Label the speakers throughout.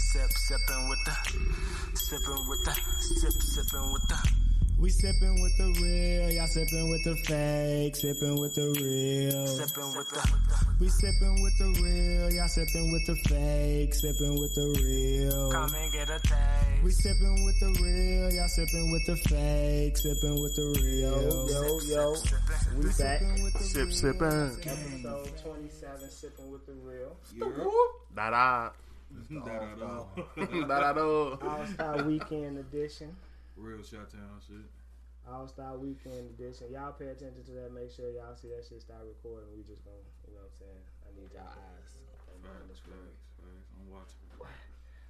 Speaker 1: sipping with the, sipping with the, sip, sipping with the.
Speaker 2: We sipping with the real, y'all sipping with the fake, sipping with the real.
Speaker 1: Sipping with the
Speaker 2: We sipping with the real, y'all sipping with the fake, sipping with the real.
Speaker 1: Come and get a taste
Speaker 2: We sipping with the real, y'all sipping with the fake, sipping with the real.
Speaker 3: Yo, yo,
Speaker 1: Sipping
Speaker 3: we back.
Speaker 4: Sip, sipping.
Speaker 2: Episode 27, sipping with the real.
Speaker 4: Da da. Da da da.
Speaker 2: All Star Weekend Edition.
Speaker 5: Real shot town shit.
Speaker 2: All Star Weekend Edition. Y'all pay attention to that. Make sure y'all see that shit start recording. We just gonna, you know what I'm saying? I need y'all eyes. on the- on the
Speaker 5: Facts,
Speaker 2: screen.
Speaker 5: facts, facts. I'm watching.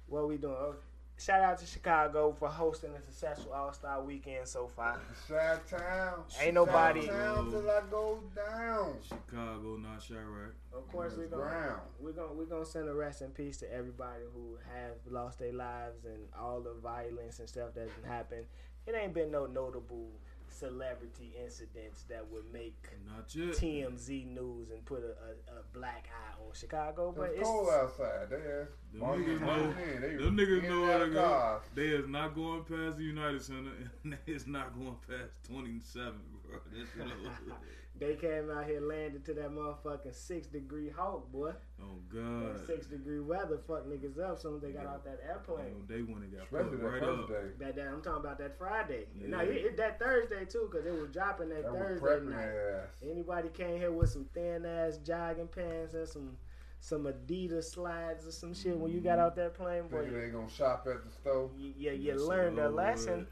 Speaker 2: What we doing? Oh, Shout out to Chicago for hosting a successful All Star Weekend so far.
Speaker 3: Shot town.
Speaker 2: Ain't nobody-
Speaker 3: Shot town till I go down.
Speaker 5: Chicago, not Chirac.
Speaker 2: Of course, we're gonna
Speaker 3: Brown.
Speaker 2: we're gonna we're gonna send a rest in peace to everybody who have lost their lives and all the violence and stuff that's happened. It ain't been no notable celebrity incidents that would make
Speaker 5: Not yet.
Speaker 2: TMZ news and put a, a, a black eye on Chicago, but
Speaker 3: It's
Speaker 2: it's
Speaker 3: cold outside. There.
Speaker 5: Them niggas know. Them niggas know how to go. They is not going past the United Center, and they is not going past 27, bro. That's what it was.
Speaker 2: they came out here landed to that motherfucking six degree hawk, boy.
Speaker 5: Oh
Speaker 2: That
Speaker 5: God.
Speaker 2: six degree weather fuck niggas up soon as they got
Speaker 5: Yeah.
Speaker 2: off that
Speaker 5: Oh,
Speaker 2: airplane.
Speaker 5: they went and got
Speaker 3: Especially
Speaker 5: fucked
Speaker 3: the
Speaker 5: right up.
Speaker 3: first day.
Speaker 2: That, that I'm talking about that Friday.
Speaker 5: Yeah.
Speaker 2: No, it, it- that Thursday too, cause it was dropping that,
Speaker 3: That was
Speaker 2: Thursday
Speaker 3: prepping
Speaker 2: night.
Speaker 3: their ass.
Speaker 2: Anybody came here with some thin ass jogging pants and some some Adidas slides or some shit when you got out that plane, boy.
Speaker 3: Think they gonna shop at the store.
Speaker 2: You, you, you
Speaker 5: That's
Speaker 2: learned a
Speaker 5: old
Speaker 2: lesson.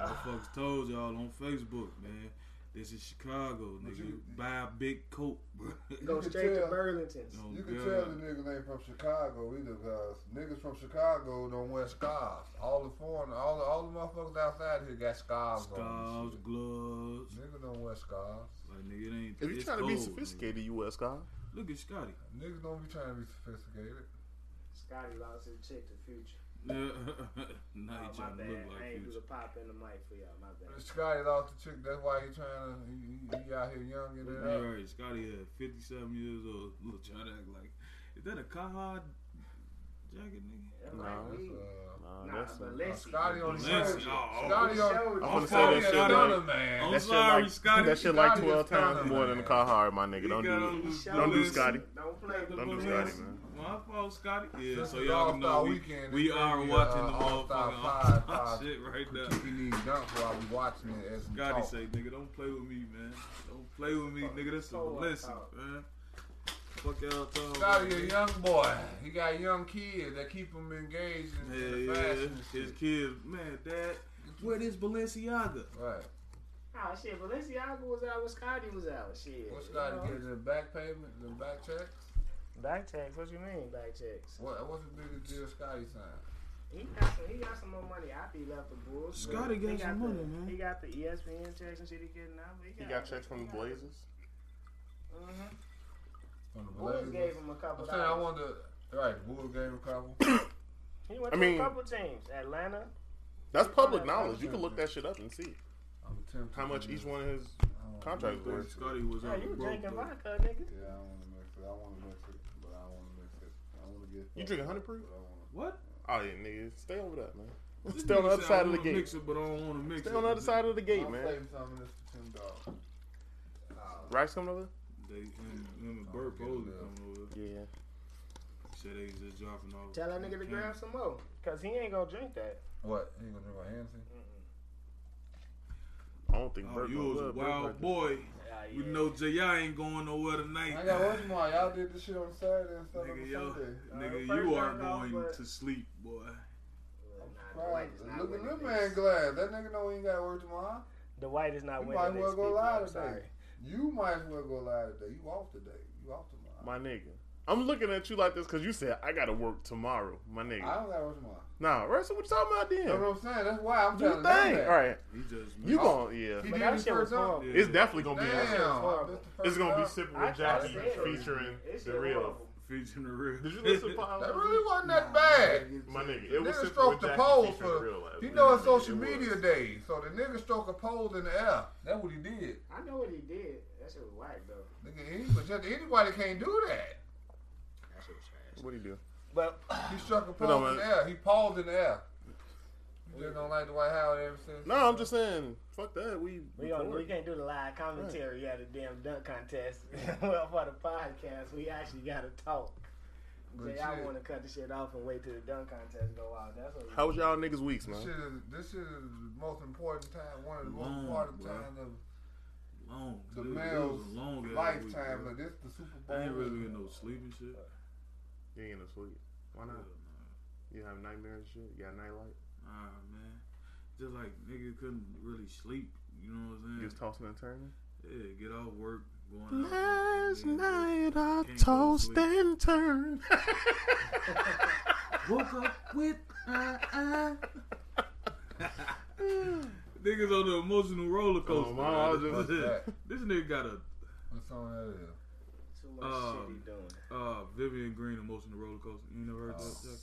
Speaker 5: word. Motherfuckers told y'all on Facebook, man. This is Chicago, nigga.
Speaker 3: you-
Speaker 5: Buy a big coat, bro.
Speaker 2: Go
Speaker 3: You could
Speaker 2: straight to
Speaker 3: tell.
Speaker 2: Burlington.
Speaker 5: Oh,
Speaker 3: You can
Speaker 5: God.
Speaker 3: tell the niggas ain't from Chicago either, cause niggas from Chicago don't wear scarves. All the foreign, all the, all the motherfuckers outside here got scarves, on. and
Speaker 5: Scarves,
Speaker 3: shit.
Speaker 5: gloves.
Speaker 3: Niggas don't wear scarves.
Speaker 5: Like, nigga, it ain't.
Speaker 4: If you
Speaker 5: it's
Speaker 4: trying to be
Speaker 5: cold, nigga.
Speaker 4: sophisticated, you wear a scarf.
Speaker 5: Look at Scotty.
Speaker 3: Niggas don't be trying to be sophisticated.
Speaker 2: Scotty lost his chick to Future.
Speaker 5: now you
Speaker 2: Oh, my
Speaker 5: trying to
Speaker 2: bad. I
Speaker 5: look like
Speaker 2: ain't do the
Speaker 5: Future.
Speaker 2: pop in the mic for y'all. My bad.
Speaker 3: Scotty lost the chick. That's why he trying to. He, he- he out here young and
Speaker 5: All
Speaker 3: that.
Speaker 5: right, Scotty at 57 years old. Look, trying to act like, is that a Carhartt jacket, nigga?
Speaker 2: That
Speaker 4: No,
Speaker 2: might
Speaker 4: that's,
Speaker 2: be.
Speaker 3: Uh,
Speaker 4: Nah,
Speaker 2: Nah,
Speaker 4: that's
Speaker 2: but
Speaker 4: not-
Speaker 3: uh,
Speaker 2: let's
Speaker 3: Scotty on the
Speaker 5: Listen,
Speaker 3: show.
Speaker 5: oh,
Speaker 3: Scotty on.
Speaker 4: I'm gonna say
Speaker 3: Scotty
Speaker 4: that shit
Speaker 3: another
Speaker 4: like-
Speaker 3: man.
Speaker 5: I'm
Speaker 4: that shit
Speaker 5: sorry,
Speaker 4: like,
Speaker 5: Scotty.
Speaker 4: That shit like
Speaker 3: Scotty is
Speaker 4: 12 times
Speaker 3: coming,
Speaker 4: more than the
Speaker 3: man.
Speaker 4: Carhartt, my nigga.
Speaker 5: He got
Speaker 4: Don't do
Speaker 5: on the
Speaker 4: don't do
Speaker 5: Valencia.
Speaker 4: Scotty.
Speaker 2: Don't play with
Speaker 4: Don't do
Speaker 2: me.
Speaker 4: Scotty,
Speaker 5: Valencia.
Speaker 4: man.
Speaker 5: My fault, Scotty. Yeah,
Speaker 3: This
Speaker 5: so
Speaker 3: is
Speaker 5: y'all
Speaker 3: All
Speaker 5: can
Speaker 3: Star
Speaker 5: know we,
Speaker 3: Weekend.
Speaker 5: we
Speaker 3: It's
Speaker 5: are
Speaker 3: gonna be,
Speaker 5: watching
Speaker 3: uh,
Speaker 5: the
Speaker 3: All-Star
Speaker 5: motherfucking
Speaker 3: Five,
Speaker 5: All-Star
Speaker 3: five.
Speaker 5: shit right there.
Speaker 3: Kicking these dunks while we watching it as we
Speaker 5: Scotty
Speaker 3: talk.
Speaker 5: say, nigga, don't play with me, man. Don't play with me, nigga. That's a
Speaker 2: Fuck.
Speaker 5: blessing, man. Fuck y'all talking about,
Speaker 3: Scotty a
Speaker 5: nigga.
Speaker 3: young boy. He got young kids that keep him engaged in,
Speaker 5: Yeah,
Speaker 3: in the
Speaker 5: yeah,
Speaker 3: fashion. and
Speaker 5: his
Speaker 3: shit.
Speaker 5: kids, man, dad, where is Balenciaga?
Speaker 3: Right.
Speaker 2: Ah, shit. Balenciaga was out when Scotty was out. Shit.
Speaker 3: What
Speaker 2: you
Speaker 3: Scotty
Speaker 2: know?
Speaker 3: getting? The back payment? The back checks?
Speaker 2: Back checks. What you mean back checks?
Speaker 3: What, what's the biggest deal Scotty signed?
Speaker 2: He got some. He got some more money. after he left the Bulls.
Speaker 5: Scotty
Speaker 2: He
Speaker 5: got some
Speaker 2: the,
Speaker 5: money, man.
Speaker 2: He got the E ESPN checks and shit. He getting out. but
Speaker 4: He got checks from the Blazers.
Speaker 2: Mm-hmm.
Speaker 3: From the
Speaker 2: Bulls
Speaker 3: Blazers?
Speaker 2: gave him a couple
Speaker 3: I'm saying I
Speaker 2: dollars.
Speaker 3: wanted to. Right, Bulls gave him a couple.
Speaker 2: He went
Speaker 4: I
Speaker 2: to
Speaker 4: mean-
Speaker 2: a couple teams. Atlanta.
Speaker 4: That's public knowledge. You can look that shit up and see
Speaker 3: I'm tempted
Speaker 4: how
Speaker 5: Mm-hmm.
Speaker 4: much
Speaker 3: to-
Speaker 4: each one of his
Speaker 3: I don't wanna
Speaker 4: contracts were.
Speaker 3: mix it.
Speaker 5: Scotty was
Speaker 2: Yeah,
Speaker 5: out
Speaker 2: Oh, you
Speaker 5: broke,
Speaker 2: drinking
Speaker 5: though.
Speaker 2: vodka, nigga.
Speaker 3: Yeah, I want to mix it. I want to mix it, but I want to mix it. I want to get.
Speaker 4: You drink 100 proof?
Speaker 3: but I wanna-
Speaker 5: What?
Speaker 4: Oh yeah, nigga, stay over there, man.
Speaker 5: This
Speaker 4: Stay on the
Speaker 5: nigga
Speaker 4: other
Speaker 5: said,
Speaker 4: side
Speaker 5: "I
Speaker 4: of the
Speaker 5: wanna
Speaker 4: gate.
Speaker 5: Mix it, but I don't want to mix
Speaker 4: Stay
Speaker 5: it.
Speaker 4: on the other side of the gate,
Speaker 3: I'm
Speaker 4: man.
Speaker 3: saving some of this for ten dollars.
Speaker 4: Rice coming over?
Speaker 5: They, him, him and Burt
Speaker 3: I'll get
Speaker 5: Posey
Speaker 3: it
Speaker 5: come over.
Speaker 4: Yeah.
Speaker 5: Said they was just dropping off.
Speaker 2: Tell that nigga to grab some more, cause he ain't gonna drink that.
Speaker 3: What? You gonna drink my Hennessy?
Speaker 4: I don't think
Speaker 5: Oh,
Speaker 4: Bert
Speaker 5: you
Speaker 4: gonna
Speaker 5: was a
Speaker 4: love Bert
Speaker 5: wild
Speaker 4: like that.
Speaker 5: boy.
Speaker 2: Ah,
Speaker 5: You
Speaker 2: yeah.
Speaker 5: know, J.I. ain't going nowhere tonight.
Speaker 3: I got one tomorrow. Y'all did this shit on Saturday and stuff
Speaker 5: Nigga,
Speaker 3: on
Speaker 5: yo,
Speaker 3: Sunday.
Speaker 5: nigga,
Speaker 2: first
Speaker 5: you are
Speaker 2: round off,
Speaker 5: going
Speaker 2: but-
Speaker 5: to sleep, boy.
Speaker 2: Nah,
Speaker 3: Right.
Speaker 2: Dwight is not
Speaker 3: Look at
Speaker 2: winning
Speaker 3: this man
Speaker 2: this.
Speaker 3: glass. That nigga know he ain't got to work tomorrow.
Speaker 2: Dwight is not
Speaker 3: You
Speaker 2: winning
Speaker 3: might as
Speaker 2: this.
Speaker 3: well go
Speaker 2: people,
Speaker 3: live
Speaker 2: I'm
Speaker 3: today.
Speaker 2: sorry.
Speaker 3: You might as well go live today. You off today. You off tomorrow.
Speaker 4: My nigga. I'm looking at you like this because you said I gotta work tomorrow, my
Speaker 3: I
Speaker 4: nigga.
Speaker 3: don't got to work tomorrow.
Speaker 4: Nah, right? So what you talking about then?
Speaker 3: You know what I'm saying? That's why I'm
Speaker 4: Do your
Speaker 3: telling
Speaker 4: thing.
Speaker 3: them that.
Speaker 4: All right,
Speaker 5: He just
Speaker 4: you
Speaker 3: Oh.
Speaker 4: gon' yeah.
Speaker 3: He
Speaker 2: But
Speaker 3: did
Speaker 2: that
Speaker 3: his
Speaker 2: shit was
Speaker 3: first dunk.
Speaker 2: horrible.
Speaker 5: Yeah.
Speaker 4: It's definitely gonna be.
Speaker 3: Damn. I missed the first
Speaker 4: It's gonna be
Speaker 3: dunk.
Speaker 4: sipping
Speaker 2: I
Speaker 4: with Jackie
Speaker 2: tried to say it.
Speaker 4: featuring
Speaker 2: This shit
Speaker 4: the real.
Speaker 2: horrible.
Speaker 5: featuring the real.
Speaker 4: Did you listen to Pop?
Speaker 3: That really wasn't that bad.
Speaker 4: My nigga, it was
Speaker 3: Nigga
Speaker 4: sipping with
Speaker 3: stroked the
Speaker 4: Jackie
Speaker 3: pole
Speaker 4: featuring
Speaker 3: for-
Speaker 4: the real. last
Speaker 3: He
Speaker 4: night.
Speaker 3: know
Speaker 4: It
Speaker 3: it's social
Speaker 4: was.
Speaker 3: media day, so the nigga stroke a pole in the air. That's what he did.
Speaker 2: I know what he did. That shit was whack though.
Speaker 3: Nigga, any- but just anybody can't do that.
Speaker 2: That shit was trash.
Speaker 4: What do you do?
Speaker 2: But
Speaker 3: He struck a
Speaker 4: on,
Speaker 3: pose in the
Speaker 4: man.
Speaker 3: air. He paused in the air. You just don't like Dwight Howard ever since.
Speaker 4: No, I'm just saying, fuck that. We
Speaker 2: we don't, we
Speaker 4: record.
Speaker 2: can't do the live commentary at a damn dunk contest. well, for the podcast, we actually gotta talk.
Speaker 3: But
Speaker 2: Jay, I
Speaker 3: shit,
Speaker 2: want to cut the shit off and wait till the dunk contest go out. That's what.
Speaker 4: How was y'all niggas weeks,
Speaker 3: this
Speaker 4: man?
Speaker 3: shit is this shit is the most important time. One of the most
Speaker 5: Long,
Speaker 3: important
Speaker 5: bro.
Speaker 3: times of
Speaker 5: Long.
Speaker 3: the
Speaker 5: dude, it
Speaker 3: male's
Speaker 5: was a long ass week,
Speaker 3: lifetime.
Speaker 5: bro.
Speaker 3: like this, the Super Bowl.
Speaker 5: I ain't really
Speaker 3: is-
Speaker 5: getting no sleep and shit.
Speaker 4: You ain't no sleep. Why not? You have nightmares and shit. You got nightlight.
Speaker 5: Nah, man. Just like nigga couldn't really sleep. You know what I'm
Speaker 4: You
Speaker 5: saying?
Speaker 4: was tossing and turning.
Speaker 5: yeah, get off work, going out. yeah,
Speaker 4: I
Speaker 5: Can't go to tossed sleep.
Speaker 4: and turned.
Speaker 5: Woke up with uh, uh. Niggas on the emotional roller coaster.
Speaker 4: Oh, my, I was
Speaker 5: man.
Speaker 4: just-
Speaker 5: this, this nigga got a
Speaker 3: What song that is?
Speaker 2: Too much
Speaker 5: Um,
Speaker 2: shit he doing.
Speaker 5: uh, Vivian Green emotional roller coaster. You never heard that?
Speaker 3: Oh.
Speaker 5: Jack?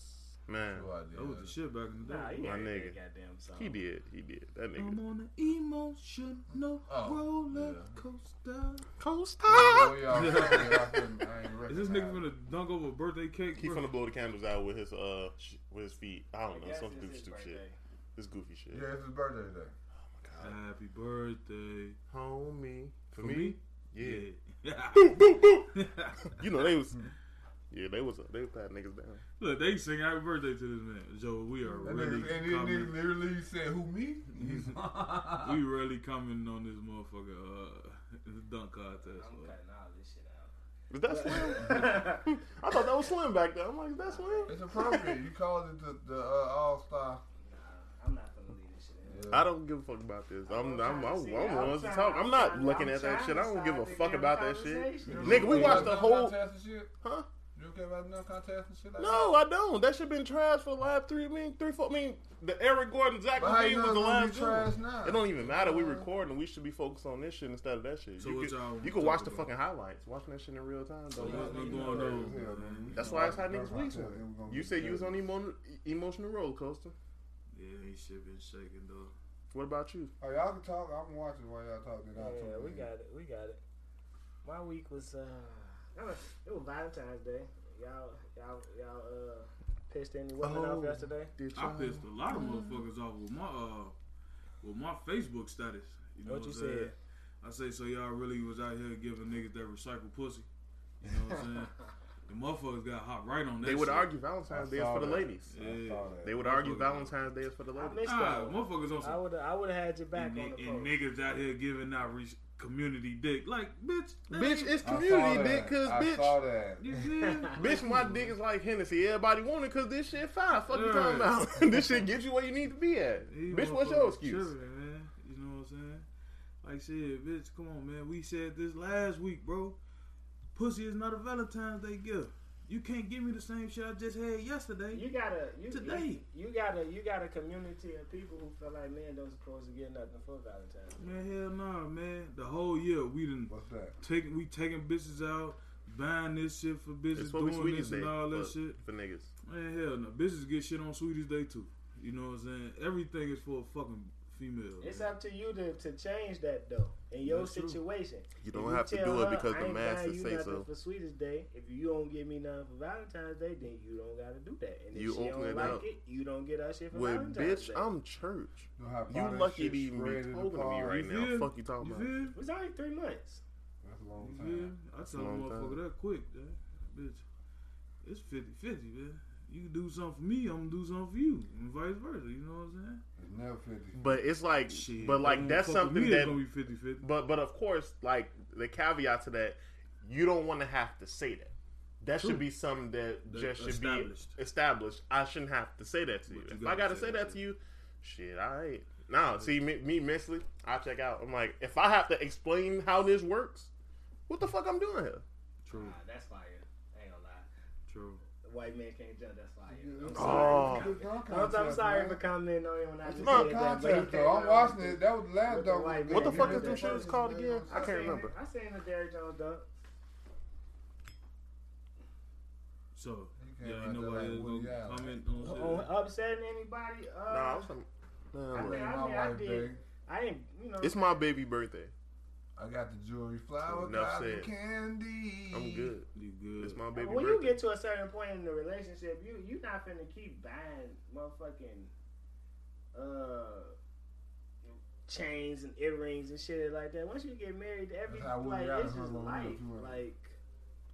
Speaker 4: Man,
Speaker 3: No idea.
Speaker 5: That was the shit back in the day.
Speaker 2: Nah, he
Speaker 4: My
Speaker 2: ain't
Speaker 4: nigga.
Speaker 2: that goddamn song.
Speaker 4: he did. He did. That
Speaker 5: I'm
Speaker 4: nigga.
Speaker 5: on an emotional
Speaker 3: Oh,
Speaker 5: roller
Speaker 3: yeah.
Speaker 5: coaster.
Speaker 4: Coast
Speaker 3: Oh, y'all, y'all, I couldn't- I ain't
Speaker 5: Is this nigga
Speaker 3: recognize
Speaker 5: gonna
Speaker 3: it.
Speaker 5: dunk over a birthday cake?
Speaker 4: He
Speaker 5: bro?
Speaker 4: finna blow the candles out with his uh sh- with his feet. I
Speaker 2: I
Speaker 4: don't know
Speaker 2: guess
Speaker 4: some
Speaker 2: it's
Speaker 4: goofy
Speaker 2: his
Speaker 4: stupid
Speaker 2: birthday.
Speaker 4: shit. This goofy shit.
Speaker 3: Yeah, it's his birthday today.
Speaker 4: God.
Speaker 5: Happy birthday.
Speaker 4: Homie, for,
Speaker 5: For
Speaker 4: me,
Speaker 5: me?
Speaker 4: yeah.
Speaker 5: Yeah.
Speaker 4: Boop boop boop. You know they was. Yeah, they was they was patting niggas down.
Speaker 5: Look, they sing happy birthday to this man. Joe, we are
Speaker 3: That
Speaker 5: really
Speaker 3: nigga, and then nigga
Speaker 5: coming.
Speaker 3: literally said, "Who me?"
Speaker 5: We really coming on this motherfucker uh, dunk contest.
Speaker 2: I'm
Speaker 5: man.
Speaker 2: cutting all this shit out.
Speaker 4: Is that Slim? I thought that was Slim back there. I'm like, is that Slim?
Speaker 3: It's appropriate. You called it the, the uh, All Star.
Speaker 2: Nah, I'm not gonna leave this shit in.
Speaker 4: I don't give a fuck about this. I'm
Speaker 2: trying
Speaker 4: I'm I'm,
Speaker 2: to
Speaker 4: I'm,
Speaker 2: see
Speaker 4: the
Speaker 2: it.
Speaker 4: ones to
Speaker 2: trying-
Speaker 4: talk. I'm not
Speaker 2: trying-
Speaker 4: looking
Speaker 2: I'm
Speaker 4: at that
Speaker 2: trying
Speaker 4: shit.
Speaker 2: to
Speaker 4: I don't give a
Speaker 2: stop the
Speaker 4: fuck
Speaker 2: damn
Speaker 4: about that shit.
Speaker 2: conversation.
Speaker 4: Nigga, we
Speaker 3: You
Speaker 4: watched
Speaker 3: about
Speaker 4: the
Speaker 3: dunk
Speaker 4: whole-
Speaker 3: contest and shit?
Speaker 4: Huh?
Speaker 3: You okay about the dunk contest and shit? Like
Speaker 4: No, I don't. That shit been trash for the last three, I mean, three, four. I mean, the Eric Gordon, Zach
Speaker 3: But how you
Speaker 4: Levine
Speaker 3: know
Speaker 4: was
Speaker 3: it's
Speaker 4: the
Speaker 3: gonna be
Speaker 4: last
Speaker 3: trash
Speaker 4: two.
Speaker 3: now?
Speaker 4: It don't even matter. We recording. We should be focused on this shit instead of that shit.
Speaker 5: So
Speaker 4: you
Speaker 5: what
Speaker 4: could,
Speaker 5: y'all
Speaker 4: you could
Speaker 5: talk
Speaker 4: watch the
Speaker 5: about?
Speaker 4: fucking highlights. Watching that shit in real time.
Speaker 5: So
Speaker 4: don't
Speaker 5: what's
Speaker 4: matter.
Speaker 5: been going on?
Speaker 3: Yeah,
Speaker 5: man?
Speaker 3: man.
Speaker 4: That's why it's how niggas
Speaker 3: That's why I
Speaker 4: weeks
Speaker 3: said
Speaker 4: went.
Speaker 3: it was gonna
Speaker 4: You
Speaker 3: be
Speaker 4: said you was
Speaker 3: good.
Speaker 4: on emo- emotional roller coaster.
Speaker 5: Yeah, he shit been shaking though.
Speaker 4: What about you?
Speaker 3: Oh, y'all can talk. I'm watching while y'all talking. I'll
Speaker 2: Oh, Yeah,
Speaker 3: talk
Speaker 2: we
Speaker 3: to
Speaker 2: got it. We got it. My week was uh, that was- it was Valentine's Day. Y'all, y'all, y'all uh, pissed any women
Speaker 4: Oh.
Speaker 2: off yesterday?
Speaker 4: Did
Speaker 5: I pissed a lot of
Speaker 3: mm-hmm.
Speaker 5: motherfuckers off with my uh, with my Facebook status. You know
Speaker 2: What you
Speaker 5: what, I'm saying?
Speaker 2: said?
Speaker 5: I say so y'all really was out here giving niggas that recycled pussy. You know what I'm saying? The motherfuckers got hot right on that.
Speaker 4: They would
Speaker 5: shit.
Speaker 4: argue Valentine's
Speaker 3: I
Speaker 4: Day is
Speaker 3: saw
Speaker 4: for the
Speaker 3: that.
Speaker 4: ladies.
Speaker 3: you. I
Speaker 5: Yeah.
Speaker 3: saw that.
Speaker 4: They would argue
Speaker 5: Motherfuckers.
Speaker 4: Valentine's Day is for the
Speaker 2: I
Speaker 4: ladies.
Speaker 2: missed
Speaker 5: Ah,
Speaker 2: that. one.
Speaker 5: motherfuckers on
Speaker 2: I
Speaker 5: some
Speaker 2: would, I would have had you back
Speaker 5: and,
Speaker 2: on the
Speaker 5: and
Speaker 2: post.
Speaker 5: niggas out here giving out re- community dick. Like, bitch, that
Speaker 4: Bitch,
Speaker 5: ain't-
Speaker 4: it's
Speaker 3: I saw
Speaker 4: community
Speaker 3: that.
Speaker 4: dick, cause
Speaker 3: I
Speaker 4: bitch,
Speaker 3: saw that.
Speaker 5: you feel?
Speaker 4: bitch, my dick is like Hennessy. Everybody want it, cause this shit fine. Fuck you talking
Speaker 5: Right.
Speaker 4: about? this shit gets you where you need to be at.
Speaker 5: These
Speaker 4: bitch, what's your
Speaker 5: motherfuckers
Speaker 4: excuse?
Speaker 5: Tripping, man. You know what I'm saying? Like shit, bitch. Come on, man. We said this last week, bro. Pussy is not a Valentine's Day gift. You can't give me the same shit I just had yesterday.
Speaker 2: You gotta, you,
Speaker 5: Today.
Speaker 2: you, you gotta, you got a community of people who feel like men don't supposed to get nothing for Valentine's. Day.
Speaker 5: Man, hell no, man. The whole year we done
Speaker 3: What's that?
Speaker 5: taking we taking bitches out, buying this shit for
Speaker 4: It's
Speaker 5: bitches,
Speaker 4: supposed to be
Speaker 5: doing
Speaker 4: Sweeties
Speaker 5: this
Speaker 4: Day
Speaker 5: and all that
Speaker 4: for,
Speaker 5: shit.
Speaker 4: for niggas.
Speaker 5: Man, hell no. Bitches get shit on Sweeties Day too. You know what I'm saying? Everything is for a fucking female.
Speaker 2: It's
Speaker 5: man.
Speaker 2: up to you to, to change that though in your
Speaker 5: That's true.
Speaker 2: situation.
Speaker 4: You
Speaker 2: If
Speaker 4: don't
Speaker 2: you
Speaker 4: have to
Speaker 2: tell
Speaker 4: do it
Speaker 2: her,
Speaker 4: because
Speaker 2: "I
Speaker 4: the
Speaker 2: ain't buying
Speaker 4: masses
Speaker 2: you
Speaker 4: say
Speaker 2: nothing
Speaker 4: so.
Speaker 2: For Sweetest Day, if you don't give me nothing for Valentine's Day, then you don't gotta do that. And if
Speaker 4: You
Speaker 2: she
Speaker 4: open
Speaker 2: don't
Speaker 4: it
Speaker 2: like
Speaker 4: up.
Speaker 2: it, you don't get her shit for
Speaker 4: Well,
Speaker 2: Valentine's
Speaker 4: bitch,
Speaker 2: Day.
Speaker 4: I'm church.
Speaker 3: You, know how
Speaker 4: You
Speaker 3: far that
Speaker 4: lucky
Speaker 3: shit
Speaker 4: to even
Speaker 3: spread
Speaker 4: be
Speaker 3: in the
Speaker 4: talking to me
Speaker 3: park?
Speaker 4: right
Speaker 5: You
Speaker 4: now.
Speaker 5: feel?
Speaker 4: Fuck you talking
Speaker 5: You
Speaker 4: about?
Speaker 5: feel?
Speaker 2: It was only three months.
Speaker 3: That's a long
Speaker 5: You
Speaker 3: time.
Speaker 5: feel? I
Speaker 4: That's
Speaker 5: tell
Speaker 4: a
Speaker 5: a
Speaker 4: long
Speaker 5: motherfucker
Speaker 4: time.
Speaker 5: that quick, man. Bitch, it's 50 50, man. You do something for me, I'm gonna do something for you, and vice versa. You know what I'm
Speaker 3: It's never fifty.
Speaker 4: But it's like,
Speaker 5: saying? Shit,
Speaker 4: but like
Speaker 5: don't
Speaker 4: that's
Speaker 5: fuck with me,
Speaker 4: something
Speaker 5: it's
Speaker 4: that
Speaker 5: gonna be 50 50.
Speaker 4: But but of course, like the caveat to that, you don't want to have to say that. That
Speaker 5: True.
Speaker 4: should be something that
Speaker 5: That-
Speaker 4: just should
Speaker 5: established.
Speaker 4: be established. I shouldn't have to say that to you.
Speaker 5: But you
Speaker 4: if I
Speaker 5: gotta
Speaker 4: gotta
Speaker 5: say
Speaker 4: say
Speaker 5: that
Speaker 4: that
Speaker 5: to
Speaker 4: to you, shit, all right. Now, see me, me mentally, I check out. I'm like, if I have to explain how this works, what the fuck I'm doing here?
Speaker 5: True,
Speaker 2: that's fire. I ain't gonna lie.
Speaker 5: true.
Speaker 2: The white man can't jump. That's fire.
Speaker 3: I'm
Speaker 4: sorry.
Speaker 3: It's a good dunk
Speaker 2: Mm-hmm. I'm, I'm
Speaker 3: contest,
Speaker 2: sorry
Speaker 3: man.
Speaker 2: for commenting on it when I just
Speaker 3: It's a
Speaker 4: Oh. No,
Speaker 2: said that. But you
Speaker 3: good contest,
Speaker 2: can't
Speaker 3: though. I'm
Speaker 2: really-
Speaker 3: watching it. That was the
Speaker 2: With
Speaker 3: last
Speaker 2: the
Speaker 3: dunk.
Speaker 2: white
Speaker 3: we
Speaker 2: What
Speaker 4: the
Speaker 3: did.
Speaker 4: fuck
Speaker 3: You missed
Speaker 4: is them
Speaker 3: that
Speaker 4: shoes
Speaker 3: first
Speaker 4: called
Speaker 3: one,
Speaker 4: again?
Speaker 3: man.
Speaker 4: I can't
Speaker 2: seen it.
Speaker 4: remember.
Speaker 2: I seen the Derrick Jones dunk.
Speaker 5: So,
Speaker 3: You can't
Speaker 5: yeah,
Speaker 3: write
Speaker 5: ain't
Speaker 3: that
Speaker 5: nobody
Speaker 3: like
Speaker 5: else
Speaker 3: Woody
Speaker 5: gonna
Speaker 3: Allen.
Speaker 5: comment
Speaker 4: Oh,
Speaker 2: On
Speaker 5: on
Speaker 2: upsetting anybody? Uh,
Speaker 4: Nah, I'm some,
Speaker 2: I
Speaker 4: man,
Speaker 2: mean,
Speaker 4: look.
Speaker 2: I,
Speaker 3: My
Speaker 2: mean, I
Speaker 3: wife,
Speaker 2: did.
Speaker 3: baby.
Speaker 2: I ain't. You know.
Speaker 4: it's my baby birthday.
Speaker 3: I got the jewelry, flower,
Speaker 4: Enough
Speaker 3: cotton
Speaker 4: said.
Speaker 3: candy.
Speaker 4: I'm good.
Speaker 5: You good?
Speaker 4: It's my baby
Speaker 2: when you
Speaker 4: birthday.
Speaker 2: get to a certain point in the relationship, you you not finna keep buying motherfucking uh chains and earrings and shit like that. Once you get married, every
Speaker 3: That's how we
Speaker 2: like
Speaker 3: got
Speaker 2: this is
Speaker 3: it from when we
Speaker 2: life.
Speaker 3: was young.
Speaker 2: Like,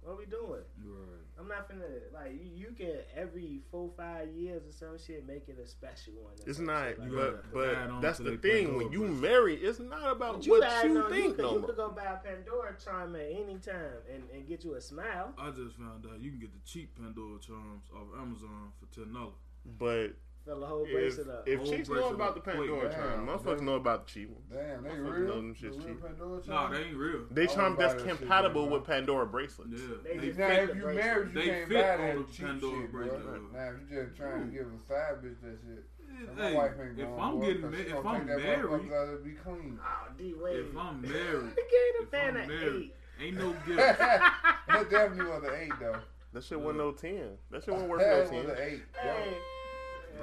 Speaker 2: what we doing?
Speaker 5: Right.
Speaker 2: I'm not finna like you, you can every four five years or some shit make it a special one. or
Speaker 4: It's
Speaker 2: some
Speaker 4: not,
Speaker 2: shit like
Speaker 5: You
Speaker 2: that.
Speaker 5: gotta
Speaker 4: but but
Speaker 5: add on
Speaker 4: that's
Speaker 5: to
Speaker 4: the
Speaker 5: their
Speaker 4: thing.
Speaker 5: Pandora
Speaker 4: When you
Speaker 5: box.
Speaker 4: marry, it's not about
Speaker 2: But
Speaker 4: what
Speaker 2: got
Speaker 4: you
Speaker 2: know,
Speaker 4: think
Speaker 2: could,
Speaker 4: no
Speaker 2: you
Speaker 4: more.
Speaker 2: could go buy a Pandora charm at any time and, and get you a smile.
Speaker 5: I just found out you can get the cheap Pandora charms off Amazon for ten dollars.
Speaker 4: But
Speaker 2: Fill a whole
Speaker 4: if,
Speaker 2: bracelet up.
Speaker 4: if
Speaker 5: Whole
Speaker 4: chicks know
Speaker 5: bracelet
Speaker 4: about the
Speaker 5: up. Wait,
Speaker 4: Pandora
Speaker 3: damn,
Speaker 4: charm, motherfuckers
Speaker 3: they-
Speaker 4: know about the cheap one.
Speaker 3: Damn, they
Speaker 4: I fucking
Speaker 3: real.
Speaker 4: know them
Speaker 3: The
Speaker 4: shit's
Speaker 3: real
Speaker 4: cheap.
Speaker 3: Pandora
Speaker 5: Nah,
Speaker 3: charm?
Speaker 5: they ain't real.
Speaker 4: They
Speaker 3: I wouldn't
Speaker 4: charm
Speaker 3: buy
Speaker 4: that's
Speaker 3: that shit,
Speaker 4: compatible
Speaker 3: man.
Speaker 4: with Pandora bracelets.
Speaker 5: Yeah.
Speaker 2: They
Speaker 5: They,
Speaker 2: just-
Speaker 3: Now,
Speaker 2: fit
Speaker 3: if
Speaker 2: the
Speaker 3: you
Speaker 2: bracelet.
Speaker 3: married, you
Speaker 5: They fit
Speaker 3: can't buy
Speaker 5: on
Speaker 3: that
Speaker 5: the
Speaker 3: cheap
Speaker 5: Pandora
Speaker 3: shit, bro.
Speaker 5: bracelet.
Speaker 3: Now, if you just trying to give a side bitch that shit, my
Speaker 5: hey,
Speaker 3: wife ain't
Speaker 5: if
Speaker 3: going
Speaker 5: I'm
Speaker 3: for it,
Speaker 5: getting,
Speaker 3: 'cause
Speaker 5: ma-
Speaker 3: she
Speaker 5: if
Speaker 3: gonna
Speaker 5: I'm
Speaker 3: think that motherfucker
Speaker 5: married,
Speaker 3: gotta be clean.
Speaker 2: Oh, D Wade.
Speaker 5: if I'm married,
Speaker 2: Gave
Speaker 5: if
Speaker 2: the fan
Speaker 5: I'm
Speaker 2: an
Speaker 5: married,
Speaker 2: eight.
Speaker 5: ain't no gift.
Speaker 3: that definitely was an eight though.
Speaker 4: That shit wasn't no ten. That shit wasn't worth
Speaker 3: That
Speaker 4: no
Speaker 3: was
Speaker 4: ten.
Speaker 3: an eight. That
Speaker 2: Hey,
Speaker 3: was-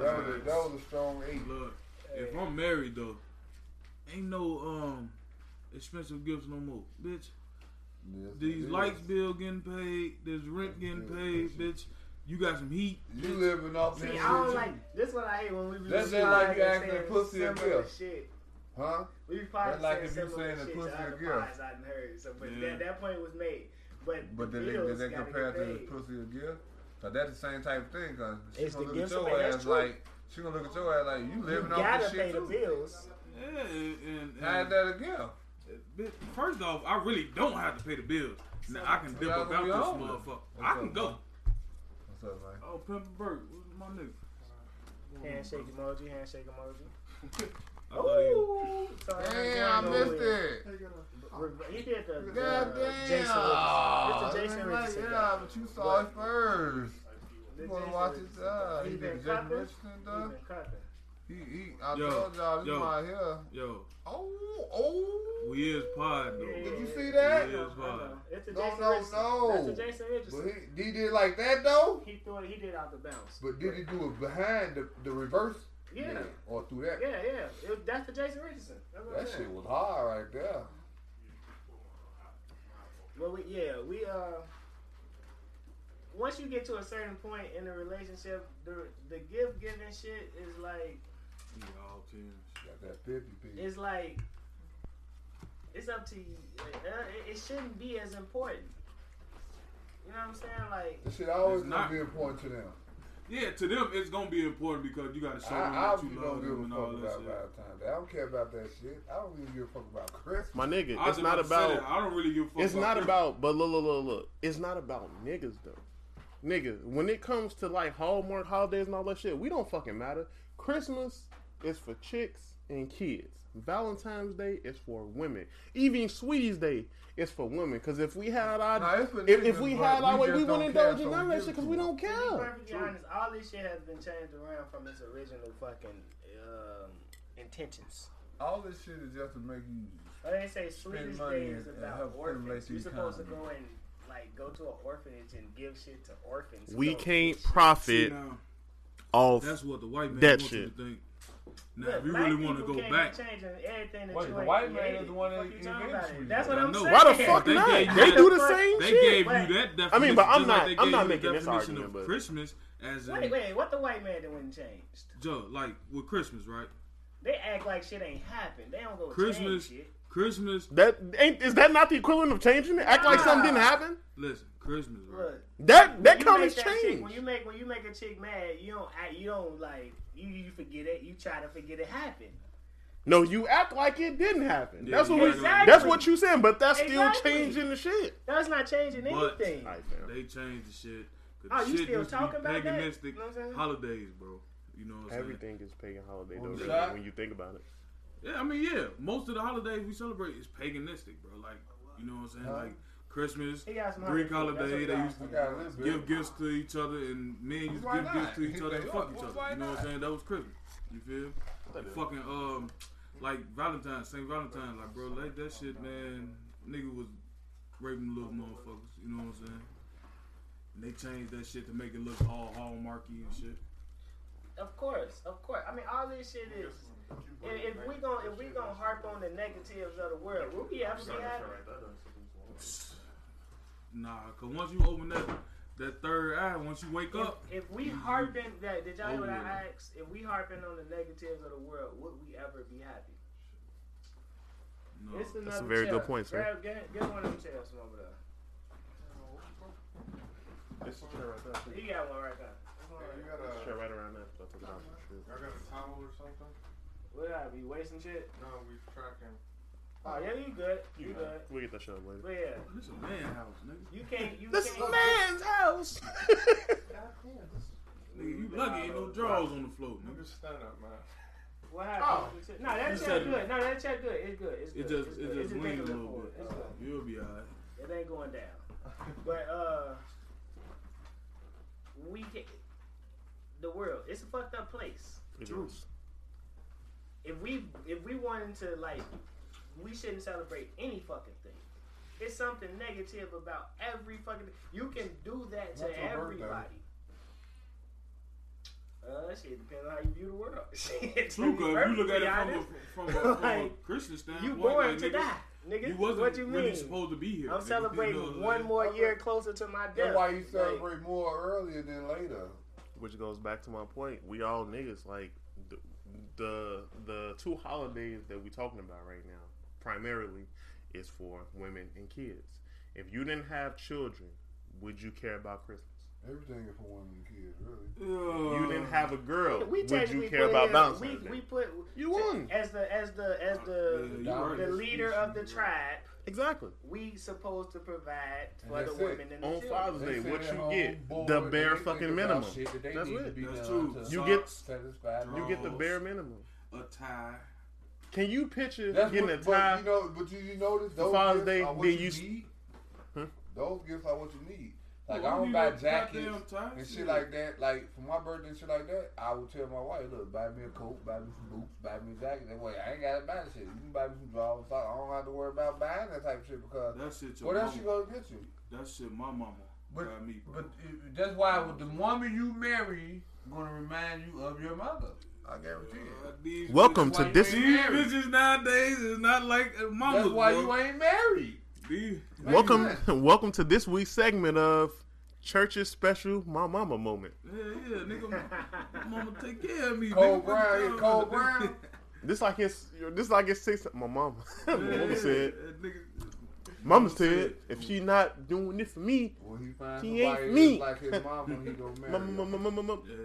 Speaker 3: that was a- that was a strong eight.
Speaker 5: Look, if I'm married though, ain't no um expensive gifts no more, bitch.
Speaker 3: Yes,
Speaker 5: These
Speaker 3: it is.
Speaker 5: lights bill getting paid, this rent getting paid, bitch. You got some heat.
Speaker 3: You living off
Speaker 2: see,
Speaker 3: that
Speaker 2: I don't
Speaker 3: shit,
Speaker 2: like this. What I hate when we be
Speaker 3: That's
Speaker 2: just
Speaker 3: just like you
Speaker 2: podcasting
Speaker 3: asking pussy a
Speaker 2: similar
Speaker 3: gift.
Speaker 2: Shit.
Speaker 3: huh?
Speaker 2: We probably
Speaker 3: That's like
Speaker 2: said
Speaker 3: if you
Speaker 2: similar
Speaker 3: saying a
Speaker 2: shit
Speaker 3: pussy
Speaker 2: to
Speaker 3: a
Speaker 2: other
Speaker 3: gift.
Speaker 2: pods I've heard. So, but
Speaker 5: Yeah.
Speaker 2: that, that point was made. But,
Speaker 3: But
Speaker 2: the
Speaker 3: did they,
Speaker 2: bills
Speaker 3: did they
Speaker 2: gotta
Speaker 3: compare
Speaker 2: get
Speaker 3: to the
Speaker 2: paid.
Speaker 3: pussy a gift? Cause that's the same type of thing. Cause she
Speaker 2: It's
Speaker 3: gonna
Speaker 2: the
Speaker 3: look at
Speaker 2: gifts,
Speaker 3: your
Speaker 2: but that's
Speaker 3: ass
Speaker 2: true.
Speaker 3: like she gonna look at your ass like you living
Speaker 2: You
Speaker 3: off this
Speaker 2: gotta pay
Speaker 3: shit
Speaker 2: the
Speaker 3: too.
Speaker 2: bills.
Speaker 5: Yeah, and, and,
Speaker 3: How is that a gift?
Speaker 5: Bitch, First off, I really don't have to pay the bills. Now I can dip
Speaker 3: Y'all
Speaker 5: about
Speaker 3: gonna be
Speaker 5: this
Speaker 3: on it.
Speaker 5: motherfucker. I
Speaker 3: What's
Speaker 5: can
Speaker 3: up,
Speaker 5: go.
Speaker 3: man? What's up, man?
Speaker 5: Oh, Pimp Burke, what's my nigga?
Speaker 2: Handshake emoji, handshake emoji.
Speaker 5: I thought he was-
Speaker 2: Ooh, sorry,
Speaker 3: Damn, I
Speaker 2: I'm
Speaker 3: missed
Speaker 2: going nowhere.
Speaker 3: it.
Speaker 2: Re- He did the, the
Speaker 3: God
Speaker 2: uh,
Speaker 3: damn.
Speaker 2: Jason Richardson. Mr.
Speaker 3: I
Speaker 2: Jason
Speaker 3: mean, like,
Speaker 2: Richardson.
Speaker 3: yeah, but you saw it first.
Speaker 2: The
Speaker 3: You wanna
Speaker 2: Jason
Speaker 3: watch it?
Speaker 2: Richardson.
Speaker 3: Uh,
Speaker 2: He
Speaker 3: he
Speaker 2: been
Speaker 3: did Jason
Speaker 2: cupping.
Speaker 3: Richardson,
Speaker 2: He
Speaker 3: dog.
Speaker 2: been cupping.
Speaker 3: He, he, I
Speaker 5: Yo,
Speaker 3: told y'all this
Speaker 5: yo.
Speaker 3: right here.
Speaker 5: Yo,
Speaker 3: Oh, oh.
Speaker 5: we is pod though.
Speaker 3: Did you see that?
Speaker 2: I know, I know. It's a
Speaker 3: No,
Speaker 2: Jason
Speaker 3: no,
Speaker 2: Richardson.
Speaker 3: no.
Speaker 2: That's a Jason
Speaker 3: But
Speaker 2: Richardson.
Speaker 3: he, he did like that though.
Speaker 2: He threw it. He did out the bounce.
Speaker 3: But did he do it behind the, the reverse?
Speaker 2: Yeah.
Speaker 3: Or through that?
Speaker 2: Yeah, yeah. It, that's the Jason Richardson. That's what I'm
Speaker 3: That
Speaker 2: saying.
Speaker 3: shit was hard right there.
Speaker 2: Well, we, yeah, we uh. Once you get to a certain point in the relationship, the the gift giving shit is like
Speaker 5: Yeah, all teams.
Speaker 3: Got that 50 piece.
Speaker 2: it's like it's up to you. Like, uh, it, it shouldn't be as important. You know what I'm saying? Like
Speaker 3: This shit always
Speaker 5: It's
Speaker 3: gonna
Speaker 5: not-
Speaker 3: be important to them.
Speaker 5: Yeah, to them it's gonna be important because you gotta show
Speaker 3: I,
Speaker 5: them
Speaker 3: I
Speaker 5: that
Speaker 3: really
Speaker 5: you
Speaker 3: don't
Speaker 5: love
Speaker 3: give
Speaker 5: them
Speaker 3: a
Speaker 5: and all
Speaker 3: fuck
Speaker 5: that
Speaker 3: about
Speaker 5: shit.
Speaker 3: Valentine's Day. I don't care about that shit. I don't even give a fuck about Christmas.
Speaker 4: My nigga,
Speaker 5: I was
Speaker 4: it's not
Speaker 5: to say
Speaker 4: about.
Speaker 5: that. I don't really give a fuck.
Speaker 4: It's not
Speaker 5: them.
Speaker 4: about, but look, look, look, look. It's not about niggas though. Niggas, when it comes to like Hallmark holidays and all that shit, we don't fucking matter. Christmas is for chicks and kids. Valentine's Day is for women. Even Sweeties Day is for women. Cause if we had our,
Speaker 3: Nah, it's for
Speaker 4: if, if
Speaker 3: niggas,
Speaker 4: we
Speaker 3: but
Speaker 4: had our
Speaker 3: we
Speaker 4: way,
Speaker 3: just
Speaker 4: we wouldn't
Speaker 3: don't care,
Speaker 4: indulge in
Speaker 3: so
Speaker 4: none of
Speaker 3: we
Speaker 4: that
Speaker 3: give
Speaker 4: shit.
Speaker 3: it
Speaker 4: Cause
Speaker 3: to
Speaker 4: we
Speaker 3: them.
Speaker 4: don't
Speaker 2: To be
Speaker 4: care.
Speaker 2: perfectly honest, all this shit has been changed around from its original fucking um, intentions.
Speaker 3: All this shit is just to make you.
Speaker 2: Or they say Swedish
Speaker 3: money
Speaker 2: Day is
Speaker 3: and
Speaker 2: about
Speaker 3: help stimulate
Speaker 2: orphans.
Speaker 3: the
Speaker 2: You're supposed to
Speaker 3: economy.
Speaker 2: go and like go to an orphanage and give shit to orphans.
Speaker 4: We
Speaker 2: Don't
Speaker 4: can't
Speaker 2: give shit.
Speaker 5: See,
Speaker 4: profit
Speaker 5: now,
Speaker 4: off.
Speaker 5: that's what the white man
Speaker 4: That
Speaker 5: wants you
Speaker 4: shit.
Speaker 5: to think. Now,
Speaker 2: Look,
Speaker 5: if you
Speaker 2: black
Speaker 5: really want to
Speaker 2: people
Speaker 5: go
Speaker 2: can't be
Speaker 5: back,
Speaker 2: changing everything that
Speaker 3: Wait,
Speaker 2: you
Speaker 3: the
Speaker 2: ain't
Speaker 3: white man
Speaker 2: created.
Speaker 3: is the one
Speaker 2: Fuck
Speaker 3: that
Speaker 2: you talking
Speaker 3: invented
Speaker 2: about
Speaker 3: Swedish
Speaker 2: it. That's what
Speaker 5: Day. I
Speaker 2: I'm
Speaker 5: know.
Speaker 2: saying.
Speaker 4: Why the fuck
Speaker 5: They
Speaker 4: not?
Speaker 5: gave you
Speaker 4: They
Speaker 5: that-
Speaker 4: do the
Speaker 2: What the
Speaker 4: same
Speaker 5: they
Speaker 4: shit.
Speaker 5: gave
Speaker 2: Wait.
Speaker 5: you that definition.
Speaker 4: I mean, but
Speaker 5: just
Speaker 4: I'm
Speaker 5: like
Speaker 4: not-
Speaker 5: they
Speaker 4: I'm
Speaker 5: gave
Speaker 4: not
Speaker 5: you the
Speaker 4: making this
Speaker 5: definition
Speaker 4: argument,
Speaker 5: of
Speaker 4: but-
Speaker 5: Christmas as in
Speaker 2: Wait, wait, what the white man doing changed?
Speaker 5: Joe, like with Christmas, right?
Speaker 2: They act like shit ain't happened. They don't go
Speaker 5: Christmas,
Speaker 2: change shit.
Speaker 5: Christmas.
Speaker 4: That ain't is that not the equivalent of changing it? Act like something didn't
Speaker 2: Nah.
Speaker 4: happen.
Speaker 5: Listen, Christmas, right?
Speaker 2: Look,
Speaker 4: That that
Speaker 2: you
Speaker 4: comments
Speaker 2: make that chick- when
Speaker 4: changed.
Speaker 2: you make when you make a chick mad, you don't act, you don't like you you forget it. You try to forget it happened.
Speaker 4: No, you act like it didn't happen.
Speaker 5: Yeah,
Speaker 4: that's what
Speaker 5: you
Speaker 4: we,
Speaker 5: act
Speaker 2: like-
Speaker 4: that's what you saying, but that's
Speaker 2: Exactly.
Speaker 4: still changing the shit.
Speaker 2: That's not changing
Speaker 5: But-
Speaker 2: anything.
Speaker 4: Alright, fam.
Speaker 5: They changed the shit. 'Cause
Speaker 2: Oh,
Speaker 5: the
Speaker 2: you
Speaker 5: shit
Speaker 2: still
Speaker 5: used to be
Speaker 2: talking about that?
Speaker 5: paganistic
Speaker 2: You know what I'm saying?
Speaker 5: holidays, bro. You know what I'm
Speaker 4: Everything is pagan holiday though,
Speaker 3: On the
Speaker 4: really,
Speaker 3: side.
Speaker 4: when you think about it.
Speaker 5: saying? Yeah, I mean, yeah. Most of the holidays we celebrate is paganistic, bro. Like, you know what I'm saying?
Speaker 3: Huh?
Speaker 5: Like Christmas,
Speaker 2: He got some
Speaker 5: Greek
Speaker 2: holidays. That's what
Speaker 5: holiday. They
Speaker 2: he
Speaker 5: used
Speaker 3: I
Speaker 5: to
Speaker 3: got a little bit.
Speaker 5: give gifts to each other, and men used to
Speaker 3: Why
Speaker 5: give
Speaker 3: not?
Speaker 5: gifts to each other and
Speaker 3: Yeah,
Speaker 5: fuck each
Speaker 3: "Oh, why
Speaker 5: other. You know what
Speaker 3: not?
Speaker 5: I'm saying? That was Christmas. You feel? And fucking um, like Valentine's, Saint Valentine's, like bro, like that shit, man. Nigga was raping little motherfuckers. You know what I'm saying? And they changed that shit to make it look all hallmarky and shit.
Speaker 2: Of course, of course. I mean, all this shit is. If, if we gonna if we gonna harp on the negatives of the world, will we ever be happy?
Speaker 5: Nah, cause once you open that that third eye, once you wake
Speaker 2: If,
Speaker 5: up,
Speaker 2: if we harping that, did y'all hear what I
Speaker 5: Oh, yeah.
Speaker 2: asked? If we harping on the negatives of the world, would we ever be happy?
Speaker 5: no.
Speaker 2: It's another
Speaker 4: a very good
Speaker 2: challenge.
Speaker 4: point, sir.
Speaker 2: Grab, get, get one of them chairs from over there.
Speaker 4: This chair right there.
Speaker 2: He got one right there.
Speaker 3: You got a,
Speaker 5: Uh,
Speaker 4: This chair right around there. That's what I'm
Speaker 3: you got a towel or something?
Speaker 2: Would I be wasting shit?
Speaker 3: No, we tracking.
Speaker 2: Oh yeah, you good. You
Speaker 4: saying.
Speaker 2: good.
Speaker 4: We'll get that shit up later.
Speaker 2: But yeah,
Speaker 5: This a man house, nigga.
Speaker 2: you can't. You
Speaker 4: This is
Speaker 2: can't.
Speaker 4: man's house.
Speaker 5: Nigga, you lucky ain't no drawers on the floor, nigga.
Speaker 3: Just stand up, man.
Speaker 2: What
Speaker 3: Oh.
Speaker 2: happened? No, that
Speaker 5: You
Speaker 2: check
Speaker 5: said-
Speaker 2: good. No, that check good. It's good. It's good.
Speaker 5: It just
Speaker 2: it's
Speaker 5: it
Speaker 2: good.
Speaker 5: just
Speaker 2: it's
Speaker 5: leans a
Speaker 2: niggling
Speaker 5: little
Speaker 2: forward.
Speaker 5: bit.
Speaker 2: It's good.
Speaker 5: You'll be alright.
Speaker 2: It ain't going down. But uh, we get the world. It's a fucked up place.
Speaker 5: True.
Speaker 2: If we if we wanted to like, we shouldn't celebrate any fucking thing. It's something negative about every fucking. You can do that to
Speaker 3: Not your birthday.
Speaker 2: everybody. Uh, shit depends on how you view the world. Shit, to
Speaker 5: True,
Speaker 2: be
Speaker 5: cause if you look
Speaker 2: perfectly
Speaker 5: at it from a,
Speaker 2: honest,
Speaker 5: from a, from a
Speaker 2: Like,
Speaker 5: Christian
Speaker 2: you
Speaker 5: standpoint,
Speaker 2: born
Speaker 5: like,
Speaker 2: to
Speaker 5: nigga,
Speaker 2: die, nigga.
Speaker 5: You wasn't
Speaker 2: what you mean?
Speaker 5: really supposed to be here.
Speaker 2: I'm
Speaker 5: nigga. You
Speaker 2: celebrating
Speaker 5: know,
Speaker 2: one
Speaker 5: like,
Speaker 2: more year closer to my death.
Speaker 3: That's why you
Speaker 2: Like,
Speaker 3: celebrate more earlier than later.
Speaker 4: Which goes back to my point. We all niggas like the the, the two holidays that we talking about right now primarily is for women and kids. If you didn't have children, would you care about Christmas?
Speaker 3: Everything is for women and kids, really.
Speaker 5: Uh,
Speaker 4: you didn't have a girl,
Speaker 2: we
Speaker 4: would you
Speaker 2: technically
Speaker 4: care
Speaker 2: put
Speaker 4: about
Speaker 2: in-
Speaker 4: Valentine's
Speaker 2: We,
Speaker 4: Day?
Speaker 2: we put
Speaker 4: You won.
Speaker 2: as the as the as
Speaker 5: Yeah,
Speaker 2: the
Speaker 5: you right.
Speaker 2: the leader of the tribe.
Speaker 4: Exactly.
Speaker 2: We supposed to provide
Speaker 3: And
Speaker 2: for the
Speaker 3: that's it.
Speaker 2: women and the
Speaker 4: On
Speaker 2: children.
Speaker 4: Father's
Speaker 3: They
Speaker 4: Day,
Speaker 3: sit
Speaker 4: what
Speaker 3: at
Speaker 4: you
Speaker 3: home
Speaker 4: get?
Speaker 3: bored
Speaker 4: the
Speaker 3: and
Speaker 4: bare
Speaker 3: they think
Speaker 4: fucking
Speaker 3: about
Speaker 4: minimum.
Speaker 3: shit that they
Speaker 4: That's
Speaker 3: need to
Speaker 4: it.
Speaker 3: be
Speaker 5: That's
Speaker 3: done
Speaker 5: true.
Speaker 3: to
Speaker 4: You get-
Speaker 3: satisfy them.
Speaker 4: You get the
Speaker 5: Draws.
Speaker 4: bare minimum.
Speaker 5: a tie.
Speaker 4: Can you picture
Speaker 3: That's
Speaker 4: getting
Speaker 3: what,
Speaker 4: a
Speaker 3: but
Speaker 4: tie?
Speaker 3: you know, but you, you notice those gifts
Speaker 4: Father's Day,
Speaker 3: are what
Speaker 4: then
Speaker 3: you,
Speaker 4: you s-
Speaker 3: need.
Speaker 4: Huh?
Speaker 3: Those gifts are what you need. Like
Speaker 5: Well,
Speaker 3: I
Speaker 5: you
Speaker 3: don't buy
Speaker 5: got
Speaker 3: jackets
Speaker 5: goddamn ties,
Speaker 3: and
Speaker 5: yeah.
Speaker 3: shit like that. Like for my birthday and shit like that, I would tell my wife, "Look, buy me a coat, buy me some boots, buy me a jacket." That way, I ain't got to buy the shit. You can buy me some drawers. so I don't have to worry about buying that type of shit because
Speaker 5: That shit your
Speaker 3: what else
Speaker 5: mama.
Speaker 3: you gonna get you?
Speaker 5: That shit my mama
Speaker 3: But-
Speaker 5: got me, bro.
Speaker 3: But it- that's why with the woman you marry, gonna remind you of your mother. I guarantee
Speaker 5: Uh,
Speaker 3: it.
Speaker 5: these
Speaker 4: Welcome
Speaker 5: bitches-
Speaker 4: to
Speaker 3: Why you
Speaker 4: this.
Speaker 3: ain't
Speaker 5: These
Speaker 3: married?
Speaker 5: bitches nowadays is not like uh, mamas,
Speaker 3: That's why
Speaker 5: bro.
Speaker 3: you ain't married.
Speaker 5: These-
Speaker 4: Welcome,
Speaker 3: Amen.
Speaker 4: welcome to this week's segment of Church's special "My Mama" moment.
Speaker 5: Yeah, yeah, nigga. Mama take care of me.
Speaker 3: Cole
Speaker 5: nigga.
Speaker 3: Brown,
Speaker 5: What
Speaker 3: yeah,
Speaker 5: the-
Speaker 3: Cole Brown.
Speaker 4: This like his, this like his six. My mama,
Speaker 5: Yeah,
Speaker 4: mama
Speaker 5: yeah,
Speaker 4: said,
Speaker 5: that nigga-
Speaker 4: mama said, if she not doing it for me,
Speaker 3: When he finds
Speaker 4: She ain't
Speaker 3: somebody
Speaker 4: me.
Speaker 3: that's like his mama, he gonna marry.
Speaker 4: mama, mama, mama, mama.
Speaker 5: Yeah.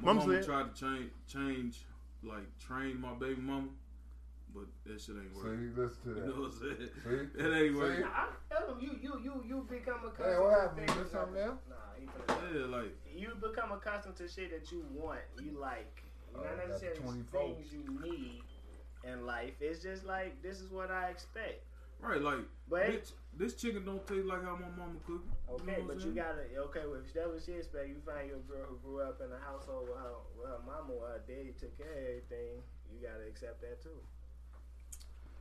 Speaker 5: My
Speaker 4: Mama
Speaker 5: mama
Speaker 4: said-
Speaker 5: tried to change, change, like train my baby mama, but that shit ain't
Speaker 3: her.
Speaker 5: working.
Speaker 3: See, listen to
Speaker 5: You know
Speaker 3: that.
Speaker 5: what I'm saying?
Speaker 3: See?
Speaker 5: It ain't
Speaker 3: See?
Speaker 5: working.
Speaker 2: I tell him you you you you become accustomed.
Speaker 3: Hey, what happened?
Speaker 2: to
Speaker 3: You
Speaker 2: things-
Speaker 3: missed something else?
Speaker 2: Nah, he finna-
Speaker 5: Yeah, like
Speaker 2: you become accustomed to shit that you want, you like,
Speaker 3: Oh,
Speaker 2: not
Speaker 3: that's
Speaker 2: necessarily
Speaker 3: 24.
Speaker 2: things you need in life. It's just like this is what I expect.
Speaker 5: right, like
Speaker 2: But-
Speaker 5: bitch, this chicken don't taste like how my mama cook. it. You know
Speaker 2: Okay,
Speaker 5: what I'm
Speaker 2: but you
Speaker 5: saying?
Speaker 2: gotta okay. Well, if that was she expect, you find your girl who grew up in a household where her, where her mama or her daddy took care of everything. You gotta accept that too.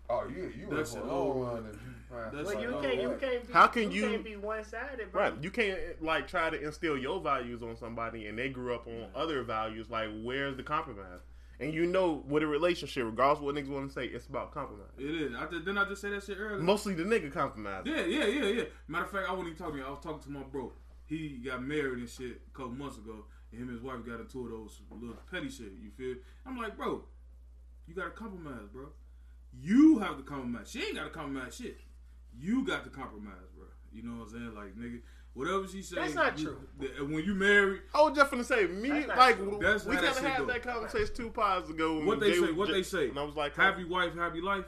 Speaker 3: Oh, yeah, you in
Speaker 5: That's
Speaker 3: for a
Speaker 5: it.
Speaker 3: long run if you find
Speaker 5: That's
Speaker 2: Well,
Speaker 5: like,
Speaker 2: you
Speaker 5: oh,
Speaker 2: can't you
Speaker 3: what?
Speaker 2: can't be
Speaker 4: How can you-
Speaker 2: can't be one sided, bro.
Speaker 4: Right, you can't like try to instill your values on somebody, and they grew up on other values. Like, where's the compromise? And you know, with a relationship, regardless of what niggas want to say, it's about compromise.
Speaker 5: It is. I just, didn't I just say that shit earlier?
Speaker 4: Mostly the nigga compromise.
Speaker 5: Yeah, yeah, yeah, yeah. Matter of fact, I wasn't even talking to you. I was talking to my bro. He got married and shit a couple months ago, and him and his wife got into those little petty shit. You feel? I'm like, bro, you got to compromise, bro. You have to compromise. She ain't got to compromise shit. You got to compromise, bro. You know what I'm saying? Like, nigga, whatever she say.
Speaker 2: That's not
Speaker 5: you-
Speaker 2: true.
Speaker 5: th- when you married,
Speaker 4: I was just gonna say, me
Speaker 2: That's not
Speaker 4: like
Speaker 2: true.
Speaker 4: w-
Speaker 5: That's
Speaker 4: we
Speaker 5: how
Speaker 4: kind
Speaker 5: that
Speaker 4: of
Speaker 5: shit
Speaker 4: had
Speaker 5: go.
Speaker 4: that conversation two pods ago. when
Speaker 5: What they
Speaker 4: Jay
Speaker 5: say, what
Speaker 4: was
Speaker 5: they
Speaker 4: ju-
Speaker 5: say.
Speaker 4: and I was like, oh,
Speaker 5: happy wife, happy life.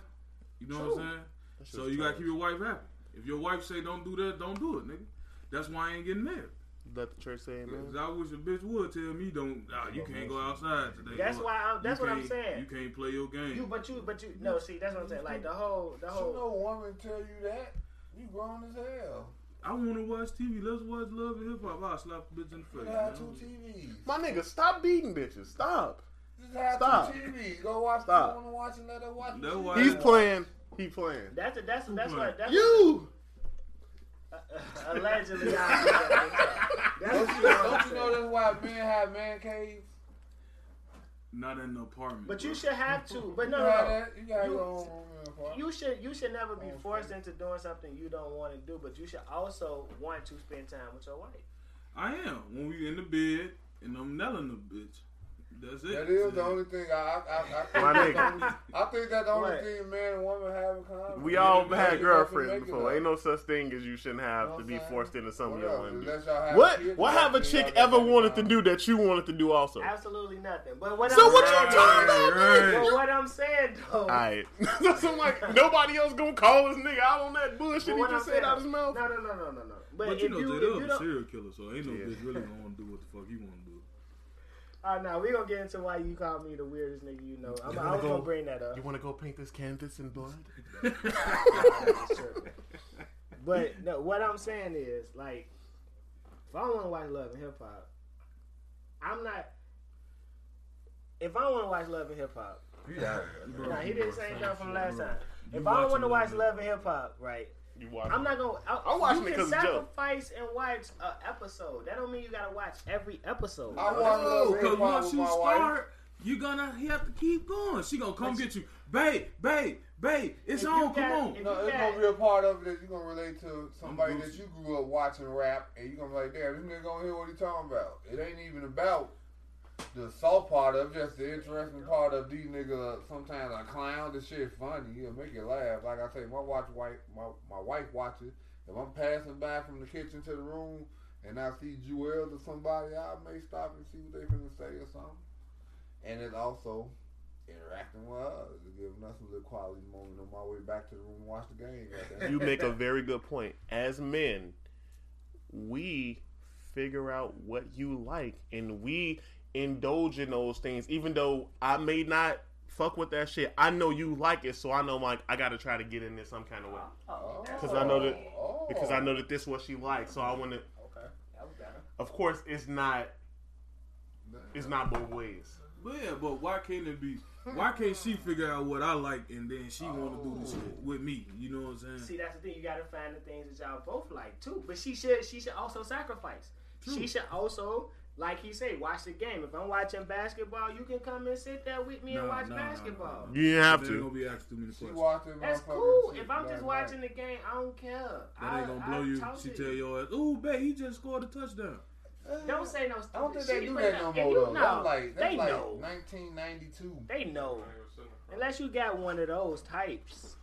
Speaker 5: You know what
Speaker 4: True.
Speaker 5: I'm saying?
Speaker 4: That shit's
Speaker 5: So you got to
Speaker 4: trash.
Speaker 5: keep your wife happy. If your wife say don't do that, don't do it, nigga. That's why I ain't getting married.
Speaker 4: let the church say amen.
Speaker 5: Cause I wish a bitch would tell me don't. Nah, you can't go outside today.
Speaker 2: That's
Speaker 5: boy.
Speaker 2: why I'm- that's
Speaker 5: You
Speaker 2: what I'm
Speaker 5: can't-
Speaker 2: saying.
Speaker 5: You can't play your game.
Speaker 2: You but you but you no see that's what I'm saying. Like the whole the
Speaker 3: You
Speaker 2: whole
Speaker 3: know, woman tell you that you grown as hell.
Speaker 5: I want to watch TV. Let's watch Love and Hip Hop. I'll slap a bitch in the
Speaker 3: You
Speaker 5: face.
Speaker 3: have two
Speaker 5: man.
Speaker 3: TVs.
Speaker 4: My nigga, stop beating bitches. Stop.
Speaker 3: Just have
Speaker 4: Stop.
Speaker 3: two TVs. Go watch
Speaker 4: Stop.
Speaker 3: the one watch and let her watch.
Speaker 5: Let her
Speaker 3: the
Speaker 5: watch.
Speaker 4: He's
Speaker 5: Right.
Speaker 4: playing. He playing.
Speaker 2: that's that's that's
Speaker 5: playing?
Speaker 2: what that's
Speaker 4: You.
Speaker 2: what, allegedly. I did that. that's
Speaker 3: Don't you,
Speaker 2: what I'm
Speaker 3: don't you know
Speaker 2: saying.
Speaker 3: that's why men have man caves?
Speaker 5: not in the apartment.
Speaker 2: But
Speaker 5: bro.
Speaker 2: you should have to. But no,
Speaker 3: you
Speaker 2: no, no.
Speaker 3: got that? You got to
Speaker 2: You-
Speaker 3: go home. and-
Speaker 2: You should you should never be
Speaker 3: Oh,
Speaker 2: forced into doing something you don't want to do, but you should also want to spend time with your wife.
Speaker 5: I am when we in the bed and I'm nailing the bitch. That's it.
Speaker 3: That is the only thing I I, I, I, think,
Speaker 4: My
Speaker 3: that's
Speaker 4: nigga.
Speaker 3: the only- I think that's the only
Speaker 2: What?
Speaker 3: thing man and woman have in common.
Speaker 4: We
Speaker 3: Yeah,
Speaker 4: all
Speaker 3: you
Speaker 4: had
Speaker 3: make it up and make
Speaker 4: girlfriends
Speaker 3: it
Speaker 4: before.
Speaker 3: up.
Speaker 4: Ain't no such thing as you shouldn't have
Speaker 3: know
Speaker 4: to
Speaker 3: what
Speaker 4: be
Speaker 3: I'm saying?
Speaker 4: forced into something you
Speaker 3: What
Speaker 4: don't
Speaker 3: else?
Speaker 4: want to do.
Speaker 3: Unless y'all have
Speaker 4: What?
Speaker 3: kids,
Speaker 4: What
Speaker 3: y'all
Speaker 4: have a
Speaker 3: think
Speaker 4: chick
Speaker 3: y'all
Speaker 4: ever
Speaker 3: make it
Speaker 4: wanted
Speaker 3: up.
Speaker 4: to do that you wanted to do also?
Speaker 2: Absolutely nothing. But what
Speaker 4: So
Speaker 2: I'm
Speaker 4: what you
Speaker 2: saying,
Speaker 4: talking about?
Speaker 5: Right.
Speaker 2: But what I'm saying though.
Speaker 4: Alright. so I'm like, nobody else gonna call this nigga out on that bullshit
Speaker 2: but
Speaker 4: he
Speaker 2: what
Speaker 4: just
Speaker 2: I'm
Speaker 4: said
Speaker 2: saying-
Speaker 4: out his mouth.
Speaker 2: No, no, no, no, no, no. But,
Speaker 5: But
Speaker 2: if
Speaker 5: you know,
Speaker 2: you,
Speaker 5: J
Speaker 2: if
Speaker 5: Dub
Speaker 2: you
Speaker 5: a
Speaker 2: don't,
Speaker 5: serial killer, so ain't no
Speaker 4: Yeah.
Speaker 5: bitch really gonna want to do what the fuck he want to do.
Speaker 2: all right, now Uh, we gonna get into why you call me the weirdest nigga you know. I'm,
Speaker 4: You
Speaker 2: I was
Speaker 4: go-
Speaker 2: gonna bring that up.
Speaker 4: You wanna go paint this canvas in blood?
Speaker 2: but no, what I'm saying is like, if I want to watch Love and Hip Hop, I'm not. If I want to watch Love and Hip Hop,
Speaker 5: Bro,
Speaker 2: nah, he
Speaker 5: you
Speaker 2: did the
Speaker 5: are
Speaker 2: same
Speaker 5: some
Speaker 2: job from
Speaker 5: shit,
Speaker 2: last
Speaker 5: bro.
Speaker 2: time.
Speaker 5: You
Speaker 2: If I don't want to
Speaker 5: watching
Speaker 2: watch Love
Speaker 5: this nigga.
Speaker 2: and Hip Hop, right?
Speaker 4: You watch.
Speaker 2: I'm not gonna. I,
Speaker 4: I'm watching
Speaker 2: you
Speaker 4: it
Speaker 2: can
Speaker 4: 'cause of Joe.
Speaker 2: sacrifice and watch an episode. That don't mean you gotta watch every episode.
Speaker 3: I
Speaker 2: bro.
Speaker 3: want
Speaker 5: No,
Speaker 2: Oh,
Speaker 3: to
Speaker 5: because
Speaker 3: hip hop
Speaker 5: once
Speaker 3: with
Speaker 5: you
Speaker 3: my wife.
Speaker 5: start, you gonna have to keep going. She gonna come get you, babe, babe, babe. It's
Speaker 2: If you
Speaker 5: on.
Speaker 2: got-
Speaker 5: Come on.
Speaker 2: if you
Speaker 3: No, it's gonna be a part of it that you're gonna relate to somebody
Speaker 5: I'm
Speaker 3: that you grew up watching rap, and you're gonna be like, damn, this nigga gonna hear what he talking about. It ain't even about the assault part of it, just the interesting part of these niggas. Sometimes a clown, this shit funny, it'll make you laugh. Like I say, my watch wife, my my wife watches. If I'm passing by from the kitchen to the room and I see Jewel or somebody, I may stop and see what they finna say or something. And it's also interacting with us, giving us a little quality moment on my way back to the room and watch the game. goddamn.
Speaker 4: you make a very good point. As men, we figure out what you like and we indulge in those things, even though I may not fuck with that shit. I know you like it, so I know like I gotta try to get in this some kind of way.
Speaker 2: Oh, that's
Speaker 4: 'Cause I know that-
Speaker 3: Oh.
Speaker 4: Because I know that this what she likes, so I wanna
Speaker 2: Okay, that was better.
Speaker 4: of course it's not it's not both ways.
Speaker 5: But yeah, but why can't it be? Why can't she figure out what I like and then she want to do the shit with me? You know what I'm
Speaker 2: Oh. See,
Speaker 5: saying?
Speaker 2: that's the thing. You gotta find the things that y'all both like too. But she should she should also sacrifice. She should also, like he said, watch the game. If I'm watching basketball, you can come and sit there with me and
Speaker 5: Nah,
Speaker 2: watch
Speaker 5: nah, nah,
Speaker 2: basketball.
Speaker 5: nah, nah.
Speaker 4: You didn't have
Speaker 5: They ain't
Speaker 4: to.
Speaker 5: gonna be asking too many
Speaker 3: She
Speaker 5: questions.
Speaker 3: watching
Speaker 2: That's
Speaker 3: motherfucking
Speaker 2: cool.
Speaker 3: shit
Speaker 2: If I'm just
Speaker 3: last
Speaker 2: watching
Speaker 3: night.
Speaker 2: the game, I don't care.
Speaker 5: That
Speaker 2: I,
Speaker 5: ain't gonna blow
Speaker 2: I
Speaker 5: you.
Speaker 2: toss
Speaker 5: She
Speaker 2: it.
Speaker 5: tell your ass, "Ooh, babe, he just scored a touchdown."
Speaker 2: Don't say no stupid
Speaker 3: I don't think they
Speaker 2: shit,
Speaker 3: do
Speaker 2: but
Speaker 3: that no
Speaker 2: if
Speaker 3: more
Speaker 2: you
Speaker 3: though.
Speaker 2: know,
Speaker 3: That's like that's
Speaker 2: they
Speaker 3: like
Speaker 2: know.
Speaker 3: 1992.
Speaker 2: They know. Unless you got one of those types.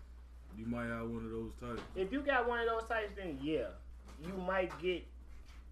Speaker 5: You might have one of those types.
Speaker 2: If you got one of those types, then yeah, you might get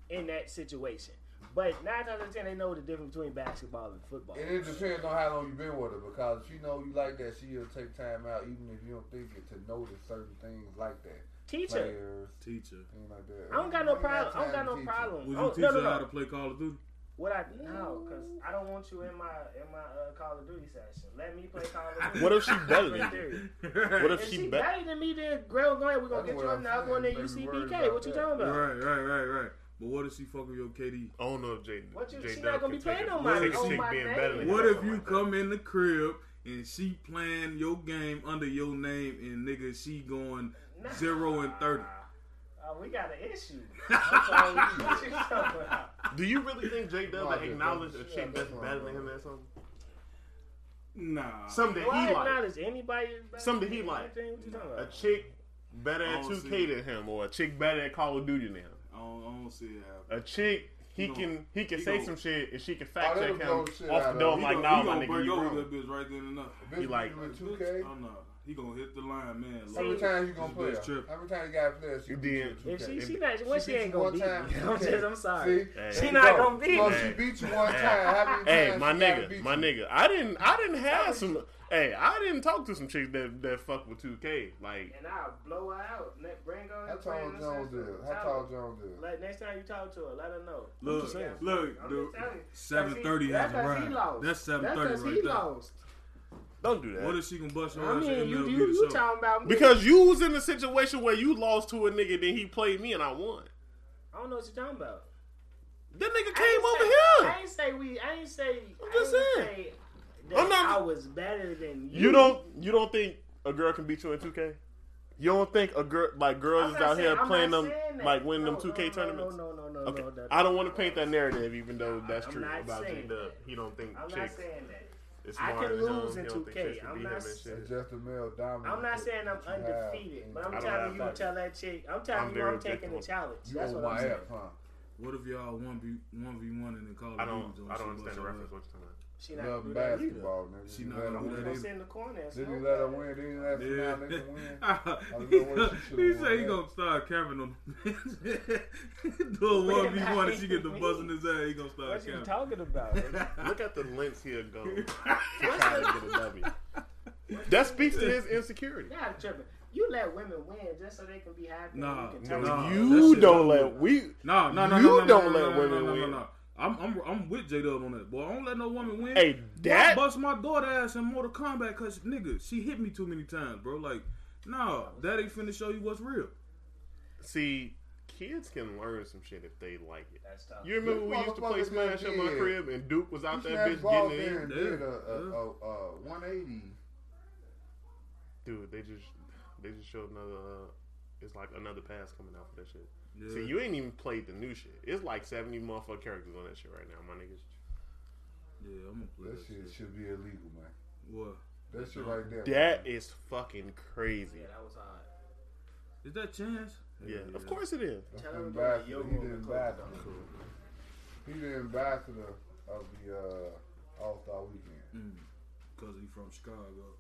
Speaker 2: in that situation. But nine times out of ten, they know the difference between basketball and football.
Speaker 3: And it depends on how long you've been with her because if she know you like that, she'll take time out even if you don't think it to notice certain things like that.
Speaker 2: Teacher,
Speaker 3: Players,
Speaker 5: Teacher,
Speaker 3: things like that.
Speaker 2: I don't got no
Speaker 3: Ain't
Speaker 2: problem. I don't got
Speaker 3: time
Speaker 2: no
Speaker 3: to teach her.
Speaker 2: problem.
Speaker 5: would you
Speaker 2: Oh,
Speaker 5: teach
Speaker 2: no, no,
Speaker 5: her how
Speaker 2: no.
Speaker 5: to play Call of Duty?
Speaker 2: What I no, cause I don't want you in my in my uh, Call of Duty session. Let me play Call of Duty.
Speaker 4: What if she better than
Speaker 2: Different
Speaker 4: you?
Speaker 2: theory.
Speaker 4: What
Speaker 2: If
Speaker 4: if
Speaker 2: she
Speaker 4: she bet
Speaker 2: better than me, then Grail, go ahead. We're gonna
Speaker 3: That's
Speaker 2: get
Speaker 3: what
Speaker 2: you
Speaker 3: I'm
Speaker 2: another
Speaker 3: saying.
Speaker 2: one in
Speaker 3: Baby, worried
Speaker 2: UCBK.
Speaker 3: about
Speaker 2: What you
Speaker 3: that.
Speaker 2: talking about?
Speaker 5: Right, right, right, right. But what if she fucking your KD?
Speaker 4: Oh no, Jaden.
Speaker 2: What you-
Speaker 4: J.
Speaker 2: she not gonna
Speaker 4: Dub can
Speaker 2: be
Speaker 4: take
Speaker 2: playing
Speaker 4: it.
Speaker 2: on
Speaker 4: What
Speaker 2: my-
Speaker 4: if
Speaker 2: on
Speaker 4: chick
Speaker 2: my
Speaker 4: being
Speaker 2: name?
Speaker 4: better than
Speaker 5: What
Speaker 4: you?
Speaker 5: if you
Speaker 4: Something like
Speaker 5: come in the crib and she playing your game under your name and nigga she going
Speaker 2: Nah.
Speaker 5: zero and thirty?
Speaker 2: Uh, we got an issue. I'm sorry. What you talking about?
Speaker 4: that? Do you really think J Dub
Speaker 3: Nah,
Speaker 4: would acknowledge
Speaker 3: J.
Speaker 4: a
Speaker 3: Dub,
Speaker 4: chick
Speaker 3: that's
Speaker 4: that's
Speaker 3: wrong,
Speaker 4: better than
Speaker 3: bro.
Speaker 4: him at something?
Speaker 5: Nah.
Speaker 4: Something
Speaker 2: Do I
Speaker 4: he like.
Speaker 2: acknowledge anybody? is better
Speaker 4: Something
Speaker 2: than
Speaker 4: he
Speaker 2: me?
Speaker 4: like.
Speaker 2: Anything? What you talking
Speaker 4: a
Speaker 2: about?
Speaker 4: chick better
Speaker 5: I
Speaker 4: at
Speaker 5: don't
Speaker 4: 2K
Speaker 5: see it.
Speaker 4: than him, or a chick better at Call of Duty than him.
Speaker 5: I don't, I don't see it happening.
Speaker 4: A chick, he
Speaker 5: He
Speaker 4: can
Speaker 5: gon-
Speaker 4: he can
Speaker 5: he
Speaker 4: say
Speaker 5: gon-
Speaker 4: some shit and she can
Speaker 3: Oh,
Speaker 4: fact
Speaker 3: that'll
Speaker 4: check him
Speaker 3: blow the
Speaker 4: off
Speaker 3: shit out
Speaker 4: the
Speaker 3: of
Speaker 4: dome.
Speaker 3: him.
Speaker 4: Like,
Speaker 5: he
Speaker 4: nah,
Speaker 5: gonna
Speaker 4: my nigga,
Speaker 5: break
Speaker 4: you
Speaker 5: over
Speaker 4: wrong.
Speaker 5: that bitch right then and there.
Speaker 3: Bitch, you
Speaker 4: like-
Speaker 5: Bitch,
Speaker 3: with 2K.
Speaker 5: Oh, no. He gonna hit the line, man.
Speaker 3: How many
Speaker 2: See,
Speaker 5: Like,
Speaker 3: times you
Speaker 5: This
Speaker 3: gonna
Speaker 5: bitch
Speaker 3: play? her?
Speaker 5: tripping.
Speaker 3: How many times you gotta play? her? She
Speaker 4: Then-
Speaker 3: beat you
Speaker 2: If she
Speaker 4: If-
Speaker 2: she not well, she,
Speaker 3: beat
Speaker 2: ain't
Speaker 3: you
Speaker 2: gonna
Speaker 3: one
Speaker 2: beat
Speaker 3: time.
Speaker 2: me. I'm just I'm sorry.
Speaker 3: See?
Speaker 4: Hey.
Speaker 2: She
Speaker 3: There you
Speaker 2: not
Speaker 3: go.
Speaker 2: gonna beat
Speaker 3: so
Speaker 2: me.
Speaker 3: she beat you one
Speaker 4: Hey.
Speaker 3: time. How many
Speaker 4: Hey,
Speaker 3: times
Speaker 4: my
Speaker 3: she gotta
Speaker 4: nigga,
Speaker 3: beat
Speaker 4: my
Speaker 3: you?
Speaker 4: nigga, I didn't I didn't have some. Hey, I didn't talk to some chicks that that fuck with 2K. Like,
Speaker 2: And I'll blow her out. Let bring her.
Speaker 3: How
Speaker 2: and play
Speaker 3: tall
Speaker 2: in the
Speaker 3: Jones
Speaker 2: session.
Speaker 3: is? How tall Jones is?
Speaker 2: Like next time you talk to her, let her know.
Speaker 5: Look,
Speaker 4: saying.
Speaker 5: look,
Speaker 2: I'm
Speaker 5: dude.
Speaker 2: just telling you.
Speaker 5: 7:30
Speaker 2: That's
Speaker 5: has
Speaker 2: 'cause he
Speaker 5: arrived.
Speaker 2: lost.
Speaker 5: That's
Speaker 2: That's
Speaker 5: 7:30
Speaker 2: 'cause
Speaker 5: right
Speaker 2: he
Speaker 5: there.
Speaker 2: lost.
Speaker 4: don't do
Speaker 5: What
Speaker 4: that.
Speaker 5: if she gonna bust your
Speaker 2: I
Speaker 5: ass
Speaker 2: mean,
Speaker 5: and
Speaker 2: you
Speaker 5: MLB
Speaker 2: you,
Speaker 5: the
Speaker 2: you
Speaker 5: show?
Speaker 2: talking about me?
Speaker 4: Because you was in a situation where you lost to a nigga, then he played me and I won.
Speaker 2: I don't know what you're talking about.
Speaker 4: That nigga
Speaker 2: I ain't
Speaker 4: came over
Speaker 2: say-
Speaker 4: here.
Speaker 2: I ain't say we. I ain't say.
Speaker 4: I'm
Speaker 2: i
Speaker 4: just
Speaker 2: ain't
Speaker 4: saying.
Speaker 2: Say that
Speaker 4: I'm not-
Speaker 2: I was better than you.
Speaker 4: You don't you don't think a girl can beat you in 2K? You don't think a girl like
Speaker 2: I'm
Speaker 4: girls is
Speaker 2: not
Speaker 4: out
Speaker 2: saying-
Speaker 4: here
Speaker 2: I'm
Speaker 4: playing
Speaker 2: not
Speaker 4: them
Speaker 2: saying that.
Speaker 4: like winning
Speaker 2: No,
Speaker 4: them 2K
Speaker 2: no, no,
Speaker 4: tournaments?
Speaker 2: No, no, no, no.
Speaker 4: Okay.
Speaker 2: no, no,
Speaker 4: I don't want to paint that narrative, even though that's
Speaker 2: I'm
Speaker 4: true
Speaker 2: not
Speaker 4: about J
Speaker 2: saying
Speaker 4: Dub.
Speaker 2: that.
Speaker 4: He don't think
Speaker 2: I'm not
Speaker 4: chicks.
Speaker 2: saying that.
Speaker 6: It's
Speaker 2: I
Speaker 6: smarter
Speaker 2: can
Speaker 6: than him.
Speaker 2: lose
Speaker 6: He
Speaker 2: in
Speaker 6: don't think chicks
Speaker 2: 2K.
Speaker 6: can
Speaker 2: I'm
Speaker 6: beat
Speaker 2: not
Speaker 6: him and
Speaker 2: s-
Speaker 6: shit.
Speaker 3: It's just a male dominant.
Speaker 2: I'm not saying I'm
Speaker 3: that you have.
Speaker 2: undefeated, but
Speaker 6: I
Speaker 2: I'm
Speaker 6: don't
Speaker 2: telling
Speaker 6: have
Speaker 2: you to
Speaker 6: that.
Speaker 2: tell that chick. I'm
Speaker 6: I'm
Speaker 2: telling you
Speaker 6: very
Speaker 2: I'm taking the
Speaker 6: objective.
Speaker 2: challenge.
Speaker 3: You
Speaker 2: That's
Speaker 3: on
Speaker 2: what I'm
Speaker 3: my
Speaker 2: saying.
Speaker 3: app, huh?
Speaker 5: What if y'all one v one v one and then call
Speaker 6: I
Speaker 5: the
Speaker 6: don't.
Speaker 5: dudes on
Speaker 6: I
Speaker 5: shit, uh,
Speaker 6: don't understand the reference. What
Speaker 5: bust your
Speaker 6: you're talking about?
Speaker 2: She not gonna do that
Speaker 3: Love
Speaker 2: either.
Speaker 3: basketball, nigga.
Speaker 5: She
Speaker 3: You
Speaker 5: not
Speaker 3: let
Speaker 5: gonna
Speaker 3: her
Speaker 5: do
Speaker 3: win.
Speaker 5: that either.
Speaker 2: Sit in the corner. and
Speaker 3: Did he
Speaker 2: smoke
Speaker 3: let her
Speaker 2: that.
Speaker 3: win? Didn't he let
Speaker 5: Yeah.
Speaker 3: finale them win? don't know what
Speaker 5: he
Speaker 3: she should've
Speaker 5: said he
Speaker 3: won
Speaker 5: gonna
Speaker 3: that.
Speaker 5: start capping on doing
Speaker 2: What
Speaker 5: one v one and she get the
Speaker 2: about
Speaker 5: buzz in
Speaker 2: me?
Speaker 5: his ass. He gonna
Speaker 2: What
Speaker 5: start
Speaker 2: you
Speaker 5: capping.
Speaker 2: talking about?
Speaker 4: Look at the lengths he'll go to try to get a W. That speaks to his insecurity.
Speaker 2: You're not tripping. You let women win just so they can be happy. and
Speaker 5: Nah,
Speaker 2: you can
Speaker 5: no,
Speaker 2: tell
Speaker 5: nah,
Speaker 2: them.
Speaker 5: that
Speaker 4: you
Speaker 5: shit
Speaker 4: don't
Speaker 5: don't
Speaker 4: let we.
Speaker 5: No, no, no,
Speaker 4: You
Speaker 5: no, no,
Speaker 4: don't
Speaker 5: no,
Speaker 4: let
Speaker 5: no, no,
Speaker 4: women
Speaker 5: no, no,
Speaker 4: win.
Speaker 5: No, no. I'm, I'm, I'm with J Dub on that, boy. I don't let no woman win.
Speaker 4: Hey,
Speaker 5: I
Speaker 4: that-
Speaker 5: bust my daughter ass in Mortal Kombat because nigga, she hit me too many times, bro. Like, no, that ain't finna show you what's real.
Speaker 4: See, kids can learn some shit if they like it.
Speaker 2: That's tough.
Speaker 4: You remember we
Speaker 3: This
Speaker 4: used to play
Speaker 3: motherfucker
Speaker 4: Smash
Speaker 3: just
Speaker 4: at my
Speaker 3: did.
Speaker 4: crib and Duke was out
Speaker 3: He
Speaker 4: that
Speaker 3: snatched
Speaker 4: bitch
Speaker 3: the ball
Speaker 4: getting
Speaker 3: there
Speaker 4: in?
Speaker 3: and
Speaker 5: in.
Speaker 3: did a,
Speaker 5: Yeah,
Speaker 3: a, a, a 180.
Speaker 4: Dude, they just they just showed another. Uh, it's like another pass coming out for that shit.
Speaker 5: Yeah.
Speaker 4: See, you ain't even played the new shit. It's like seventy motherfucking characters on that shit right now, my niggas.
Speaker 5: yeah, I'm gonna play that
Speaker 3: That shit
Speaker 5: shit.
Speaker 3: should be illegal, man.
Speaker 5: What?
Speaker 3: That shit right there.
Speaker 4: That is fucking crazy.
Speaker 2: Yeah, that was hard.
Speaker 5: Is that chance?
Speaker 4: Yeah,
Speaker 5: Hell
Speaker 4: of course it is.
Speaker 3: That's
Speaker 2: Tell
Speaker 3: an
Speaker 2: him to do
Speaker 3: ambassador.
Speaker 2: the yoga
Speaker 3: He
Speaker 2: on
Speaker 3: the
Speaker 2: the
Speaker 3: ambassador.
Speaker 2: clothes,
Speaker 3: He the ambassador of the uh, All Star Weekend.
Speaker 5: Mm, Cause he from Chicago.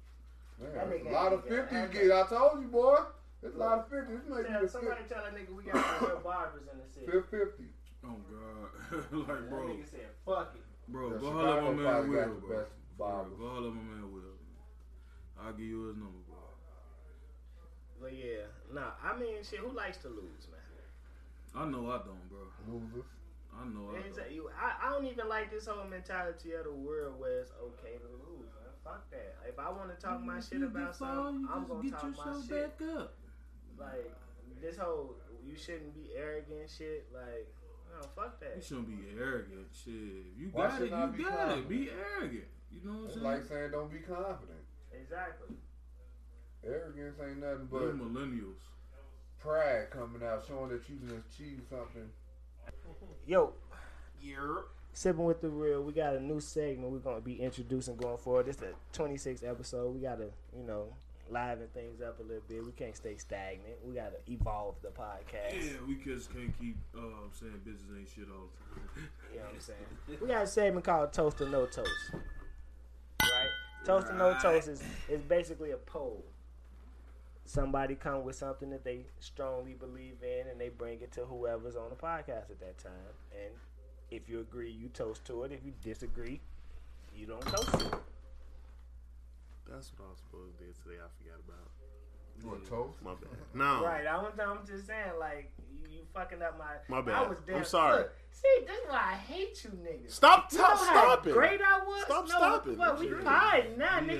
Speaker 3: Man,
Speaker 2: That
Speaker 3: there's a
Speaker 2: nigga
Speaker 3: lot of
Speaker 2: ain't even
Speaker 3: 50s
Speaker 2: average.
Speaker 3: get. I told you, boy. There's a lot of 50s. This might
Speaker 2: Tell,
Speaker 3: be the
Speaker 2: somebody tell that nigga we got some real barbers in the city.
Speaker 3: fifth 50.
Speaker 5: Oh God, like
Speaker 2: That
Speaker 5: bro,
Speaker 2: nigga said, fuck it.
Speaker 5: bro,
Speaker 3: Yeah,
Speaker 5: go holler at my man
Speaker 3: Chicago probably got
Speaker 5: Will,
Speaker 3: the
Speaker 5: bro.
Speaker 3: best
Speaker 5: For real,
Speaker 3: barbers.
Speaker 5: Go holler at my man Will. I'll give you his number, bro.
Speaker 2: But yeah, nah, I mean, shit, who likes to lose, man?
Speaker 5: I know I don't, bro.
Speaker 3: Losers.
Speaker 5: I know I
Speaker 2: It's
Speaker 5: don't.
Speaker 2: a- you- I, I don't even like this whole mentality of the world where it's okay to lose. Man. Fuck that. If I want to talk my shit about something, I'm gonna talk my shit.
Speaker 5: up.
Speaker 2: Like this whole you shouldn't be arrogant shit. Like no, fuck
Speaker 5: You
Speaker 2: that.
Speaker 5: shouldn't be arrogant. Shit, If you
Speaker 3: Why
Speaker 5: got it. You
Speaker 3: shouldn't I
Speaker 5: got
Speaker 3: be
Speaker 5: it.
Speaker 3: confident?
Speaker 5: Be arrogant. You know what
Speaker 3: It's
Speaker 5: I'm
Speaker 3: like
Speaker 5: saying?
Speaker 3: saying don't be confident.
Speaker 2: Exactly.
Speaker 3: Arrogance ain't nothing
Speaker 5: Like,
Speaker 3: but
Speaker 5: millennials.
Speaker 3: pride coming out, showing that you can achieve something.
Speaker 2: Yo. Sipping with the real, we got a new segment we're gonna be introducing going forward. This is the 26th episode. We gotta, you know, liven things up a little bit. We can't stay stagnant. We gotta evolve the podcast.
Speaker 5: Yeah, we just can't keep uh, saying bitches ain't shit all the time.
Speaker 2: You know what I'm saying? We got a segment called Toast or No Toast. Right? Toast or No Toast is, is basically a poll. Somebody come with something that they strongly believe in and they bring it to whoever's on the podcast at that time. And if you agree, you toast to it. If you disagree, you don't toast to it.
Speaker 4: That's what I was supposed to do today. I forgot about.
Speaker 3: What, toast?
Speaker 4: My bad. No.
Speaker 2: Right. I was, I'm just saying, like, you, you fucking up my.
Speaker 4: My bad.
Speaker 2: I was
Speaker 4: I'm
Speaker 2: damn-
Speaker 4: sorry.
Speaker 2: Look, see, this is why I hate you niggas.
Speaker 4: Stop!
Speaker 2: You know
Speaker 4: Stop!
Speaker 2: how
Speaker 4: Stop it!
Speaker 2: Great I was.
Speaker 4: Stop
Speaker 2: no,
Speaker 4: stopping.
Speaker 2: But we fine now,
Speaker 5: Yeah,
Speaker 2: nigga.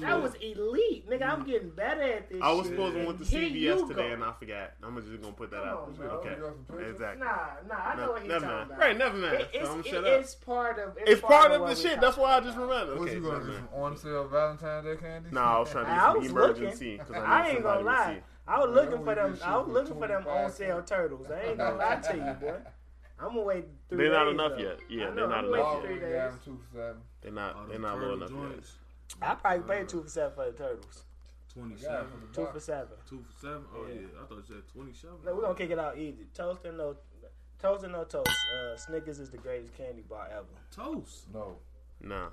Speaker 2: That
Speaker 5: yeah.
Speaker 2: was elite, nigga. I'm getting better at this.
Speaker 4: Mm. I was
Speaker 2: shit.
Speaker 4: supposed to went to
Speaker 2: Here you
Speaker 4: CVS today
Speaker 2: go.
Speaker 4: and I forgot. I'm just gonna put that
Speaker 2: Come
Speaker 4: out.
Speaker 2: on,
Speaker 4: there.
Speaker 2: bro.
Speaker 4: okay.
Speaker 3: You got some pictures?
Speaker 4: Exactly.
Speaker 2: Nah, nah. I know what he's
Speaker 4: never
Speaker 2: talking
Speaker 4: mind.
Speaker 2: about.
Speaker 4: Right, never mind.
Speaker 2: It-
Speaker 4: so
Speaker 2: it's,
Speaker 4: I'm gonna
Speaker 2: it-
Speaker 4: shut up.
Speaker 2: it's part of. It's,
Speaker 4: It's part of
Speaker 2: what
Speaker 4: the
Speaker 2: we
Speaker 4: shit.
Speaker 2: talking
Speaker 4: That's why I
Speaker 2: about.
Speaker 4: just remembered.
Speaker 3: What
Speaker 4: Okay,
Speaker 3: you gonna do?
Speaker 4: never mind.
Speaker 3: Some on sale Valentine's Day candy?
Speaker 4: Nah, I was trying to
Speaker 2: I
Speaker 4: do
Speaker 2: was
Speaker 4: some
Speaker 2: looking.
Speaker 4: emergency because I,
Speaker 2: I ain't gonna lie. I was
Speaker 3: Yeah,
Speaker 2: looking
Speaker 3: we
Speaker 2: for them.
Speaker 3: did
Speaker 2: I was
Speaker 3: shit
Speaker 2: looking
Speaker 3: for
Speaker 2: for them
Speaker 3: 25
Speaker 2: on sale turtles. I ain't gonna lie to you, boy. I'm gonna wait three
Speaker 4: They're not
Speaker 2: days,
Speaker 4: enough
Speaker 2: though.
Speaker 4: yet. Yeah,
Speaker 2: I
Speaker 4: they're
Speaker 2: know,
Speaker 4: not
Speaker 2: I'm
Speaker 4: enough
Speaker 2: waiting
Speaker 4: yet.
Speaker 2: three
Speaker 3: we
Speaker 2: days.
Speaker 3: got them two for seven.
Speaker 4: They're
Speaker 5: All
Speaker 4: not. They're
Speaker 5: them
Speaker 4: not low
Speaker 5: turtle
Speaker 4: enough yet.
Speaker 5: joints.
Speaker 2: I probably
Speaker 3: Uh.
Speaker 2: paid two for seven for the turtles.
Speaker 3: Yeah,
Speaker 5: 27.
Speaker 3: for the
Speaker 2: Two
Speaker 3: box.
Speaker 2: for seven.
Speaker 5: Two for seven? Oh,
Speaker 2: Yeah.
Speaker 5: yeah. I thought you said 27.
Speaker 2: No, we're gonna kick it out easy. Toast and no toast and no toast. Uh, Snickers is the greatest candy bar ever.
Speaker 5: Toast.
Speaker 3: No.
Speaker 4: Nah,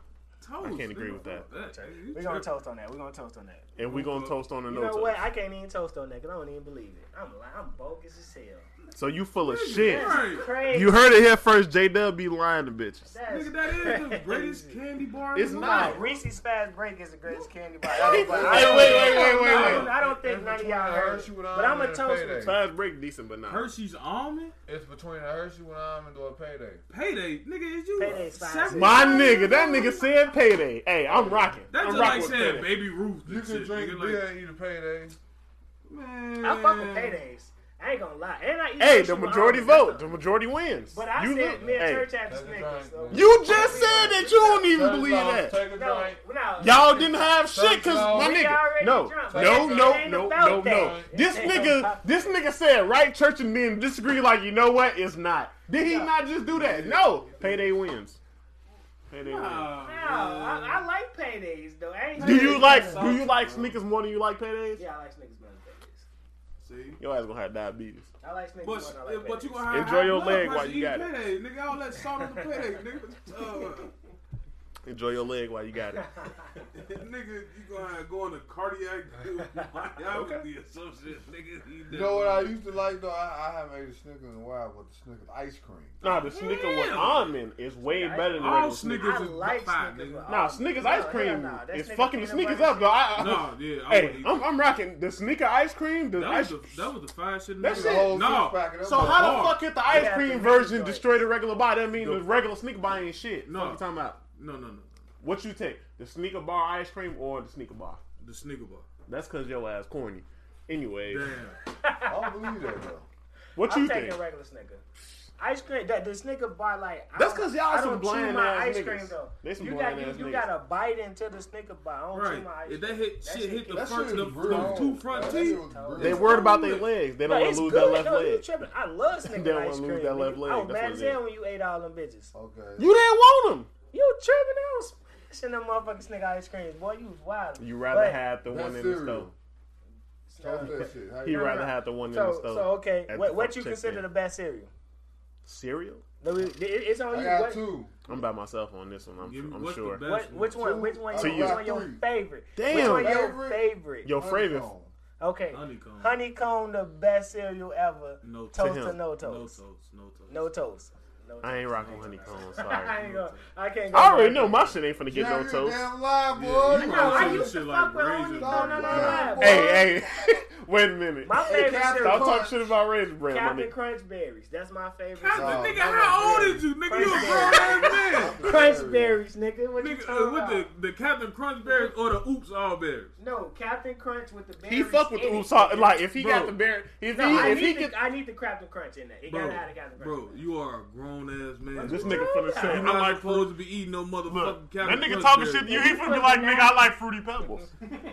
Speaker 5: Toast.
Speaker 4: can't agree
Speaker 5: nigga,
Speaker 4: with that.
Speaker 5: fuck nigga. You
Speaker 2: We're gonna
Speaker 5: tripping.
Speaker 2: toast on that. We're gonna toast on that.
Speaker 4: and we gonna toast on the
Speaker 2: You
Speaker 4: no
Speaker 2: know what?
Speaker 4: toast.
Speaker 2: I can't even toast on that because I don't even believe it. I'm lying. I'm bogus as hell.
Speaker 4: So you full of shit.
Speaker 5: Right.
Speaker 2: That's crazy.
Speaker 4: You heard it here first. J Dub be lying to bitches.
Speaker 2: That's
Speaker 5: Nigga, that is the
Speaker 2: crazy.
Speaker 5: greatest candy bar
Speaker 4: It's
Speaker 5: in the
Speaker 4: not.
Speaker 5: world.
Speaker 2: Reese's Fast Break is the greatest candy bar
Speaker 4: Hey,
Speaker 2: ever.
Speaker 4: wait,
Speaker 2: but
Speaker 4: wait,
Speaker 2: I don't-
Speaker 4: wait,
Speaker 2: I
Speaker 4: wait,
Speaker 2: don't-
Speaker 4: wait.
Speaker 2: I don't think none of y'all heard. it. But I'm gonna toast
Speaker 3: payday.
Speaker 2: with
Speaker 4: Size break decent, but not.
Speaker 5: Hershey's almond?
Speaker 3: It's between a Hershey when I'm and a payday.
Speaker 5: Payday. Nigga, is you.
Speaker 2: Payday size.
Speaker 5: seven-
Speaker 4: My nigga, that nigga said payday. Hey, I'm rocking.
Speaker 5: That's
Speaker 4: I'm
Speaker 5: just
Speaker 4: rocking
Speaker 5: like
Speaker 4: with
Speaker 5: saying
Speaker 4: payday.
Speaker 5: baby Ruth.
Speaker 3: You
Speaker 5: and
Speaker 3: can
Speaker 5: shit.
Speaker 3: drink
Speaker 5: Nigga,
Speaker 3: beer
Speaker 5: like,
Speaker 3: and eat a payday.
Speaker 5: man.
Speaker 2: I fuck with paydays. I ain't gonna lie. And I eat
Speaker 4: Hey,
Speaker 2: sushi
Speaker 4: the
Speaker 2: with
Speaker 4: majority
Speaker 2: almonds.
Speaker 4: vote. The majority wins.
Speaker 2: But I
Speaker 4: you
Speaker 2: said
Speaker 4: li-
Speaker 2: mid
Speaker 4: hey,
Speaker 2: church after
Speaker 3: That's a
Speaker 2: Snickers.
Speaker 3: drink,
Speaker 2: though.
Speaker 3: man.
Speaker 4: You just said that you don't even believe that.
Speaker 3: Take a
Speaker 2: No,
Speaker 3: drink.
Speaker 2: no.
Speaker 4: Y'all didn't have shit
Speaker 3: First
Speaker 4: because
Speaker 3: of all,
Speaker 4: my
Speaker 3: we
Speaker 4: nigga.
Speaker 2: already
Speaker 4: No,
Speaker 2: drunk.
Speaker 4: no,
Speaker 2: It
Speaker 4: no,
Speaker 2: ain't
Speaker 4: no,
Speaker 2: about
Speaker 4: no, no.
Speaker 2: that.
Speaker 4: This
Speaker 2: It ain't
Speaker 4: nigga,
Speaker 2: about
Speaker 4: this nigga said right church and then disagree like you know what? It's not. Did he not just do that? No, payday wins. Payday
Speaker 5: Nah,
Speaker 4: wear.
Speaker 5: man.
Speaker 2: I, I like paydays though. I ain't
Speaker 4: Do you like
Speaker 2: paydays.
Speaker 4: do you like sneakers more than you like paydays?
Speaker 2: Yeah, I like sneakers better than
Speaker 5: See?
Speaker 4: Your ass gonna have diabetes.
Speaker 2: paydays. I like sneakers more
Speaker 5: But,
Speaker 2: than I like
Speaker 5: but you
Speaker 2: paydays.
Speaker 5: gonna have
Speaker 4: Enjoy your
Speaker 5: high blood
Speaker 4: leg
Speaker 5: pressure
Speaker 4: while you got
Speaker 5: eating
Speaker 4: it.
Speaker 5: payday, nigga. All that salt on the payday, nigga. Uh,
Speaker 4: Enjoy your leg while you got it.
Speaker 5: nigga, you gonna have- go into cardiac myopathy or some shit, nigga.
Speaker 3: You know what I used to like though? I, I haven't ate a Snickers in a while, but the Snickers ice cream.
Speaker 4: Nah, the sneaker with
Speaker 5: Damn.
Speaker 4: almond is way
Speaker 2: Yeah, I-
Speaker 4: better than
Speaker 5: all
Speaker 4: regular
Speaker 5: sneakers-
Speaker 4: sneakers.
Speaker 2: I
Speaker 5: is
Speaker 2: like sneakers.
Speaker 5: fine, nigga.
Speaker 2: with
Speaker 4: Nah,
Speaker 2: almonds.
Speaker 4: sneakers
Speaker 2: No,
Speaker 4: ice
Speaker 2: hell
Speaker 4: cream
Speaker 2: nah. That
Speaker 4: is
Speaker 2: sneaker
Speaker 4: fucking the
Speaker 2: peanut
Speaker 4: sneakers
Speaker 2: butter
Speaker 4: up though. I, I-
Speaker 5: No, yeah. I
Speaker 4: hey,
Speaker 5: wouldn't eat
Speaker 4: I'm, I'm rocking the sneaker ice cream. The
Speaker 5: that,
Speaker 4: ice.
Speaker 5: was the, that was the fire shit. in
Speaker 4: That's
Speaker 5: the
Speaker 4: it.
Speaker 5: world.
Speaker 3: Whole
Speaker 5: No.
Speaker 3: six pack of them
Speaker 4: so
Speaker 3: was
Speaker 4: how the
Speaker 5: hard.
Speaker 4: fuck did the ice
Speaker 2: Yeah,
Speaker 4: cream
Speaker 2: the
Speaker 4: version
Speaker 2: regular
Speaker 4: destroy the regular bar? That mean the,
Speaker 5: The-
Speaker 4: regular sneaker bar ain't shit.
Speaker 5: No.
Speaker 4: Fuck you talking about?
Speaker 5: No, no, no.
Speaker 4: What you take? The sneaker bar ice cream or the sneaker bar?
Speaker 5: The sneaker bar.
Speaker 4: That's cause your ass corny. Anyways,
Speaker 5: Damn.
Speaker 3: I don't believe that though.
Speaker 4: what
Speaker 2: I'm
Speaker 4: you
Speaker 2: taking
Speaker 4: think?
Speaker 2: regular snicker. Ice cream, that the snicker bar like I
Speaker 4: That's
Speaker 2: don't-
Speaker 4: 'cause y'all
Speaker 2: I
Speaker 4: some
Speaker 2: don't chew
Speaker 4: blind
Speaker 2: my
Speaker 4: ass
Speaker 2: ice
Speaker 4: niggas.
Speaker 2: cream though.
Speaker 4: They some
Speaker 2: you
Speaker 4: blind
Speaker 2: got you,
Speaker 4: ass
Speaker 2: you
Speaker 4: niggas.
Speaker 2: gotta bite into the snicker bar. I don't chew my
Speaker 5: Right.
Speaker 2: ice
Speaker 5: If
Speaker 2: cream.
Speaker 5: that hit
Speaker 2: That
Speaker 5: shit hit the
Speaker 3: That
Speaker 5: first
Speaker 3: shit
Speaker 5: the,
Speaker 3: is brutal.
Speaker 5: the two front
Speaker 3: That shit
Speaker 5: teeth.
Speaker 3: was brutal.
Speaker 4: They
Speaker 2: It's
Speaker 4: worried about their legs. They
Speaker 2: No,
Speaker 4: don't want
Speaker 2: it's
Speaker 4: to lose
Speaker 2: good.
Speaker 4: that left
Speaker 2: no, You
Speaker 4: leg.
Speaker 2: tripping. I love
Speaker 4: They
Speaker 2: snicker
Speaker 4: don't
Speaker 2: ice
Speaker 4: wanna
Speaker 2: cream.
Speaker 4: lose that left
Speaker 2: nigga. I
Speaker 4: leg.
Speaker 2: was
Speaker 4: That's
Speaker 2: mad
Speaker 4: what
Speaker 2: as
Speaker 4: it
Speaker 2: hell when you ate all them bitches.
Speaker 3: Okay.
Speaker 4: You didn't want them.
Speaker 2: You tripping? I was smashing them motherfucking snicker ice creams, boy. You was wild.
Speaker 4: You rather
Speaker 2: But-
Speaker 4: have the one
Speaker 3: That's
Speaker 4: in the store.
Speaker 3: cereal. Toast that shit. How
Speaker 4: He
Speaker 3: you-
Speaker 4: rather have the one in the
Speaker 2: So,
Speaker 4: store.
Speaker 2: so okay.
Speaker 4: at the
Speaker 2: What, what
Speaker 4: fuck
Speaker 2: you
Speaker 4: check
Speaker 2: consider
Speaker 4: in.
Speaker 2: the best cereal?
Speaker 4: cereal?
Speaker 2: No, it- it- It's on
Speaker 3: I
Speaker 2: you.
Speaker 3: got
Speaker 2: What-
Speaker 3: two.
Speaker 4: I'm by myself on this one. I'm,
Speaker 5: Give me
Speaker 4: I'm
Speaker 5: what's
Speaker 4: sure.
Speaker 5: the best
Speaker 2: What, which one? Which one?
Speaker 3: To
Speaker 2: Which
Speaker 4: you.
Speaker 2: one your
Speaker 3: Three.
Speaker 2: favorite? Which
Speaker 4: Damn.
Speaker 2: one your
Speaker 3: Favorite?
Speaker 2: favorite?
Speaker 4: Your favorite.
Speaker 3: Honeycomb.
Speaker 2: Okay.
Speaker 5: Honeycomb.
Speaker 2: Honeycomb, the best cereal ever.
Speaker 5: No
Speaker 4: To
Speaker 2: Toast
Speaker 4: him.
Speaker 2: or Mm. no
Speaker 5: No toast.
Speaker 2: toast?
Speaker 5: No toast.
Speaker 2: No toast. No toast.
Speaker 4: I ain't rocking honeycomb.
Speaker 2: I
Speaker 4: Sorry.
Speaker 2: ain't gonna. I can't. Go
Speaker 4: I already
Speaker 2: back.
Speaker 4: know my shit ain't finna get
Speaker 3: Yeah,
Speaker 4: no
Speaker 3: you
Speaker 4: toast.
Speaker 3: damn lie, boy.
Speaker 5: Yeah, you
Speaker 3: You
Speaker 2: No,
Speaker 5: gonna
Speaker 2: I
Speaker 5: say
Speaker 3: know,
Speaker 2: used to
Speaker 5: shit
Speaker 2: fuck
Speaker 5: like
Speaker 2: with
Speaker 5: Raisin
Speaker 2: Honeycomb. No, no, no,
Speaker 3: Bran.
Speaker 2: no.
Speaker 4: Hey, hey, wait a minute.
Speaker 2: My
Speaker 3: Hey,
Speaker 2: favorite
Speaker 3: Captain
Speaker 4: Stop
Speaker 2: cereal,
Speaker 3: Crunch.
Speaker 4: talking shit about raisin bread, my
Speaker 2: Captain
Speaker 4: nigga.
Speaker 2: Crunch Berries. That's my favorite.
Speaker 5: Captain,
Speaker 2: cereal.
Speaker 3: No,
Speaker 5: nigga,
Speaker 3: no,
Speaker 5: how
Speaker 3: no,
Speaker 5: old is you? Nigga, you a
Speaker 2: Crunch
Speaker 5: grown ass man.
Speaker 2: Crunch Berries, nigga. What you
Speaker 5: Nigga,
Speaker 2: talking
Speaker 5: uh, with the,
Speaker 2: about?
Speaker 5: the Captain Crunch berries or the Oops All berries?
Speaker 2: No, Captain Crunch with the berries.
Speaker 4: He fuck with the
Speaker 2: in it.
Speaker 4: oops. Like if he
Speaker 5: Bro.
Speaker 4: got the bear, if
Speaker 2: No,
Speaker 4: he
Speaker 2: I,
Speaker 4: if he
Speaker 2: need
Speaker 4: get
Speaker 2: the, I need the Captain Crunch in that. It
Speaker 5: Bro,
Speaker 2: gotta have the Captain Crunch.
Speaker 5: bro, you are a grown ass man.
Speaker 4: this
Speaker 5: Bro,
Speaker 4: nigga
Speaker 2: Bro,
Speaker 4: finna say,
Speaker 5: You're
Speaker 4: I
Speaker 5: not
Speaker 4: like fruit.
Speaker 5: supposed to be eating no motherfucking
Speaker 4: Look, that
Speaker 5: Captain
Speaker 4: nigga
Speaker 5: Crunch
Speaker 4: talking
Speaker 5: berries.
Speaker 4: shit. You he finna be like, nigga, I like fruity pebbles.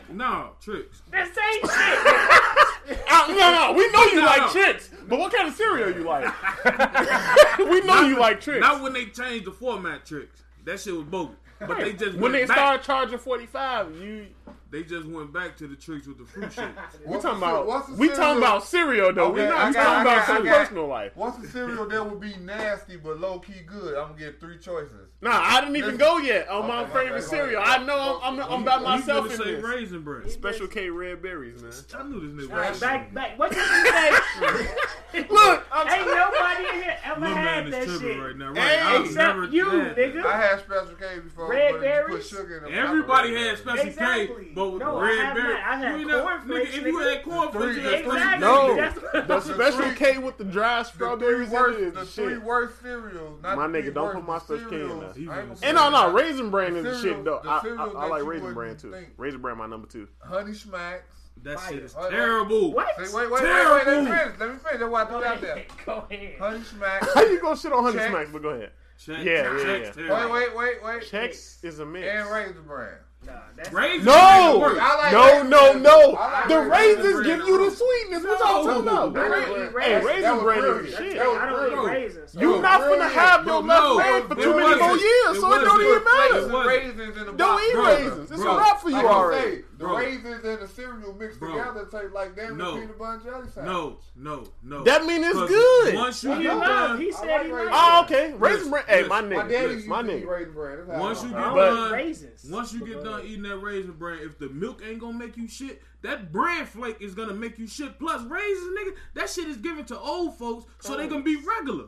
Speaker 5: Nah, tricks.
Speaker 2: This ain't shit.
Speaker 4: Uh, no, no, we know you
Speaker 5: No,
Speaker 4: like
Speaker 5: no.
Speaker 4: chicks, but what kind of cereal you like? we know you like chicks.
Speaker 5: Not when they changed the format, tricks. That shit was bogus. But they just went
Speaker 4: when they
Speaker 5: back.
Speaker 4: start charging forty five, you
Speaker 5: They just went back to the tricks with the fruit shit.
Speaker 4: we
Speaker 3: What's
Speaker 4: talking
Speaker 3: the-
Speaker 4: about
Speaker 3: what's the
Speaker 4: we
Speaker 3: cereal-
Speaker 4: talking about cereal though. we
Speaker 3: Okay,
Speaker 4: not
Speaker 3: I
Speaker 4: we
Speaker 3: got-
Speaker 4: talking
Speaker 3: I
Speaker 4: about
Speaker 3: got- I
Speaker 4: some
Speaker 3: got-
Speaker 4: personal life.
Speaker 3: What's the cereal that would be nasty but low key good? I'm gonna get three choices.
Speaker 4: Nah, I didn't even go yet on my
Speaker 3: Okay, okay,
Speaker 4: favorite
Speaker 3: okay.
Speaker 4: cereal. I know I'm I'm, I'm by
Speaker 5: You
Speaker 4: myself
Speaker 5: finna
Speaker 4: in
Speaker 5: say
Speaker 4: this.
Speaker 5: raisin bread.
Speaker 4: Special K red berries, man.
Speaker 5: I knew this nigga.
Speaker 2: All right,
Speaker 5: was
Speaker 2: back, back. What you say?
Speaker 4: Look,
Speaker 2: ain't nobody in here ever
Speaker 5: Little man
Speaker 2: had
Speaker 5: is
Speaker 2: that
Speaker 5: tripping
Speaker 2: shit.
Speaker 5: right now. Right,
Speaker 4: Hey,
Speaker 5: I've
Speaker 2: except
Speaker 5: never
Speaker 2: you,
Speaker 5: had that.
Speaker 2: nigga.
Speaker 3: I had Special K before.
Speaker 2: Red
Speaker 3: but if you
Speaker 2: berries?
Speaker 3: put sugar in them,
Speaker 5: Everybody
Speaker 3: I
Speaker 5: had
Speaker 3: prefer
Speaker 5: special
Speaker 2: Exactly.
Speaker 5: K, but with
Speaker 2: No, I
Speaker 5: red
Speaker 2: have
Speaker 5: berry.
Speaker 2: not. I had
Speaker 5: you ain't
Speaker 2: cornflakes,
Speaker 5: nigga, If you
Speaker 2: nigga.
Speaker 5: had cornflakes, you
Speaker 3: Three-
Speaker 5: had
Speaker 2: Exactly.
Speaker 4: No.
Speaker 2: That's-
Speaker 4: the special
Speaker 3: three-
Speaker 4: K with the dry
Speaker 3: The
Speaker 4: strawberries
Speaker 3: three
Speaker 4: in
Speaker 3: worst,
Speaker 4: it
Speaker 3: the
Speaker 4: is
Speaker 3: three
Speaker 4: shit.
Speaker 3: worst cereals. Not
Speaker 4: My
Speaker 3: the
Speaker 4: nigga,
Speaker 3: three
Speaker 4: don't
Speaker 3: worst,
Speaker 4: put my
Speaker 3: the
Speaker 4: Special K in
Speaker 3: cereals.
Speaker 5: there.
Speaker 3: I ain't gonna
Speaker 5: And
Speaker 4: And
Speaker 3: say
Speaker 4: no, no,
Speaker 3: that.
Speaker 4: Raisin Bran is the
Speaker 3: cereal-
Speaker 4: shit though.
Speaker 3: the
Speaker 4: I, I,
Speaker 3: cereal
Speaker 4: I like
Speaker 3: that you
Speaker 4: Raisin Bran
Speaker 3: wouldn't
Speaker 4: too.
Speaker 3: think.
Speaker 4: Raisin Bran my number two.
Speaker 3: Honey Smacks.
Speaker 5: That shit is
Speaker 3: Fire.
Speaker 5: terrible.
Speaker 2: What?
Speaker 3: See, wait, wait, wait, wait. Let me
Speaker 5: Terrible.
Speaker 3: finish. Let me finish. That's why I
Speaker 2: Go
Speaker 3: threw it out there.
Speaker 2: ahead. Go ahead.
Speaker 3: Honey Smacks.
Speaker 4: How you gonna shit on Honey
Speaker 3: Chex.
Speaker 4: Smacks? But go ahead.
Speaker 5: Check,
Speaker 4: Yeah,
Speaker 5: check,
Speaker 4: yeah,
Speaker 5: check's
Speaker 4: yeah.
Speaker 5: terrible.
Speaker 3: Wait, wait, wait, wait.
Speaker 4: Chex is a mix.
Speaker 3: And Raisin Bran.
Speaker 2: Nah, that's
Speaker 5: Raisin
Speaker 4: No!
Speaker 5: bread is worse.
Speaker 3: I like
Speaker 4: no,
Speaker 3: Raisin
Speaker 4: no,
Speaker 3: Bran.
Speaker 4: no.
Speaker 3: I like
Speaker 4: The
Speaker 3: Raisin
Speaker 4: raisins
Speaker 5: Bran
Speaker 4: give
Speaker 5: at
Speaker 4: you
Speaker 5: all.
Speaker 4: the sweetness. What y'all talking about?
Speaker 2: I
Speaker 4: The
Speaker 2: don't eat
Speaker 4: ra- Hey,
Speaker 2: raisins.
Speaker 4: Raisin
Speaker 3: That was
Speaker 4: Bran is
Speaker 3: brilliant.
Speaker 4: shit.
Speaker 3: That was
Speaker 2: I don't
Speaker 5: Bro.
Speaker 2: eat raisins. So
Speaker 4: You not finna
Speaker 3: brilliant.
Speaker 4: have your
Speaker 5: Bro,
Speaker 4: left
Speaker 5: no.
Speaker 4: leg for
Speaker 5: It
Speaker 4: too many
Speaker 5: wasn't.
Speaker 4: more years,
Speaker 5: It
Speaker 4: so it don't
Speaker 5: wasn't.
Speaker 4: even
Speaker 5: It
Speaker 4: matter.
Speaker 5: wasn't.
Speaker 3: The raisins in the
Speaker 4: Don't
Speaker 3: box,
Speaker 4: eat
Speaker 3: bro.
Speaker 4: raisins. It's
Speaker 5: Bro.
Speaker 4: a wrap for you
Speaker 3: Like I
Speaker 4: already.
Speaker 3: say, the
Speaker 5: Bro.
Speaker 3: raisins and the cereal mixed
Speaker 5: Bro.
Speaker 3: together taste like damn
Speaker 5: No.
Speaker 3: no. peanut butter and jelly sandwich.
Speaker 5: No, no, no.
Speaker 4: That mean it's
Speaker 5: 'Cause
Speaker 4: good.
Speaker 5: Once you
Speaker 2: He
Speaker 5: get
Speaker 2: lied. He
Speaker 5: done,
Speaker 2: said
Speaker 3: I like
Speaker 2: he
Speaker 3: raisins.
Speaker 2: liked
Speaker 4: Oh, okay. Raisin
Speaker 5: Yes,
Speaker 4: Bran. Hey,
Speaker 5: yes.
Speaker 4: my
Speaker 3: My daddy
Speaker 4: nigga.
Speaker 3: used
Speaker 4: My
Speaker 3: to eat
Speaker 4: nigga.
Speaker 3: raisin bread. That's how
Speaker 5: Once
Speaker 3: I
Speaker 5: you
Speaker 3: know
Speaker 5: get
Speaker 4: But-
Speaker 2: I don't eat
Speaker 5: done,
Speaker 2: raisins.
Speaker 5: once you get done eating that raisin bread, if the milk ain't gonna make you shit, that bran flake is gonna make you shit. Plus raisins, nigga, that shit is given to old folks, so they gonna be regular.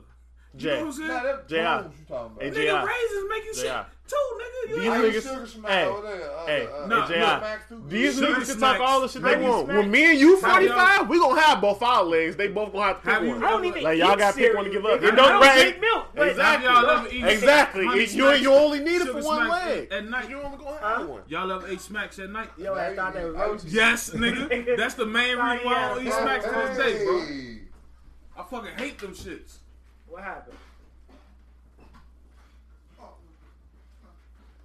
Speaker 5: You
Speaker 4: Jay.
Speaker 5: know what I'm saying?
Speaker 3: Nah, that
Speaker 4: J.I.
Speaker 3: bones you talking about.
Speaker 4: Hey,
Speaker 5: nigga,
Speaker 4: J.I.
Speaker 5: raisins make you shit
Speaker 4: J.I.
Speaker 5: too, nigga. You
Speaker 4: These
Speaker 5: ain't-
Speaker 3: I
Speaker 4: niggas-
Speaker 3: ain't sugar smack
Speaker 4: hey,
Speaker 3: over there. Uh,
Speaker 4: Hey,
Speaker 3: uh,
Speaker 4: hey,
Speaker 5: nah,
Speaker 4: J.I.,
Speaker 5: nah.
Speaker 3: Max too good.
Speaker 4: These
Speaker 5: Sugar
Speaker 4: niggas can
Speaker 5: smacks.
Speaker 4: talk all the shit they
Speaker 2: Sugar
Speaker 4: want.
Speaker 2: smacks.
Speaker 4: When me and you
Speaker 5: Have y'all-
Speaker 4: 45, we gonna have both our legs. They both gonna have to
Speaker 5: Have
Speaker 4: pick
Speaker 5: you-
Speaker 4: one.
Speaker 2: I don't even
Speaker 4: Like,
Speaker 2: eat
Speaker 4: y'all gotta pick
Speaker 2: cereal,
Speaker 4: one to give
Speaker 2: nigga.
Speaker 4: up. It
Speaker 2: I
Speaker 4: don't
Speaker 2: don't
Speaker 4: rain.
Speaker 2: drink milk. but-
Speaker 4: Exactly.
Speaker 5: Y'all ever eat
Speaker 4: Exactly.
Speaker 5: honey
Speaker 4: It- you,
Speaker 5: smacks,
Speaker 4: you only need it
Speaker 5: sugar
Speaker 4: for one
Speaker 5: smacks
Speaker 4: leg.
Speaker 5: At night,
Speaker 4: You only gonna have one.
Speaker 5: y'all ever ate smacks at night?
Speaker 2: Yo, I thought that was roaches.
Speaker 5: Yes, nigga. That's the main reason why I don't eat smacks to this day, bro.
Speaker 3: Hey.
Speaker 5: I fucking hate them shits.
Speaker 2: What happened?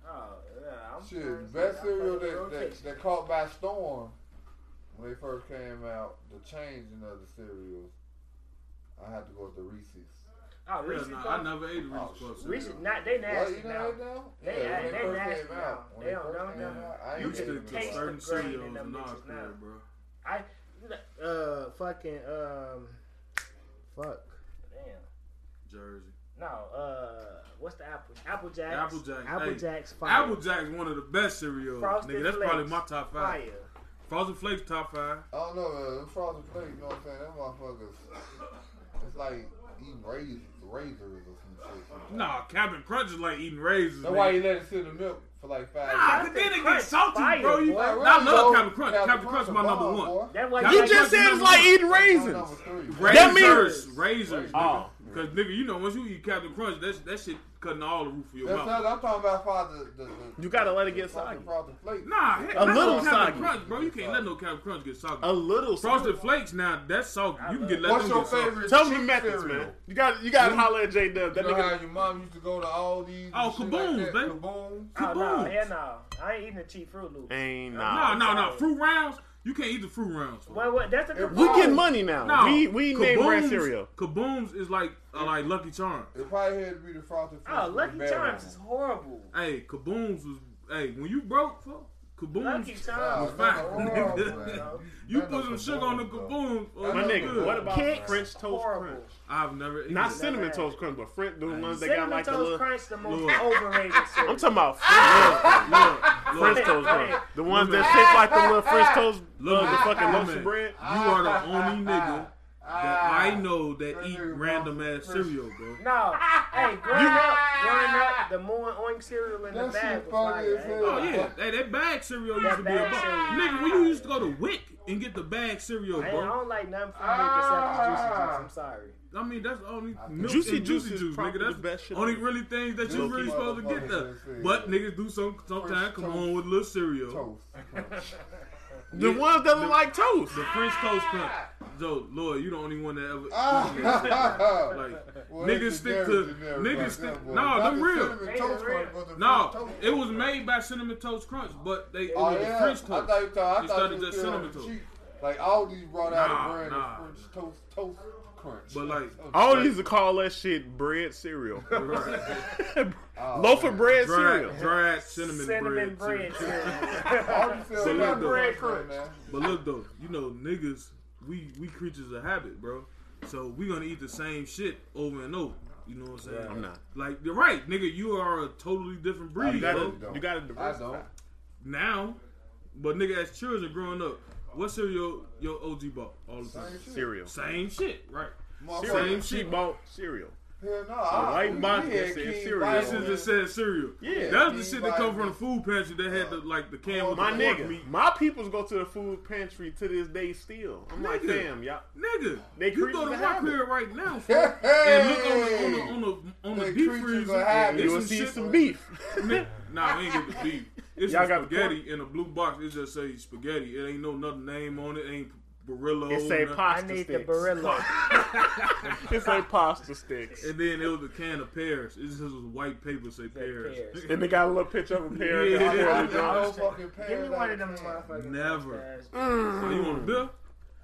Speaker 2: Oh, yeah, I'm
Speaker 3: Shit,
Speaker 2: first.
Speaker 3: best
Speaker 2: I'm
Speaker 3: cereal
Speaker 2: first.
Speaker 3: that, that,
Speaker 2: Rotation.
Speaker 3: that caught by storm when they first came out, the changing of the cereals, I had to go with the Reese's.
Speaker 2: Oh,
Speaker 5: Hell
Speaker 2: Reese's
Speaker 5: no,
Speaker 2: Puffs?
Speaker 5: I never ate a Reese's
Speaker 3: Oh,
Speaker 5: Puffs.
Speaker 2: Reese's
Speaker 5: cereal.
Speaker 2: not. They
Speaker 3: Well,
Speaker 2: nasty
Speaker 3: you
Speaker 2: now.
Speaker 3: know that now?
Speaker 2: They-
Speaker 3: yeah,
Speaker 2: they
Speaker 3: first
Speaker 2: nasty
Speaker 3: came
Speaker 2: now.
Speaker 3: out, when
Speaker 2: They
Speaker 3: they
Speaker 2: don't-
Speaker 3: first
Speaker 2: don't-
Speaker 3: came
Speaker 2: don't.
Speaker 3: out, I
Speaker 5: You
Speaker 2: can
Speaker 3: ain't
Speaker 5: stick
Speaker 3: taste
Speaker 5: to
Speaker 2: taste
Speaker 3: it.
Speaker 5: certain
Speaker 2: the grain in
Speaker 5: cereals
Speaker 2: them
Speaker 5: and all
Speaker 2: bitches now.
Speaker 5: that, bro.
Speaker 2: I uh fucking um fuck damn
Speaker 5: Jersey.
Speaker 2: no uh what's the apple apple jacks
Speaker 5: Apple Jacks,
Speaker 2: apple
Speaker 5: hey.
Speaker 2: jacks fire
Speaker 5: Apple Jack's one of the best cereals,
Speaker 2: Frosted
Speaker 5: nigga. That's probably
Speaker 2: Flakes.
Speaker 5: my top five.
Speaker 2: fire
Speaker 5: Frosted Flakes top five.
Speaker 3: I don't know, man. Them frosted flakes, you know what I'm saying? Them motherfuckers, it's like eating razors, razors or some shit.
Speaker 5: Nah, Captain Crunch is like eating raisins.
Speaker 3: That's why
Speaker 5: nigga.
Speaker 3: you let it sit in the milk for like five
Speaker 5: Nah,
Speaker 3: years.
Speaker 5: but then it
Speaker 2: Crunch
Speaker 5: gets salty,
Speaker 2: fire,
Speaker 5: bro. You,
Speaker 2: boy.
Speaker 5: I
Speaker 3: Really,
Speaker 5: love
Speaker 3: though,
Speaker 5: Captain Crunch. Captain Crunch
Speaker 3: a
Speaker 5: my number
Speaker 3: bomb,
Speaker 5: one.
Speaker 3: boy.
Speaker 2: that's why
Speaker 5: You
Speaker 4: You
Speaker 2: like
Speaker 5: just
Speaker 4: just said it's
Speaker 5: number
Speaker 4: like
Speaker 5: one.
Speaker 4: eating
Speaker 3: That's my
Speaker 4: raisins.
Speaker 3: number three, bro.
Speaker 4: That means-
Speaker 5: Razors, razors,
Speaker 4: Oh.
Speaker 5: because nigga, you know once you eat Captain Crunch, that that shit cutting all the roof of your
Speaker 3: That's
Speaker 5: mouth.
Speaker 3: not, I'm talking about father. The, the,
Speaker 4: You gotta let it get
Speaker 3: fucking
Speaker 4: soggy.
Speaker 3: Frosted flakes.
Speaker 5: Nah, heck,
Speaker 4: A
Speaker 5: not no
Speaker 4: little
Speaker 5: Captain
Speaker 4: soggy.
Speaker 5: Crunch, bro. You can't let no Captain Crunch get soggy.
Speaker 4: A little.
Speaker 5: Frosted Flakes, now that's salty. You can get let
Speaker 3: What's
Speaker 5: them
Speaker 3: your
Speaker 5: get salty.
Speaker 3: favorite?
Speaker 4: Tell me
Speaker 3: chick
Speaker 4: methods,
Speaker 3: cereal?
Speaker 4: man. You got you got to
Speaker 3: You-
Speaker 4: holler at J Dub.
Speaker 3: You
Speaker 4: That
Speaker 3: know
Speaker 4: nigga.
Speaker 3: how your mom used to go to all these.
Speaker 5: Oh,
Speaker 3: and shit like
Speaker 5: Kabooms,
Speaker 3: that?
Speaker 5: baby.
Speaker 3: Kabooms.
Speaker 2: oh no
Speaker 5: Caboose.
Speaker 2: hell no I ain't eating the cheap Fruit Loop
Speaker 4: Ain't
Speaker 5: Nah, nah,
Speaker 4: nah.
Speaker 5: nah. Fruit rounds, you can't eat the fruit rounds. fool.
Speaker 2: well what that's a
Speaker 3: If
Speaker 4: We
Speaker 2: Caboose.
Speaker 4: get money now.
Speaker 5: Nah,
Speaker 4: We we name brand
Speaker 5: Kabooms-
Speaker 4: cereal.
Speaker 5: Kabooms is like uh, like Lucky Charms.
Speaker 3: It probably had to be the frosted flakes.
Speaker 2: oh
Speaker 3: with
Speaker 2: Lucky
Speaker 3: the bad
Speaker 2: Charms
Speaker 3: ones.
Speaker 2: is horrible
Speaker 5: Hey, Kabooms was hey when you broke, fuck, Kabooms.
Speaker 2: Lucky
Speaker 3: Nah,
Speaker 2: Charms
Speaker 5: was
Speaker 3: that's
Speaker 5: fine.
Speaker 3: horrible,
Speaker 5: Nigga.
Speaker 3: man.
Speaker 5: You
Speaker 3: That's
Speaker 5: put
Speaker 3: no
Speaker 5: some sugar on the
Speaker 3: Kabooms,
Speaker 5: Kabooms. oh,
Speaker 3: That's
Speaker 4: My
Speaker 3: no
Speaker 4: nigga,
Speaker 3: good.
Speaker 4: what about
Speaker 2: Kicks,
Speaker 4: French toast
Speaker 2: horrible.
Speaker 4: crunch?
Speaker 5: I've never eaten.
Speaker 4: Not
Speaker 5: that.
Speaker 4: cinnamon
Speaker 2: bad.
Speaker 4: toast crunch, but French the ones that got
Speaker 2: cinnamon
Speaker 4: like the
Speaker 2: toast
Speaker 4: little.
Speaker 2: crunch the most
Speaker 5: Look.
Speaker 2: overrated
Speaker 4: I'm
Speaker 2: cereal
Speaker 4: talking about French,
Speaker 5: Look,
Speaker 4: French toast crunch. The ones
Speaker 5: Look.
Speaker 4: that shape like the little French toast,
Speaker 5: Look.
Speaker 4: uh, the fucking
Speaker 5: Look.
Speaker 4: loaf bread.
Speaker 5: you are the only nigga that
Speaker 3: Ah.
Speaker 5: I know that
Speaker 3: That
Speaker 5: eat
Speaker 3: nigga
Speaker 5: random
Speaker 3: wrong.
Speaker 5: ass cereal, bro.
Speaker 2: no hey growing up growing up the more oink cereal in the
Speaker 3: That
Speaker 2: bag was
Speaker 3: shit funny
Speaker 2: fire
Speaker 3: as
Speaker 2: ain't
Speaker 3: hell.
Speaker 2: it?
Speaker 5: Oh yeah, hey, that bag cereal used to be a
Speaker 2: bag
Speaker 5: bug.
Speaker 2: cereal.
Speaker 5: Nigga, when you used to go to Wick and get the bag cereal,
Speaker 2: Man, I
Speaker 5: bro.
Speaker 2: don't like nothing from Nick except for Juicy Juice. I'm sorry.
Speaker 5: I mean, that's the only milk
Speaker 4: Juicy
Speaker 5: and
Speaker 4: Juice
Speaker 5: juicy
Speaker 4: is
Speaker 5: juice,
Speaker 4: probably
Speaker 5: nigga. That's
Speaker 4: the best shit
Speaker 5: only
Speaker 4: ever.
Speaker 5: really things that you
Speaker 3: Juicy
Speaker 5: really supposed to get there.
Speaker 3: motherfucking cereal.
Speaker 5: But niggas do some sometimes
Speaker 3: French
Speaker 5: come
Speaker 3: toast.
Speaker 5: on with little cereal.
Speaker 3: Toast.
Speaker 4: The ones that look like toast.
Speaker 5: The French toast crunch.
Speaker 3: Ah.
Speaker 5: So, Lord, you the only one that ever. like,
Speaker 3: Well,
Speaker 5: Niggas
Speaker 3: it's
Speaker 5: stick
Speaker 3: generic,
Speaker 5: to-
Speaker 3: generic,
Speaker 5: niggas
Speaker 3: like
Speaker 5: stick-
Speaker 3: that, boy.
Speaker 5: nah,
Speaker 3: Not
Speaker 5: them
Speaker 3: the
Speaker 5: real.
Speaker 3: cinnamon
Speaker 2: They
Speaker 3: toast
Speaker 2: the real.
Speaker 3: crunch, but the French
Speaker 5: no,
Speaker 3: toast
Speaker 5: it was
Speaker 3: crunch.
Speaker 5: made by Cinnamon Toast Crunch, but they it
Speaker 3: Oh,
Speaker 5: was
Speaker 3: yeah?
Speaker 5: the French
Speaker 3: I
Speaker 5: toast.
Speaker 3: thought you thought, I
Speaker 5: They
Speaker 3: thought
Speaker 5: started
Speaker 3: you
Speaker 5: just
Speaker 3: still
Speaker 5: cinnamon
Speaker 3: had
Speaker 5: toast.
Speaker 3: cheap. Like all these brought out
Speaker 5: Nah,
Speaker 3: a brand
Speaker 5: nah.
Speaker 3: of French toast toast crunch.
Speaker 5: But, like,
Speaker 3: Toast
Speaker 4: All
Speaker 3: crunch.
Speaker 4: these to call that shit bread cereal.
Speaker 5: Right.
Speaker 3: Oh,
Speaker 4: Loaf
Speaker 3: man.
Speaker 4: of bread
Speaker 5: Dry,
Speaker 4: cereal.
Speaker 5: dry cinnamon,
Speaker 2: Cinnamon
Speaker 5: bread.
Speaker 2: bread cereal.
Speaker 3: All these still
Speaker 5: Cinnamon
Speaker 3: got
Speaker 5: bread
Speaker 3: bread crunch. man.
Speaker 5: But look though, you know niggas, we we creatures of habit, bro. So we gonna eat the same shit over and over. You know what I'm saying?
Speaker 4: I'm not.
Speaker 5: Like you're right, nigga. You are a totally different breed,
Speaker 4: You gotta,
Speaker 5: bro.
Speaker 4: you gotta
Speaker 3: I
Speaker 4: diversify.
Speaker 3: don't.
Speaker 5: Now, but nigga, as children growing up, what cereal your OG bought all the time?
Speaker 3: Same shit.
Speaker 4: Cereal.
Speaker 5: Same shit, right?
Speaker 4: Cereal.
Speaker 5: Same
Speaker 3: Motherfucker.
Speaker 4: She
Speaker 5: shit.
Speaker 4: bought cereal.
Speaker 3: Hell no. I-
Speaker 4: white
Speaker 3: we
Speaker 4: box
Speaker 3: had
Speaker 4: that said
Speaker 3: King
Speaker 4: cereal.
Speaker 3: Bible,
Speaker 5: This is
Speaker 3: man.
Speaker 5: just said cereal.
Speaker 4: Yeah.
Speaker 5: that's the shit that
Speaker 3: King
Speaker 5: come from the food pantry that had the like the can with
Speaker 4: Oh, My
Speaker 5: the pork
Speaker 4: nigga,
Speaker 5: meat.
Speaker 4: my peoples go to the food pantry to this day still. I'm like,
Speaker 5: Nigga.
Speaker 4: damn, y'all.
Speaker 5: Nigga,
Speaker 4: They
Speaker 5: you go to
Speaker 4: creatures of
Speaker 5: my
Speaker 4: habit.
Speaker 5: crib right now, fool,
Speaker 3: Hey!
Speaker 5: and look on the on the on the, on the
Speaker 3: They
Speaker 5: deep
Speaker 3: creatures
Speaker 5: freezer.
Speaker 3: of habit.
Speaker 5: there's
Speaker 4: You will
Speaker 5: some
Speaker 4: see
Speaker 5: shit-
Speaker 4: some beef.
Speaker 5: Ni- nah, we ain't get the beef. It's
Speaker 4: Y'all
Speaker 5: some
Speaker 4: got the
Speaker 5: spaghetti in a blue box. It just say spaghetti. It ain't no another name on it. It ain't Barillo.
Speaker 4: It say
Speaker 5: nothing.
Speaker 2: I
Speaker 4: pasta
Speaker 2: need the
Speaker 4: sticks.
Speaker 2: Barilla.
Speaker 4: It say pasta sticks.
Speaker 5: And then it was a can of pears. It just was white paper say pears.
Speaker 2: pears.
Speaker 4: And they got a little picture of a pair.
Speaker 5: Yeah.
Speaker 4: Yeah.
Speaker 3: I
Speaker 4: Of
Speaker 3: didn't know
Speaker 4: drunk.
Speaker 3: fucking
Speaker 2: Give me
Speaker 3: pears
Speaker 2: one
Speaker 3: out
Speaker 2: of them
Speaker 3: can.
Speaker 2: motherfuckers.
Speaker 5: Never.
Speaker 2: I
Speaker 5: So you want a beer?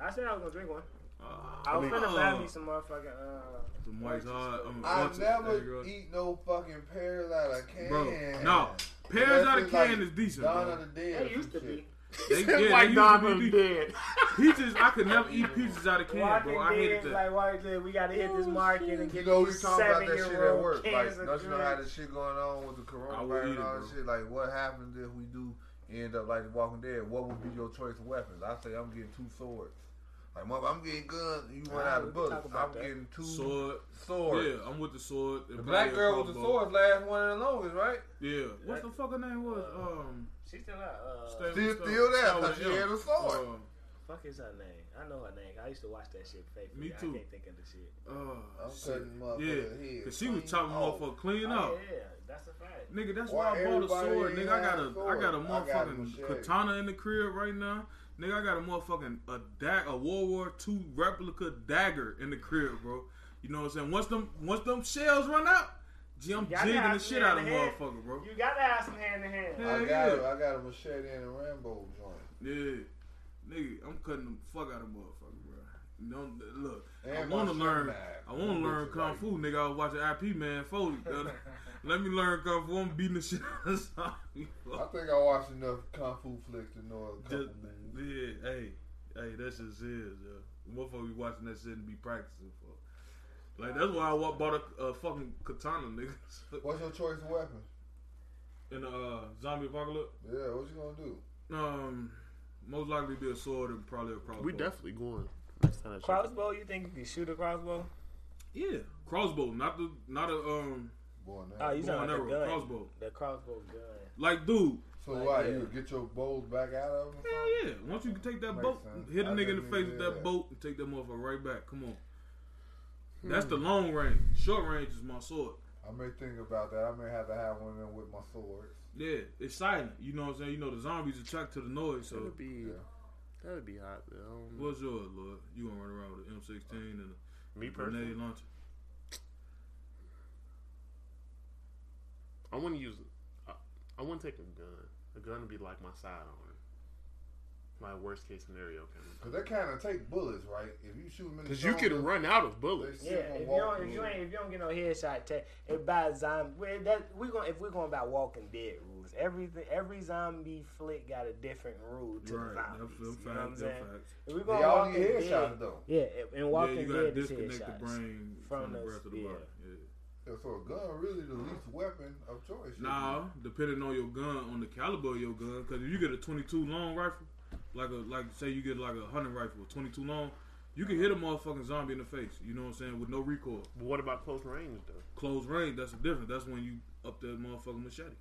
Speaker 3: Mm.
Speaker 2: said I was gonna drink one.
Speaker 5: Ah,
Speaker 2: I oh. was
Speaker 4: mean-
Speaker 2: gonna buy me some motherfucking. Uh,
Speaker 5: some white hard. Oh, I'm
Speaker 3: I
Speaker 5: bunch of- that
Speaker 3: never
Speaker 5: girl.
Speaker 3: eat no fucking pears out of can.
Speaker 5: Bro, no. Pears out of can is decent.
Speaker 3: Dawn
Speaker 5: Bro.
Speaker 3: of the Dead.
Speaker 2: they used to be.
Speaker 5: They, yeah,
Speaker 4: It's
Speaker 5: they
Speaker 4: like
Speaker 5: used to
Speaker 4: Don
Speaker 5: be
Speaker 4: was
Speaker 5: decent.
Speaker 4: dead.
Speaker 5: Peaches, I could never eat peaches out of can,
Speaker 2: Walking
Speaker 5: bro. I hated
Speaker 2: Dead,
Speaker 5: that.
Speaker 2: like Walking Dead, we gotta hit this market and
Speaker 3: Oh, You
Speaker 2: get
Speaker 3: know, we
Speaker 2: these
Speaker 3: talking about that shit at
Speaker 2: seven-year-old
Speaker 3: work.
Speaker 2: cans
Speaker 3: Like,
Speaker 2: of
Speaker 3: don't you know how
Speaker 2: goods.
Speaker 3: this shit going on with the
Speaker 5: I would eat
Speaker 3: coronavirus and
Speaker 5: it,
Speaker 3: all
Speaker 5: bro.
Speaker 3: this shit? Like, what happens if we do end up like The Walking Dead? What would be your choice of weapons? I say I'm getting two swords. Like, mother, I'm getting guns. You run
Speaker 2: Ah,
Speaker 3: out
Speaker 2: we
Speaker 3: of
Speaker 2: can talk
Speaker 3: bullets.
Speaker 2: about
Speaker 3: I'm
Speaker 2: that.
Speaker 3: getting two
Speaker 5: Sword.
Speaker 3: swords.
Speaker 5: Yeah, I'm with the sword. and
Speaker 3: The black
Speaker 5: probably a
Speaker 3: girl with the
Speaker 5: crossbow.
Speaker 3: swords last one and the longest, right?
Speaker 5: Yeah. What's the fucking name was? Um,
Speaker 2: She's still out. Uh,
Speaker 5: Stan-
Speaker 3: She's
Speaker 5: Stan-
Speaker 3: still there,
Speaker 5: Stan-
Speaker 3: but she
Speaker 5: Stan-
Speaker 3: had a sword.
Speaker 5: Um,
Speaker 2: fuck is her name? I know her name. I used to watch that shit faithfully.
Speaker 5: Me
Speaker 2: I
Speaker 5: too.
Speaker 2: can't think of the shit.
Speaker 5: Oh,
Speaker 3: I'm
Speaker 5: shit.
Speaker 3: cutting motherfuckers'
Speaker 5: Yeah,
Speaker 3: heads
Speaker 5: cause she was
Speaker 3: clean
Speaker 5: chopping
Speaker 3: off.
Speaker 5: motherfucker clean
Speaker 2: Oh,
Speaker 5: up.
Speaker 2: yeah, that's a fact.
Speaker 5: Nigga, that's
Speaker 3: Why
Speaker 5: why, I bought a
Speaker 3: everybody
Speaker 5: sword.
Speaker 3: ain't
Speaker 5: Nigga, I got
Speaker 3: have
Speaker 5: a,
Speaker 3: a
Speaker 5: I got a
Speaker 3: sword? I got a
Speaker 5: motherfucking
Speaker 3: machete.
Speaker 5: katana in the crib right now. Nigga, I got a motherfucking a dag a World War II replica dagger in the crib, bro. You know what I'm saying? Once them once them shells run out, gee, I'm
Speaker 2: Y'all
Speaker 5: jigging
Speaker 2: got
Speaker 5: the
Speaker 2: some
Speaker 5: shit out of
Speaker 2: hand-to-hand.
Speaker 5: motherfucker, bro.
Speaker 2: You gotta have some hand to hand.
Speaker 5: Yeah.
Speaker 3: I
Speaker 5: Hell
Speaker 3: got, a, I got a machete and a Rambo joint.
Speaker 5: Yeah, nigga, I'm cutting the fuck out of motherfucker, bro. Don't look.
Speaker 3: And
Speaker 5: I want to
Speaker 3: my
Speaker 5: learn.
Speaker 3: shit back.
Speaker 5: I want to learn
Speaker 3: Bitches
Speaker 5: kung
Speaker 3: like-
Speaker 5: fu, nigga. I was watching IP Man Foley. brother. Let me learn kung fu. I'm beating the shit out of somebody.
Speaker 3: I think I watched enough kung fu flicks to know a couple
Speaker 5: Just,
Speaker 3: movies.
Speaker 5: yeah, hey, hey, that shit is, yo. Motherfucker be watching that shit and be practicing for. Like that's why I wa- bought a, a fucking katana, nigga,
Speaker 3: What's your choice of weapon?
Speaker 5: in the uh, zombie apocalypse.
Speaker 3: Yeah, what you gonna do?
Speaker 5: Um, most likely be a sword and probably a crossbow.
Speaker 4: We definitely going next time. I check it.
Speaker 2: Crossbow? You think you can shoot a crossbow?
Speaker 5: yeah, crossbow, not the not a um
Speaker 3: Boy, now.
Speaker 2: Oh, you
Speaker 5: bow
Speaker 2: talking about
Speaker 5: and arrow,
Speaker 2: the gun?
Speaker 5: crossbow.
Speaker 2: The crossbow gun.
Speaker 5: Like, dude,
Speaker 3: so
Speaker 2: like,
Speaker 3: why
Speaker 2: yeah.
Speaker 3: you get your bows back out of them?
Speaker 5: hell yeah! Once you can take that
Speaker 3: Makes
Speaker 5: boat,
Speaker 3: sense.
Speaker 5: hit a nigga
Speaker 3: I
Speaker 5: in the
Speaker 3: definitely
Speaker 5: face with
Speaker 3: did
Speaker 5: that
Speaker 3: that.
Speaker 5: boat, and take that motherfucker right back. Come on,
Speaker 2: Hmm.
Speaker 5: that's the long range. Short range is my sword.
Speaker 3: I may think about that. I may have to have one of them with my sword.
Speaker 5: Yeah, it's silent. You know what I'm saying? You know the zombies attract to the noise. So
Speaker 4: That'd be that'd be hot. Though. I don't know.
Speaker 5: what's yours, Lord? You gonna run around with an M16 and
Speaker 4: Me
Speaker 5: a grenade
Speaker 4: personally,
Speaker 5: launcher?
Speaker 4: I wouldn't use. I, I wouldn't take a gun. A gun would be like my sidearm. My worst case scenario kind of.
Speaker 3: Cause they kind of take bullets, right? If you shoot them in the
Speaker 4: Because you can
Speaker 3: shoulder,
Speaker 4: run out of
Speaker 3: they
Speaker 4: bullets.
Speaker 3: shoot
Speaker 2: Yeah, if
Speaker 3: them
Speaker 2: you
Speaker 3: walk
Speaker 2: don't, if you
Speaker 3: through.
Speaker 2: ain't, if you don't get no headshot, tech, it by zombie. well, That we going if we're going by Walking Dead rules. Everything every zombie flick got a different rule to the
Speaker 5: Right,
Speaker 2: zombies.
Speaker 5: that's
Speaker 2: You know what
Speaker 5: them
Speaker 2: I'm
Speaker 5: facts. Them
Speaker 2: saying?
Speaker 5: facts.
Speaker 2: If we
Speaker 3: They
Speaker 2: going
Speaker 3: all need
Speaker 2: Walking
Speaker 3: headshots
Speaker 2: Dead,
Speaker 3: though.
Speaker 2: yeah, if- and
Speaker 5: yeah,
Speaker 2: Walking
Speaker 5: you gotta
Speaker 2: Dead is
Speaker 5: disconnect
Speaker 2: headshots.
Speaker 5: the brain
Speaker 2: From
Speaker 5: from, the
Speaker 2: us,
Speaker 5: rest of the
Speaker 2: yeah.
Speaker 5: body. Yeah.
Speaker 3: Yeah, so a gun really the least weapon of choice. shouldn't
Speaker 5: Nah, depending on your gun, on the caliber of your gun, because if you get a 22 long rifle, like a like say you get like a hunting rifle, 22 long, you can hit a motherfucking zombie in the face. You know what I'm saying? With no recoil,
Speaker 4: But what about close range though?
Speaker 5: close range. That's the difference. That's when you up that motherfucking machete. it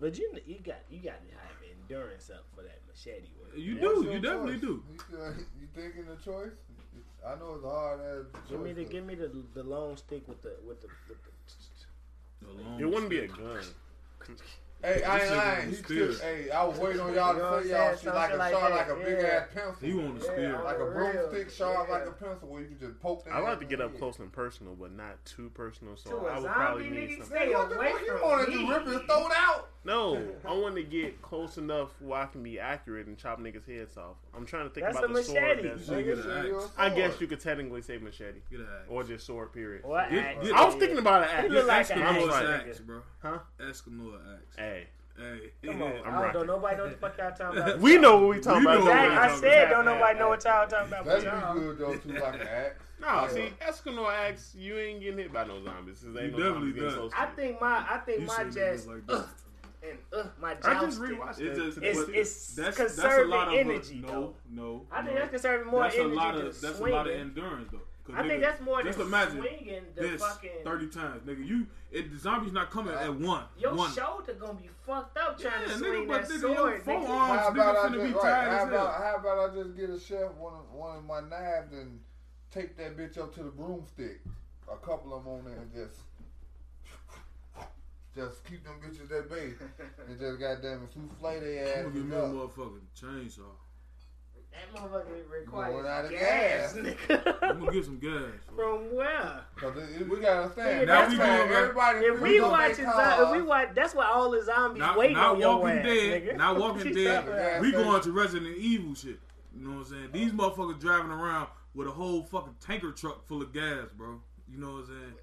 Speaker 2: But you you got you got to have endurance up for that machete work.
Speaker 5: You
Speaker 3: it?
Speaker 5: do.
Speaker 3: What's
Speaker 5: You
Speaker 3: your
Speaker 5: definitely
Speaker 3: choice?
Speaker 5: do.
Speaker 3: You, can- you thinking the choice? I know it's a hard ass.
Speaker 2: Give me the
Speaker 3: choice,
Speaker 2: give me the the long stick with the with the, with the
Speaker 5: A long
Speaker 4: It wouldn't be a
Speaker 5: stick.
Speaker 4: gun.
Speaker 3: though. Hey, I
Speaker 5: This
Speaker 3: ain't
Speaker 5: nigga
Speaker 3: lying.
Speaker 5: on
Speaker 3: He
Speaker 5: the stairs.
Speaker 3: took, hey, I was waiting on y'all
Speaker 2: You know what
Speaker 3: to
Speaker 2: I'm
Speaker 3: say y'all
Speaker 2: saying?
Speaker 3: shit
Speaker 2: Some
Speaker 3: like
Speaker 2: shit
Speaker 3: a
Speaker 2: like
Speaker 3: sharp,
Speaker 2: that,
Speaker 3: like a big
Speaker 2: yeah.
Speaker 3: ass pencil.
Speaker 5: You on the spear?
Speaker 3: like a
Speaker 2: For real,
Speaker 3: broomstick sharp,
Speaker 2: yeah.
Speaker 3: like a pencil, where you can just poke. that
Speaker 4: I like
Speaker 3: shit
Speaker 4: to
Speaker 3: in
Speaker 4: get
Speaker 3: the
Speaker 4: up
Speaker 3: head.
Speaker 4: close and personal, but not too personal. So
Speaker 2: To a
Speaker 4: I would
Speaker 2: zombie,
Speaker 4: probably
Speaker 2: nigga,
Speaker 4: need
Speaker 2: you
Speaker 4: something.
Speaker 2: say- Stay
Speaker 3: what the
Speaker 2: away
Speaker 3: fuck you
Speaker 2: from
Speaker 3: want to do?
Speaker 2: me.
Speaker 3: Rip his throat out?
Speaker 4: No, I want to get close enough where I can be accurate and chop niggas' heads off. I'm trying to think
Speaker 2: That's
Speaker 4: about
Speaker 2: a
Speaker 4: the sword.
Speaker 2: machete.
Speaker 4: That's,
Speaker 5: You should get
Speaker 3: Nigga,
Speaker 5: an
Speaker 3: shit,
Speaker 5: axe.
Speaker 3: your sword.
Speaker 4: I guess you could technically say machete
Speaker 5: Get an axe.
Speaker 4: or just sword. Period.
Speaker 2: Well,
Speaker 5: Get-
Speaker 2: axe,
Speaker 5: get-
Speaker 4: I was
Speaker 2: yeah.
Speaker 4: thinking about an
Speaker 2: He
Speaker 4: axe.
Speaker 2: look
Speaker 5: Get
Speaker 2: like an
Speaker 5: Eskimo
Speaker 2: axe,
Speaker 5: axe, bro.
Speaker 4: Huh?
Speaker 5: Eskimo axe.
Speaker 4: Hey,
Speaker 5: Hey,
Speaker 2: Come on,
Speaker 5: yeah.
Speaker 4: I'm
Speaker 2: I
Speaker 4: rocking.
Speaker 2: don't know. Nobody know what the fuck y'all talking about.
Speaker 4: we know what we talking
Speaker 5: We know
Speaker 4: about.
Speaker 5: what we
Speaker 2: Zach, I
Speaker 5: talking
Speaker 2: said don't
Speaker 5: about.
Speaker 2: nobody know what y'all talking about.
Speaker 3: That'd
Speaker 2: But
Speaker 3: be
Speaker 2: y'all,
Speaker 3: good though too, like an axe.
Speaker 4: No,
Speaker 3: Yeah.
Speaker 4: see, Eskimo axe, you ain't getting hit by no zombies. 'cause ain't
Speaker 5: You
Speaker 4: no
Speaker 5: definitely
Speaker 4: zombies getting
Speaker 5: done.
Speaker 4: close to
Speaker 2: I
Speaker 4: you.
Speaker 2: think my I think
Speaker 5: You
Speaker 2: my
Speaker 5: shouldn't do
Speaker 2: jazz
Speaker 5: this like
Speaker 2: ugh,
Speaker 5: that.
Speaker 2: and uh, my
Speaker 4: I just
Speaker 2: jousting.
Speaker 4: rewatched
Speaker 5: It's
Speaker 4: that.
Speaker 5: just
Speaker 4: today.
Speaker 2: It's-
Speaker 5: but
Speaker 2: it's
Speaker 5: that's,
Speaker 2: conserving
Speaker 5: that's a lot of
Speaker 2: energy,
Speaker 5: No, no.
Speaker 2: I think
Speaker 5: no.
Speaker 2: that's conserving more
Speaker 5: that's
Speaker 2: energy
Speaker 5: a lot
Speaker 2: than
Speaker 5: of that's
Speaker 2: swinging.
Speaker 5: a lot of endurance though. 'Cause
Speaker 2: I think
Speaker 5: nigga,
Speaker 2: that's more
Speaker 5: just
Speaker 2: than
Speaker 5: imagine
Speaker 2: swinging the
Speaker 5: this
Speaker 2: fucking.
Speaker 5: thirty times, nigga. You it, the zombies not coming at one.
Speaker 2: your
Speaker 5: one.
Speaker 2: shoulder gonna be fucked up trying
Speaker 5: Yeah,
Speaker 2: to
Speaker 5: nigga,
Speaker 2: swing
Speaker 5: but
Speaker 2: that
Speaker 5: nigga, your
Speaker 2: sword. nigga.
Speaker 5: forearm-
Speaker 3: How
Speaker 5: Niggas
Speaker 3: about I
Speaker 5: finna be
Speaker 3: just
Speaker 5: tired
Speaker 3: right? How
Speaker 5: as hell.
Speaker 3: about how about I just get a chef one of, one of my knives and take that bitch up to the broomstick, a couple of them on there and just just keep them bitches at bay and just goddamn it souffle their
Speaker 5: I'm
Speaker 3: ass
Speaker 5: gonna give me a
Speaker 3: up.
Speaker 5: motherfucking chainsaw.
Speaker 2: That motherfucker
Speaker 3: Going
Speaker 2: requires
Speaker 3: out of
Speaker 2: gas,
Speaker 3: gas.
Speaker 5: I'm
Speaker 2: nigga.
Speaker 5: gonna get some gas.
Speaker 2: From where?
Speaker 3: Cause it, it- we gotta
Speaker 2: Nigga,
Speaker 3: understand.
Speaker 2: Now
Speaker 3: Now
Speaker 2: we
Speaker 3: we
Speaker 5: gonna-
Speaker 3: everybody.
Speaker 2: If we
Speaker 3: gonna
Speaker 2: watch, uh,
Speaker 3: make cars.
Speaker 2: if we watch, that's why all the zombies
Speaker 5: Not,
Speaker 2: waiting
Speaker 5: not
Speaker 2: on your
Speaker 5: Walking
Speaker 2: ass,
Speaker 5: Dead.
Speaker 2: nigga.
Speaker 5: Not Walking
Speaker 2: She's talking
Speaker 5: Dead.
Speaker 2: about-
Speaker 5: We
Speaker 3: Yeah.
Speaker 5: going to Resident Evil shit. You know what I'm saying? These motherfuckers driving around with a whole fucking tanker truck full of gas, bro. You know what I'm saying?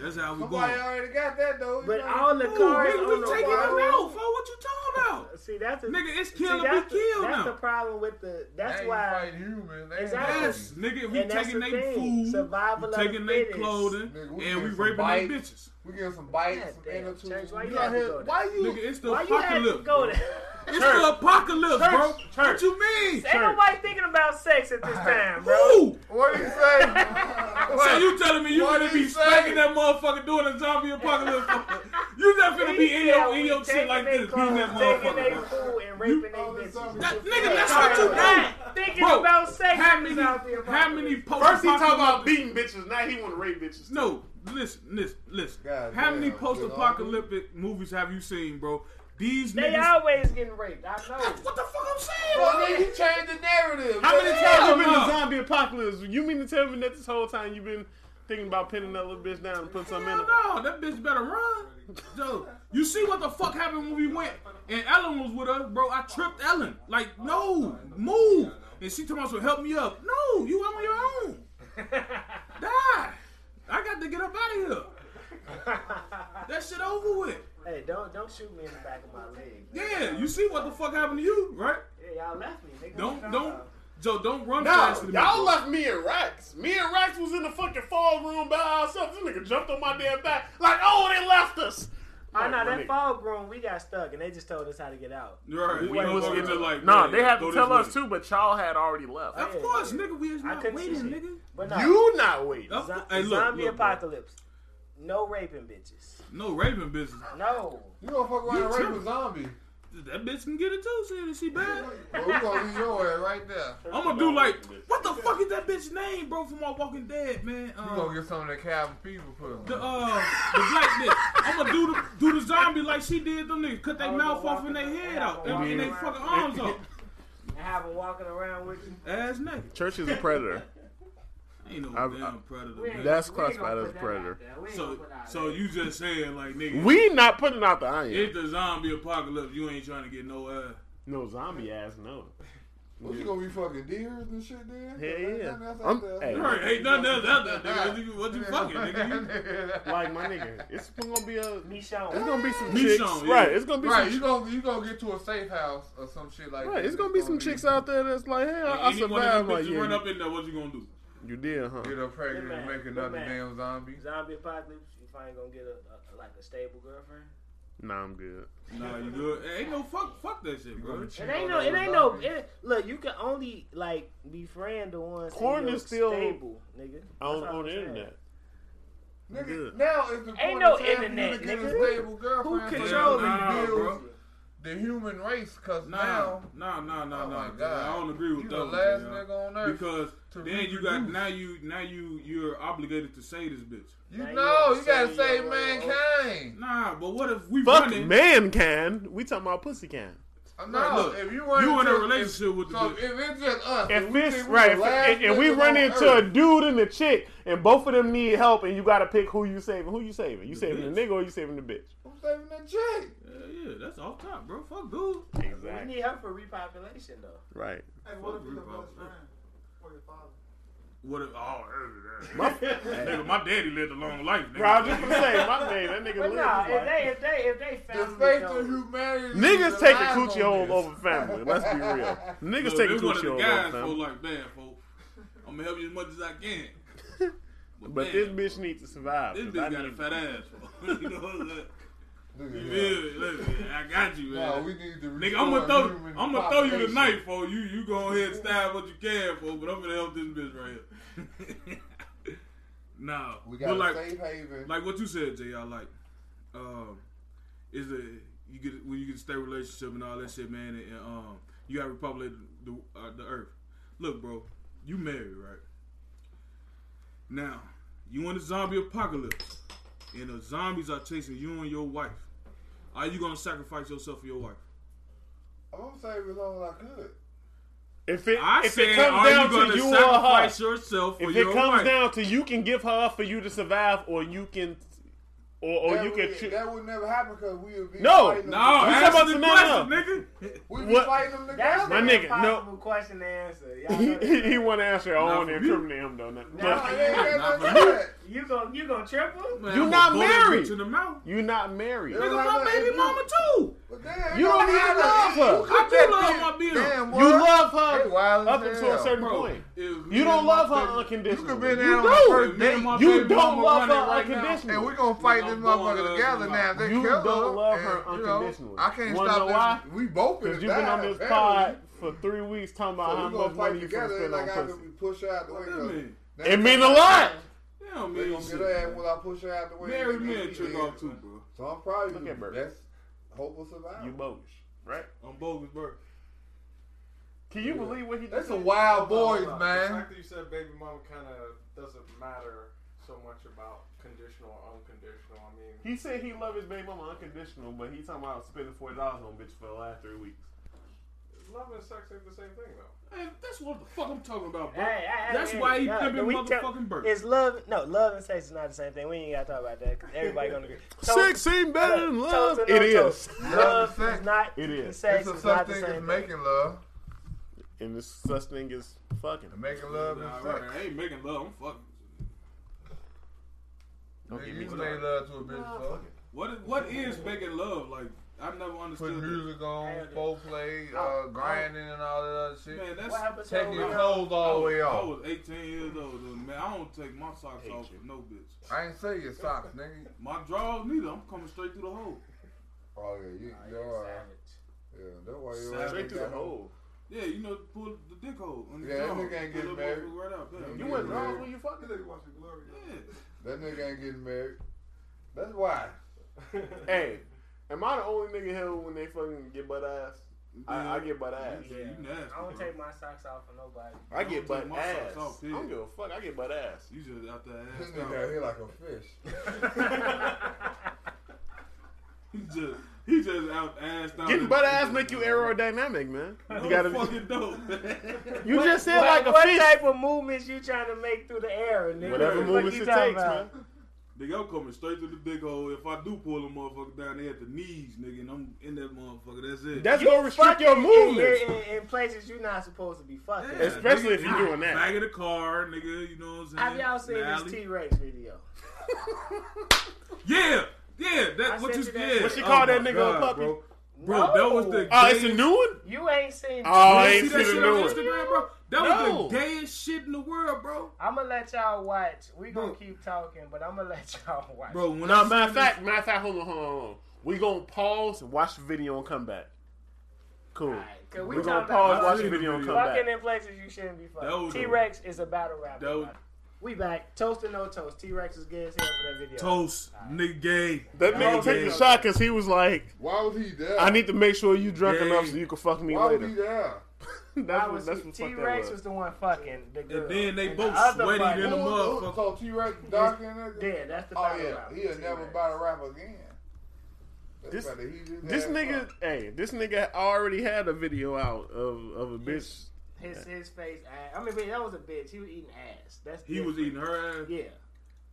Speaker 5: That's how we
Speaker 3: Somebody
Speaker 5: going.
Speaker 3: already got that though. You
Speaker 2: But
Speaker 3: know,
Speaker 2: all the
Speaker 5: Ooh,
Speaker 2: cars
Speaker 5: nigga,
Speaker 2: on
Speaker 5: we
Speaker 2: the
Speaker 5: taking them
Speaker 2: wall.
Speaker 5: out, fo. What you talking about?
Speaker 2: See, that's a,
Speaker 5: Nigga, it's
Speaker 2: see,
Speaker 5: kill or be
Speaker 2: that's the-
Speaker 5: killed
Speaker 2: That's
Speaker 5: now.
Speaker 2: the problem with the. That's
Speaker 3: ain't
Speaker 2: why.
Speaker 3: fighting human. They ain't
Speaker 2: Exactly.
Speaker 5: Yes, nigga, if we
Speaker 2: And that's
Speaker 5: taking
Speaker 2: the
Speaker 5: their
Speaker 2: thing,
Speaker 5: food,
Speaker 2: survival
Speaker 5: we
Speaker 2: of the
Speaker 5: taking their
Speaker 2: fittest.
Speaker 5: clothing,
Speaker 3: Nigga, we
Speaker 5: and we
Speaker 3: getting some
Speaker 5: raping their
Speaker 3: bites.
Speaker 5: bitches.
Speaker 3: We getting some bites,
Speaker 2: God
Speaker 3: some
Speaker 2: damn,
Speaker 3: attitudes.
Speaker 2: Church, why you
Speaker 3: out
Speaker 2: had to
Speaker 3: here-
Speaker 2: go there?
Speaker 3: Why you?
Speaker 5: Nigga, it's the
Speaker 2: Why you had to
Speaker 5: apocalypse.
Speaker 2: go
Speaker 5: bro.
Speaker 2: there?
Speaker 5: It's the apocalypse, bro.
Speaker 4: Church,
Speaker 5: What
Speaker 4: church.
Speaker 5: you mean?
Speaker 2: Ain't nobody thinking about sex at this time, bro.
Speaker 5: Who?
Speaker 3: What do you say?
Speaker 5: So you telling me you
Speaker 3: What
Speaker 5: gonna
Speaker 3: he
Speaker 5: be
Speaker 3: say?
Speaker 5: spanking that motherfucker doing a zombie apocalypse? you just gonna be in your in your shit like this, beating that
Speaker 2: taking their
Speaker 5: motherfucker.
Speaker 2: food and raping their
Speaker 3: all this
Speaker 2: bitches.
Speaker 3: something-
Speaker 5: That, nigga, that's what you do.
Speaker 2: Not Thinking
Speaker 5: Bro,
Speaker 2: about sex
Speaker 5: How
Speaker 2: at
Speaker 5: many?
Speaker 2: this zombie
Speaker 5: How many?
Speaker 2: apocalypse.
Speaker 4: First he talking
Speaker 5: post-apocalyptic-
Speaker 4: about beating bitches, now he want to rape bitches.
Speaker 5: No, listen, listen, listen.
Speaker 3: God
Speaker 5: How many
Speaker 3: damn,
Speaker 5: post-apocalyptic movies have you seen, bro? These
Speaker 2: They
Speaker 5: niggas.
Speaker 2: always getting raped. I know.
Speaker 5: What the fuck I'm saying,
Speaker 3: Bro, nigga, you changed the narrative.
Speaker 4: How many times you been
Speaker 5: no.
Speaker 4: in zombie apocalypse? You mean to tell me that this whole time you been thinking about pinning that little bitch down and putting something in her?
Speaker 5: Hell no, that bitch better run. Yo, you see what the fuck happened when we went and Ellen was with us, bro? I tripped Ellen. Like, no, move. And she told me, so help me up. No, you on your own. Die. I got to get up out of here. That shit over with.
Speaker 2: hey, don't don't shoot me in the back of my leg. man.
Speaker 5: Yeah, you see what the fuck happened to you, right?
Speaker 2: Yeah, y'all left me. Nigga.
Speaker 5: Don't,
Speaker 2: Nah.
Speaker 5: don't, Joe, don't run
Speaker 4: Nah,
Speaker 5: faster than me.
Speaker 4: y'all
Speaker 5: bro.
Speaker 4: left me and Rax. Me and Rax was in the fucking fall room by ourselves. This nigga jumped on my damn back like, oh, they left us.
Speaker 2: I know
Speaker 4: Like, my
Speaker 2: Ah, that
Speaker 4: nigga.
Speaker 2: fog room. We got stuck, and they just told us how to get out.
Speaker 5: Right.
Speaker 4: We
Speaker 5: We was
Speaker 4: was
Speaker 5: fucking
Speaker 4: getting-
Speaker 5: just like,
Speaker 4: Nah,
Speaker 5: man,
Speaker 4: they had
Speaker 5: go
Speaker 4: to
Speaker 5: this
Speaker 4: tell us
Speaker 5: way.
Speaker 4: too, but y'all had already left.
Speaker 5: Of course, nigga, we is
Speaker 2: I
Speaker 5: not
Speaker 2: couldn't
Speaker 5: waiting,
Speaker 2: see shit.
Speaker 5: nigga.
Speaker 2: But nah,
Speaker 4: You not waiting.
Speaker 5: Of
Speaker 2: zo-
Speaker 5: cou- hey, look,
Speaker 2: zombie
Speaker 5: look, bro.
Speaker 2: apocalypse. No raping bitches.
Speaker 5: No raping business.
Speaker 2: No.
Speaker 3: You gonna fuck around and
Speaker 5: You
Speaker 3: rape
Speaker 5: too.
Speaker 3: a zombie.
Speaker 5: That bitch can get it too, shit. Is she bad?
Speaker 3: Well, we gonna leave your ass right there.
Speaker 5: I'm gonna do like, what the fuck is that bitch name, bro, from my Walking Dead, man?
Speaker 3: You
Speaker 5: Uh,
Speaker 3: gonna get some of that Calvin Fever put
Speaker 5: the uh, the black bitch. I'm gonna do the do the zombie like she did them niggas. Cut their
Speaker 2: Oh,
Speaker 5: mouth
Speaker 2: the
Speaker 5: off and their
Speaker 2: walking-
Speaker 5: head
Speaker 2: yeah,
Speaker 5: out,
Speaker 2: the
Speaker 5: and,
Speaker 2: walking
Speaker 5: and their
Speaker 2: around.
Speaker 5: fucking arms off.
Speaker 2: And have them walking around with you.
Speaker 5: Ass naked.
Speaker 4: Church is a predator.
Speaker 5: Ain't no
Speaker 4: I've-
Speaker 5: damn
Speaker 4: I-
Speaker 5: predator.
Speaker 2: We ain't-
Speaker 5: Man.
Speaker 4: That's
Speaker 2: we ain't
Speaker 4: classified
Speaker 2: gonna
Speaker 4: as
Speaker 2: put that
Speaker 4: predator.
Speaker 2: out there. We ain't
Speaker 5: So
Speaker 2: gonna put that out
Speaker 5: so
Speaker 2: there.
Speaker 5: you just saying like nigga,
Speaker 4: We not putting out the iron.
Speaker 5: if the zombie apocalypse, you ain't trying to get no uh, ass.
Speaker 4: no zombie ass, no.
Speaker 3: What you gonna be fucking deers and shit then?
Speaker 4: Hell
Speaker 3: Ain't
Speaker 4: yeah.
Speaker 3: nothing else
Speaker 4: I'm-
Speaker 3: out there.
Speaker 4: hey.
Speaker 5: Right, ain't nothing else out there, nigga. What you- What you fucking, nigga?
Speaker 4: Like my nigga, it's gonna be a. It's
Speaker 2: Michonne.
Speaker 4: gonna be some
Speaker 5: Me
Speaker 4: chicks,
Speaker 5: shown, yeah.
Speaker 4: right? It's gonna be
Speaker 3: Right,
Speaker 4: some.
Speaker 3: you gonna you gonna get to a safe house or some shit like that.
Speaker 4: Right, it's gonna be some chicks out there that's like, hey, I, I
Speaker 5: Any one of
Speaker 4: survived.
Speaker 5: them
Speaker 4: Like,
Speaker 5: bitches run
Speaker 4: yeah,
Speaker 5: up in there, what you gonna do?
Speaker 4: you did, huh?
Speaker 3: Get her pregnant
Speaker 2: Good
Speaker 3: and
Speaker 2: man,
Speaker 3: make
Speaker 2: good
Speaker 3: another
Speaker 2: man.
Speaker 3: damn zombie.
Speaker 2: Zombie apocalypse. You finally gonna get a, a like a stable girlfriend.
Speaker 4: Nah, I'm good.
Speaker 5: Nah, you good? Ain't no fuck, fuck that shit, bro.
Speaker 3: gonna cheat
Speaker 2: It ain't
Speaker 3: on
Speaker 2: no. It
Speaker 3: those
Speaker 2: ain't no.
Speaker 3: zombies.
Speaker 2: It, look, you can only like befriend the ones
Speaker 4: Corn
Speaker 2: in your
Speaker 4: is still
Speaker 2: stable, nigga.
Speaker 4: On,
Speaker 2: That's all
Speaker 4: on
Speaker 2: I'm
Speaker 4: the
Speaker 2: saying.
Speaker 4: internet,
Speaker 3: Nigga,
Speaker 4: Good.
Speaker 3: now it's the point
Speaker 2: no
Speaker 3: of time
Speaker 2: internet,
Speaker 3: for you to get
Speaker 2: nigga.
Speaker 3: a stable
Speaker 2: Who
Speaker 3: girlfriend. so
Speaker 2: controls
Speaker 5: Nah,
Speaker 3: you
Speaker 5: bro.
Speaker 3: build the human race? Cause
Speaker 5: Nah,
Speaker 3: now
Speaker 5: nah, nah, nah,
Speaker 3: Oh
Speaker 5: nah.
Speaker 3: my God.
Speaker 5: I don't agree with
Speaker 3: you
Speaker 5: that.
Speaker 3: the
Speaker 5: one,
Speaker 3: last
Speaker 5: y'all.
Speaker 3: nigga on earth.
Speaker 5: because
Speaker 3: to
Speaker 5: then you got
Speaker 3: reproduce.
Speaker 5: now you now you you're obligated to say this bitch.
Speaker 3: you
Speaker 2: Now you
Speaker 3: know
Speaker 2: gotta
Speaker 3: you gotta
Speaker 2: save your
Speaker 4: uh,
Speaker 3: save
Speaker 2: way up.
Speaker 3: mankind.
Speaker 5: Nah, but what if we
Speaker 4: fuck
Speaker 5: running?
Speaker 4: mankind. We talking about pussy can.
Speaker 3: No,
Speaker 5: Right, look,
Speaker 3: if you run
Speaker 5: You in a
Speaker 3: into-
Speaker 5: relationship with the
Speaker 3: So
Speaker 5: bitch?
Speaker 3: if it's just us,
Speaker 4: If
Speaker 3: we
Speaker 4: this
Speaker 3: think
Speaker 4: right,
Speaker 3: the
Speaker 4: if,
Speaker 3: last
Speaker 4: and, and we
Speaker 3: niggas
Speaker 4: run
Speaker 3: on
Speaker 4: into
Speaker 3: earth,
Speaker 4: a dude and a chick, and both of them need help, and you got to pick who you saving. Who you saving? You saving the
Speaker 5: bitch.
Speaker 4: nigga or you saving the bitch?
Speaker 3: I'm saving that chick.
Speaker 5: Hell yeah, that's off top, bro. Fuck dude.
Speaker 2: We
Speaker 4: Exactly.
Speaker 2: need help for repopulation though.
Speaker 4: Right.
Speaker 6: Hey, what if you're your best friend or your father?
Speaker 5: What if oh my, nigga, my daddy lived a long life, nigga.
Speaker 4: Bro, I was just gonna say, my name, that nigga
Speaker 2: But nah, if
Speaker 4: lives.
Speaker 2: they if they if they
Speaker 3: The
Speaker 2: found
Speaker 3: faith of humanity.
Speaker 4: Niggas
Speaker 3: is
Speaker 4: take a
Speaker 3: alive
Speaker 4: coochie
Speaker 3: on
Speaker 4: home
Speaker 3: this.
Speaker 4: over family. Let's be real. Niggas
Speaker 5: Look,
Speaker 4: take a
Speaker 5: they one of
Speaker 4: coochie
Speaker 5: the
Speaker 4: home over
Speaker 5: guys for
Speaker 4: family.
Speaker 5: like man, folks. I'm gonna help you as much as I can.
Speaker 4: But this
Speaker 5: damn,
Speaker 4: bitch needs to survive.
Speaker 5: this
Speaker 4: 'cause I
Speaker 5: bitch got a
Speaker 4: need-
Speaker 5: fat ass. fo. you know what I'm saying?
Speaker 3: Nigga,
Speaker 5: You
Speaker 3: yeah.
Speaker 5: feel me? Look, I got you, man.
Speaker 3: No, we need to
Speaker 5: Nigga, I'm gonna
Speaker 3: restore
Speaker 5: throw,
Speaker 3: human
Speaker 5: I'm gonna throw you the
Speaker 3: population.
Speaker 5: knife, for you. You go ahead and stab what you can, for, but I'm gonna help this bitch right here. nah,
Speaker 3: We got
Speaker 5: but like,
Speaker 3: a safe haven.
Speaker 5: like what you said, Jr. Like, um, is that you get when you get a stable relationship and all that shit, man, and, and, um, you got repopulate the uh, the earth. Look, bro, you married, right? Now, you in a zombie apocalypse, and the zombies are chasing you and your wife. Are you gonna sacrifice yourself for your wife?
Speaker 3: I'm gonna save as long as I could.
Speaker 4: If it
Speaker 5: I
Speaker 4: if
Speaker 5: said,
Speaker 4: it comes
Speaker 5: are you
Speaker 4: down
Speaker 5: going
Speaker 4: to
Speaker 5: to
Speaker 4: you or her,
Speaker 5: sacrifice yourself for
Speaker 4: if
Speaker 5: your
Speaker 4: it comes
Speaker 5: wife?
Speaker 4: down to you can give her up for you to survive, or you can, or, or
Speaker 3: that
Speaker 4: you
Speaker 3: would,
Speaker 4: can. choo-
Speaker 3: That would never happen because we would be
Speaker 4: No,
Speaker 3: fighting
Speaker 5: no,
Speaker 3: them.
Speaker 4: You
Speaker 5: ask
Speaker 4: talking about
Speaker 5: the question,
Speaker 4: some man
Speaker 5: nigga.
Speaker 3: we be
Speaker 4: what-
Speaker 3: fighting them
Speaker 2: That's
Speaker 3: together.
Speaker 4: My
Speaker 2: an
Speaker 4: nigga, no.
Speaker 2: impossible question to answer. Y'all
Speaker 4: he
Speaker 2: know that.
Speaker 4: he want to answer. I
Speaker 5: Not
Speaker 4: want to
Speaker 5: for me.
Speaker 4: incriminate him though. Not,
Speaker 3: No,
Speaker 4: but
Speaker 3: it ain't
Speaker 5: Not
Speaker 3: nothing
Speaker 5: for
Speaker 3: like
Speaker 5: me.
Speaker 3: that.
Speaker 2: You gon' you gon' triple?
Speaker 5: Man,
Speaker 4: You
Speaker 5: I'ma
Speaker 4: not
Speaker 5: blow that
Speaker 4: married.
Speaker 5: bitch in the mouth.
Speaker 4: you not married.
Speaker 5: Nigga,
Speaker 3: Nigga,
Speaker 5: my
Speaker 3: like that,
Speaker 5: baby
Speaker 3: you-
Speaker 5: mama too.
Speaker 3: But damn,
Speaker 4: You
Speaker 3: it
Speaker 4: don't even
Speaker 3: matter.
Speaker 4: love her.
Speaker 3: You cut
Speaker 5: I do
Speaker 3: that
Speaker 5: love
Speaker 3: bitch.
Speaker 5: my bitch.
Speaker 3: Damn, boy.
Speaker 4: You love
Speaker 3: They
Speaker 4: her
Speaker 3: wild as
Speaker 4: up until a
Speaker 3: hell.
Speaker 4: certain
Speaker 5: Bro,
Speaker 4: point.
Speaker 5: if me
Speaker 4: You don't
Speaker 5: and
Speaker 4: love
Speaker 5: my
Speaker 4: her
Speaker 5: baby-
Speaker 4: unconditionally.
Speaker 3: You could been
Speaker 4: you
Speaker 3: out on the
Speaker 4: do.
Speaker 3: first
Speaker 5: if me and my
Speaker 4: You
Speaker 5: baby
Speaker 4: don't
Speaker 5: mama
Speaker 4: love
Speaker 5: running
Speaker 4: her
Speaker 5: right now,
Speaker 4: unconditionally.
Speaker 3: And we gonna fight
Speaker 5: Like,
Speaker 3: this
Speaker 5: I'm
Speaker 3: motherfucker
Speaker 5: born
Speaker 3: together
Speaker 5: ugly.
Speaker 3: now. If they
Speaker 4: You
Speaker 3: kill
Speaker 4: don't
Speaker 3: her,
Speaker 4: love her
Speaker 3: and, you know,
Speaker 4: unconditionally.
Speaker 3: I can't
Speaker 4: Wanna
Speaker 3: stop
Speaker 4: know
Speaker 3: this.
Speaker 4: why?
Speaker 3: We both in
Speaker 4: Because you've been on this pod for three weeks talking about
Speaker 3: So
Speaker 4: how
Speaker 3: we gonna
Speaker 4: much money
Speaker 3: fight
Speaker 4: you finna
Speaker 3: together. It's
Speaker 4: spend
Speaker 3: like
Speaker 4: on
Speaker 3: I
Speaker 4: pussy.
Speaker 3: we push her out the way.
Speaker 5: What that
Speaker 3: 'cause
Speaker 5: mean?
Speaker 3: that's
Speaker 4: It mean
Speaker 3: how
Speaker 4: a lot.
Speaker 5: They don't
Speaker 3: They
Speaker 5: mean
Speaker 3: gonna get her ass
Speaker 5: shit.
Speaker 3: when I push her out the way.
Speaker 5: Married
Speaker 3: She
Speaker 5: men
Speaker 3: is.
Speaker 5: trick off too, bro.
Speaker 3: So I'm probably
Speaker 4: Look at Bert.
Speaker 3: that's hope of survival.
Speaker 4: You bogus, right?
Speaker 5: On bogus birth.
Speaker 4: Can you believe what he
Speaker 3: That's
Speaker 4: just
Speaker 3: some
Speaker 4: said?
Speaker 3: wild boys,
Speaker 6: The
Speaker 3: man.
Speaker 6: fact that you said baby mama kind of doesn't matter so much about conditional or unconditional. I mean,
Speaker 4: He said he loved his baby mama unconditional, but he talking about spending forty dollars on bitch for the last three weeks.
Speaker 6: love and sex ain't the same thing, though.
Speaker 5: Hey, that's what the fuck I'm talking about, bro.
Speaker 2: Hey, hey,
Speaker 5: That's
Speaker 2: hey,
Speaker 5: why he
Speaker 2: no,
Speaker 5: pimping
Speaker 2: we tell-
Speaker 5: motherfucking birth.
Speaker 2: It's love. No, love and sex is not the same thing. We ain't gotta talk about that. 'cause everybody gonna agree.
Speaker 4: Sex ain't better than love.
Speaker 2: It
Speaker 4: It
Speaker 2: is.
Speaker 4: is.
Speaker 2: Love is not.
Speaker 4: It is.
Speaker 2: Sex
Speaker 3: It's a
Speaker 2: is not
Speaker 3: such
Speaker 2: the
Speaker 3: thing
Speaker 2: same
Speaker 3: as
Speaker 2: thing.
Speaker 3: making love.
Speaker 4: and this such thing as fucking.
Speaker 3: Making love and
Speaker 5: Nah,
Speaker 3: sex.
Speaker 5: I ain't making love. I'm fucking.
Speaker 4: Don't
Speaker 3: Nigga,
Speaker 4: get
Speaker 3: you
Speaker 4: me
Speaker 3: made
Speaker 4: started.
Speaker 3: love to a bitch,
Speaker 7: Nah,
Speaker 3: so.
Speaker 7: fuck it.
Speaker 5: What is, what is making love? Like I never
Speaker 3: Put
Speaker 5: understood. that.
Speaker 3: music on,
Speaker 2: Hell yeah.
Speaker 3: foreplay, uh,
Speaker 2: Oh,
Speaker 3: grinding and all that other shit.
Speaker 5: Man, that's
Speaker 2: What happened to
Speaker 3: Taking your
Speaker 2: uh,
Speaker 3: clothes all the way
Speaker 5: I
Speaker 3: off.
Speaker 5: was 18 years old, and, man. I don't take my socks off for no bitch.
Speaker 3: I ain't say your socks, nigga.
Speaker 5: My drawers neither. I'm coming straight through the hole.
Speaker 3: Oh yeah, you,
Speaker 2: Nah,
Speaker 3: you
Speaker 2: you
Speaker 3: are.
Speaker 2: savage.
Speaker 3: Yeah, that's why you
Speaker 5: Savage.
Speaker 3: ain't
Speaker 4: Straight through the
Speaker 3: got no-
Speaker 4: hole.
Speaker 5: Yeah, you know, pull the dick hole. under
Speaker 3: Yeah,
Speaker 5: the
Speaker 3: that nigga
Speaker 5: Pull
Speaker 3: ain't getting
Speaker 5: that motherfucker
Speaker 3: married.
Speaker 5: Right out. Yeah.
Speaker 4: You
Speaker 3: Yeah.
Speaker 4: went wrong when you fucking.
Speaker 7: This nigga watching Glory.
Speaker 5: Yeah.
Speaker 3: That nigga ain't getting married. That's why.
Speaker 4: Hey, am I the only nigga here when they fucking get butt ass? I, I get butt ass.
Speaker 5: Yeah, you nasty.
Speaker 2: I don't
Speaker 5: bro.
Speaker 2: take my socks off for nobody.
Speaker 4: I
Speaker 5: don't
Speaker 4: get
Speaker 5: take
Speaker 4: butt
Speaker 5: my
Speaker 4: ass.
Speaker 5: socks
Speaker 4: I
Speaker 5: off,
Speaker 4: don't
Speaker 5: period.
Speaker 4: give a fuck. I get butt ass.
Speaker 5: You just out there
Speaker 3: This
Speaker 5: ass
Speaker 3: nigga
Speaker 5: out.
Speaker 3: out here like a fish.
Speaker 5: He just he just out ass out.
Speaker 4: Getting butt ass make you aerodynamic, man. You gotta. be-
Speaker 5: fucking dope.
Speaker 4: You just said
Speaker 2: what,
Speaker 4: like a
Speaker 2: what
Speaker 4: fish.
Speaker 2: type of movements you trying to make through the air, nigga?
Speaker 4: Whatever
Speaker 2: What
Speaker 4: movements
Speaker 2: you
Speaker 4: it
Speaker 2: talking
Speaker 4: takes,
Speaker 2: about?
Speaker 4: man.
Speaker 5: nigga, I'm coming straight to the big hole. If I do pull a motherfucker down there at the knees, nigga, and I'm in that motherfucker, that's it.
Speaker 4: That's gonna restrict your
Speaker 2: Fucking in-
Speaker 4: movements.
Speaker 2: in, in, in places you're not supposed to be fucking.
Speaker 5: Yeah,
Speaker 4: Especially if
Speaker 5: nigga,
Speaker 4: you're doing that.
Speaker 5: Back of the car, nigga. You know what I'm saying?
Speaker 2: Have y'all seen
Speaker 5: In the
Speaker 2: this
Speaker 5: alley.
Speaker 2: T Rex video?
Speaker 5: Yeah, yeah.
Speaker 2: I
Speaker 5: That what you
Speaker 2: sent you that.
Speaker 5: yeah.
Speaker 4: What she
Speaker 5: Oh
Speaker 4: call
Speaker 5: my
Speaker 4: that nigga a
Speaker 5: God,
Speaker 4: puppy?
Speaker 5: Bro,
Speaker 2: No.
Speaker 5: bro that was the.
Speaker 4: Oh, it's a
Speaker 5: gayest-
Speaker 4: new one.
Speaker 2: You ain't seen.
Speaker 4: Oh, I
Speaker 5: You
Speaker 4: ain't
Speaker 5: see that
Speaker 4: seen
Speaker 5: shit
Speaker 4: the
Speaker 5: on
Speaker 4: new one.
Speaker 5: Instagram, bro? That
Speaker 4: No.
Speaker 5: was the gayest shit in the world, bro.
Speaker 2: I'm gonna let y'all watch. We gonna
Speaker 5: Bro.
Speaker 2: keep talking, but I'm gonna let y'all watch.
Speaker 5: Bro, when I
Speaker 4: No,
Speaker 5: seen
Speaker 4: matter of
Speaker 5: this-
Speaker 4: fact, matter of fact, hold on, hold on, hold on. We gonna pause and watch the video and come back. Cool.
Speaker 2: Alright, 'cause we
Speaker 4: we are gonna
Speaker 2: talking about-
Speaker 4: pause, watch the
Speaker 5: I've seen the
Speaker 4: video, and
Speaker 5: video.
Speaker 4: come back.
Speaker 2: Fucking in places you shouldn't be
Speaker 5: That was
Speaker 2: fucking.
Speaker 5: a-
Speaker 2: T Rex is a battle rap.
Speaker 5: That was-
Speaker 2: we back. Toast or no toast. T Rex is gay as hell for that video.
Speaker 5: Toast, nigga, gay.
Speaker 4: That
Speaker 2: That
Speaker 4: nigga
Speaker 2: was
Speaker 4: took
Speaker 2: it.
Speaker 4: the shot because he was like,
Speaker 3: Why was he there?
Speaker 4: "I need to make sure you drunk
Speaker 5: Yeah.
Speaker 4: enough so you can fuck me
Speaker 3: Why was he
Speaker 4: later."
Speaker 3: there?
Speaker 4: that's
Speaker 2: That
Speaker 4: what
Speaker 2: was
Speaker 4: that's what the
Speaker 2: T
Speaker 4: fuck
Speaker 2: Rex
Speaker 4: that
Speaker 2: was
Speaker 4: was.
Speaker 2: the one fucking the girl.
Speaker 5: then they
Speaker 2: And the
Speaker 5: both
Speaker 2: other
Speaker 5: sweaty
Speaker 2: fucker-
Speaker 5: than
Speaker 3: Who
Speaker 5: the
Speaker 3: was
Speaker 5: motherfucker.
Speaker 3: So T Rex dark in there?
Speaker 2: Yeah, that's the
Speaker 3: Oh
Speaker 2: battle
Speaker 3: yeah,
Speaker 2: rapper,
Speaker 3: he'll never
Speaker 2: T-Rex.
Speaker 3: buy the rap again. That's
Speaker 4: This-
Speaker 3: better. He just
Speaker 4: This
Speaker 3: had
Speaker 4: nigga,
Speaker 3: fun.
Speaker 4: hey, this nigga already had a video out of of a bitch.
Speaker 2: Yes. His his face ass. I mean, but that was a bitch. He was eating ass. That's
Speaker 5: He was
Speaker 2: different.
Speaker 5: eating her ass.
Speaker 2: Yeah.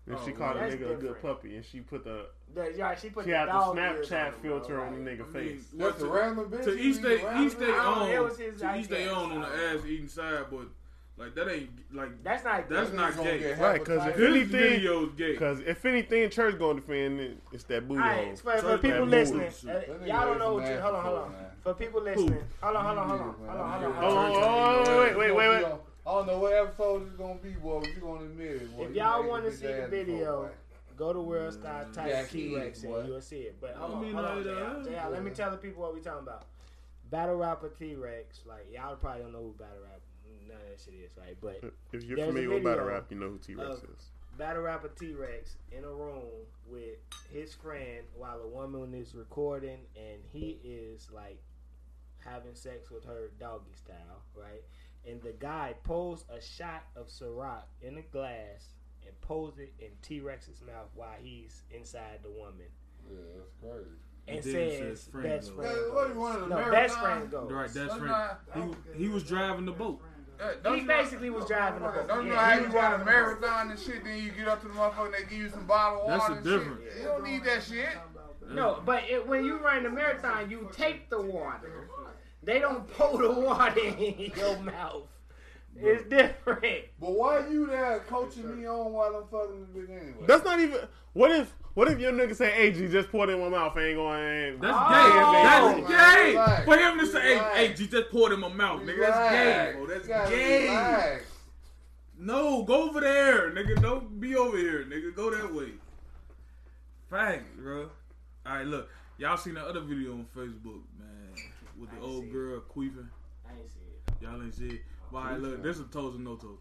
Speaker 4: And she
Speaker 5: Oh,
Speaker 4: called a
Speaker 2: that's
Speaker 4: nigga a good
Speaker 2: different.
Speaker 4: puppy, and she put the
Speaker 2: That, yeah, she put
Speaker 4: she
Speaker 2: the
Speaker 4: had the
Speaker 2: dog ears on
Speaker 4: Snapchat
Speaker 2: him, bro,
Speaker 4: filter on the
Speaker 2: like-
Speaker 4: nigga
Speaker 5: I mean,
Speaker 4: face.
Speaker 5: what
Speaker 3: That's
Speaker 5: the-
Speaker 3: a random bitch.
Speaker 5: To
Speaker 3: He
Speaker 5: each
Speaker 3: was
Speaker 5: they
Speaker 3: a random
Speaker 5: each they
Speaker 3: bitch.
Speaker 2: don't know,
Speaker 5: own.
Speaker 2: it was his
Speaker 5: To each they
Speaker 2: idea.
Speaker 5: own on the ass eating side, but like that ain't like
Speaker 2: That's not.
Speaker 5: That's
Speaker 2: good.
Speaker 5: not
Speaker 3: He's gonna
Speaker 5: gay.
Speaker 3: get
Speaker 4: Right, 'cause if
Speaker 3: hepatitis.
Speaker 5: this
Speaker 4: anything-
Speaker 5: video is gay.
Speaker 4: Because if anything, church gonna defend it, it's that booty
Speaker 2: All right,
Speaker 4: hole.
Speaker 2: for, for
Speaker 5: Turn that
Speaker 2: people
Speaker 5: movie
Speaker 2: listening,
Speaker 5: shit.
Speaker 2: uh,
Speaker 3: That nigga
Speaker 2: y'all don't
Speaker 3: raised
Speaker 2: know
Speaker 3: some
Speaker 2: what you.
Speaker 3: ass
Speaker 2: Hold on, hold
Speaker 3: before,
Speaker 2: on.
Speaker 3: man.
Speaker 2: For people listening, hold on, hold on, hold on,
Speaker 3: Yeah,
Speaker 2: hold
Speaker 3: man.
Speaker 2: on, hold on.
Speaker 4: Oh,
Speaker 2: Hold on.
Speaker 4: oh, oh, wait, wait, wait, wait.
Speaker 3: I don't know what episode it's gonna be, boy. but You gonna admit it? Boy.
Speaker 2: If
Speaker 3: You
Speaker 2: y'all
Speaker 3: made a
Speaker 2: wanna
Speaker 3: bitch
Speaker 2: see the
Speaker 3: ass
Speaker 2: video,
Speaker 3: before, boy.
Speaker 2: Go to World Star, type
Speaker 3: Yeah,
Speaker 2: T Rex,
Speaker 3: kids,
Speaker 2: and
Speaker 3: boy.
Speaker 2: you'll see it. But
Speaker 5: I
Speaker 2: hold on,
Speaker 5: mean,
Speaker 2: hold on,
Speaker 5: like,
Speaker 2: JR,
Speaker 5: uh,
Speaker 2: JR, Let me
Speaker 3: yeah.
Speaker 2: tell the people what we talking about. Battle rapper T Rex, like y'all probably don't know who battle rap, none of that shit is, right? But
Speaker 4: If you're
Speaker 2: There's a
Speaker 4: familiar with battle
Speaker 2: video
Speaker 4: rap, you know who T Rex
Speaker 2: of-
Speaker 4: is.
Speaker 2: battle rapper T Rex in a room with his friend while a woman is recording and he is like having sex with her doggy style, right? And the guy pulls a shot of Ciroc in a glass and pulls it in T Rex's mouth while he's inside the woman.
Speaker 3: Yeah, that's crazy.
Speaker 2: And,
Speaker 5: And then it
Speaker 2: says,
Speaker 5: says friend
Speaker 2: best
Speaker 5: goes.
Speaker 2: friend.
Speaker 3: Hey,
Speaker 2: Goes.
Speaker 3: what do you want, an
Speaker 2: no, best
Speaker 3: American?
Speaker 2: friend goes.
Speaker 5: Right, that's
Speaker 3: That's
Speaker 5: right.
Speaker 3: not-
Speaker 5: He, he was driving the boat.
Speaker 3: Hey, don't
Speaker 2: He
Speaker 3: you
Speaker 2: basically was driving the boat.
Speaker 3: Don't you
Speaker 2: Yeah,
Speaker 3: know how
Speaker 2: he
Speaker 3: you
Speaker 2: was
Speaker 3: run a
Speaker 2: driving the boat.
Speaker 3: marathon and shit? Then you get up to the motherfucker and they give you some bottled
Speaker 5: That's
Speaker 3: water.
Speaker 5: the
Speaker 3: and
Speaker 5: difference.
Speaker 3: Shit. You don't need that shit.
Speaker 2: No, but it, when you run the marathon, you take the water. They don't pour the water in your mouth. It's different.
Speaker 3: But why you there coaching me on while I'm fucking the bitch anyway?
Speaker 4: That's not even. What if? What if your nigga say, "Hey, G, just pour it in my mouth. I ain't going."
Speaker 5: That's
Speaker 2: Oh,
Speaker 5: gay.
Speaker 3: man,
Speaker 5: That's gay.
Speaker 3: relax.
Speaker 5: For him to say,
Speaker 3: Relax.
Speaker 5: "Hey, hey, you just poured in my mouth, nigga." That's gay,
Speaker 3: Relax.
Speaker 5: bro. That's
Speaker 3: You gotta
Speaker 5: gay.
Speaker 3: relax.
Speaker 5: No, go over there, nigga. Don't be over here, nigga. Go that way. Fact, bro. All right, look. Y'all seen that other video on Facebook, man, with the
Speaker 2: I
Speaker 5: old
Speaker 2: see it.
Speaker 5: girl queefing.
Speaker 2: I ain't see it.
Speaker 5: Y'all ain't see it. But all right, look, this is toes and no toes.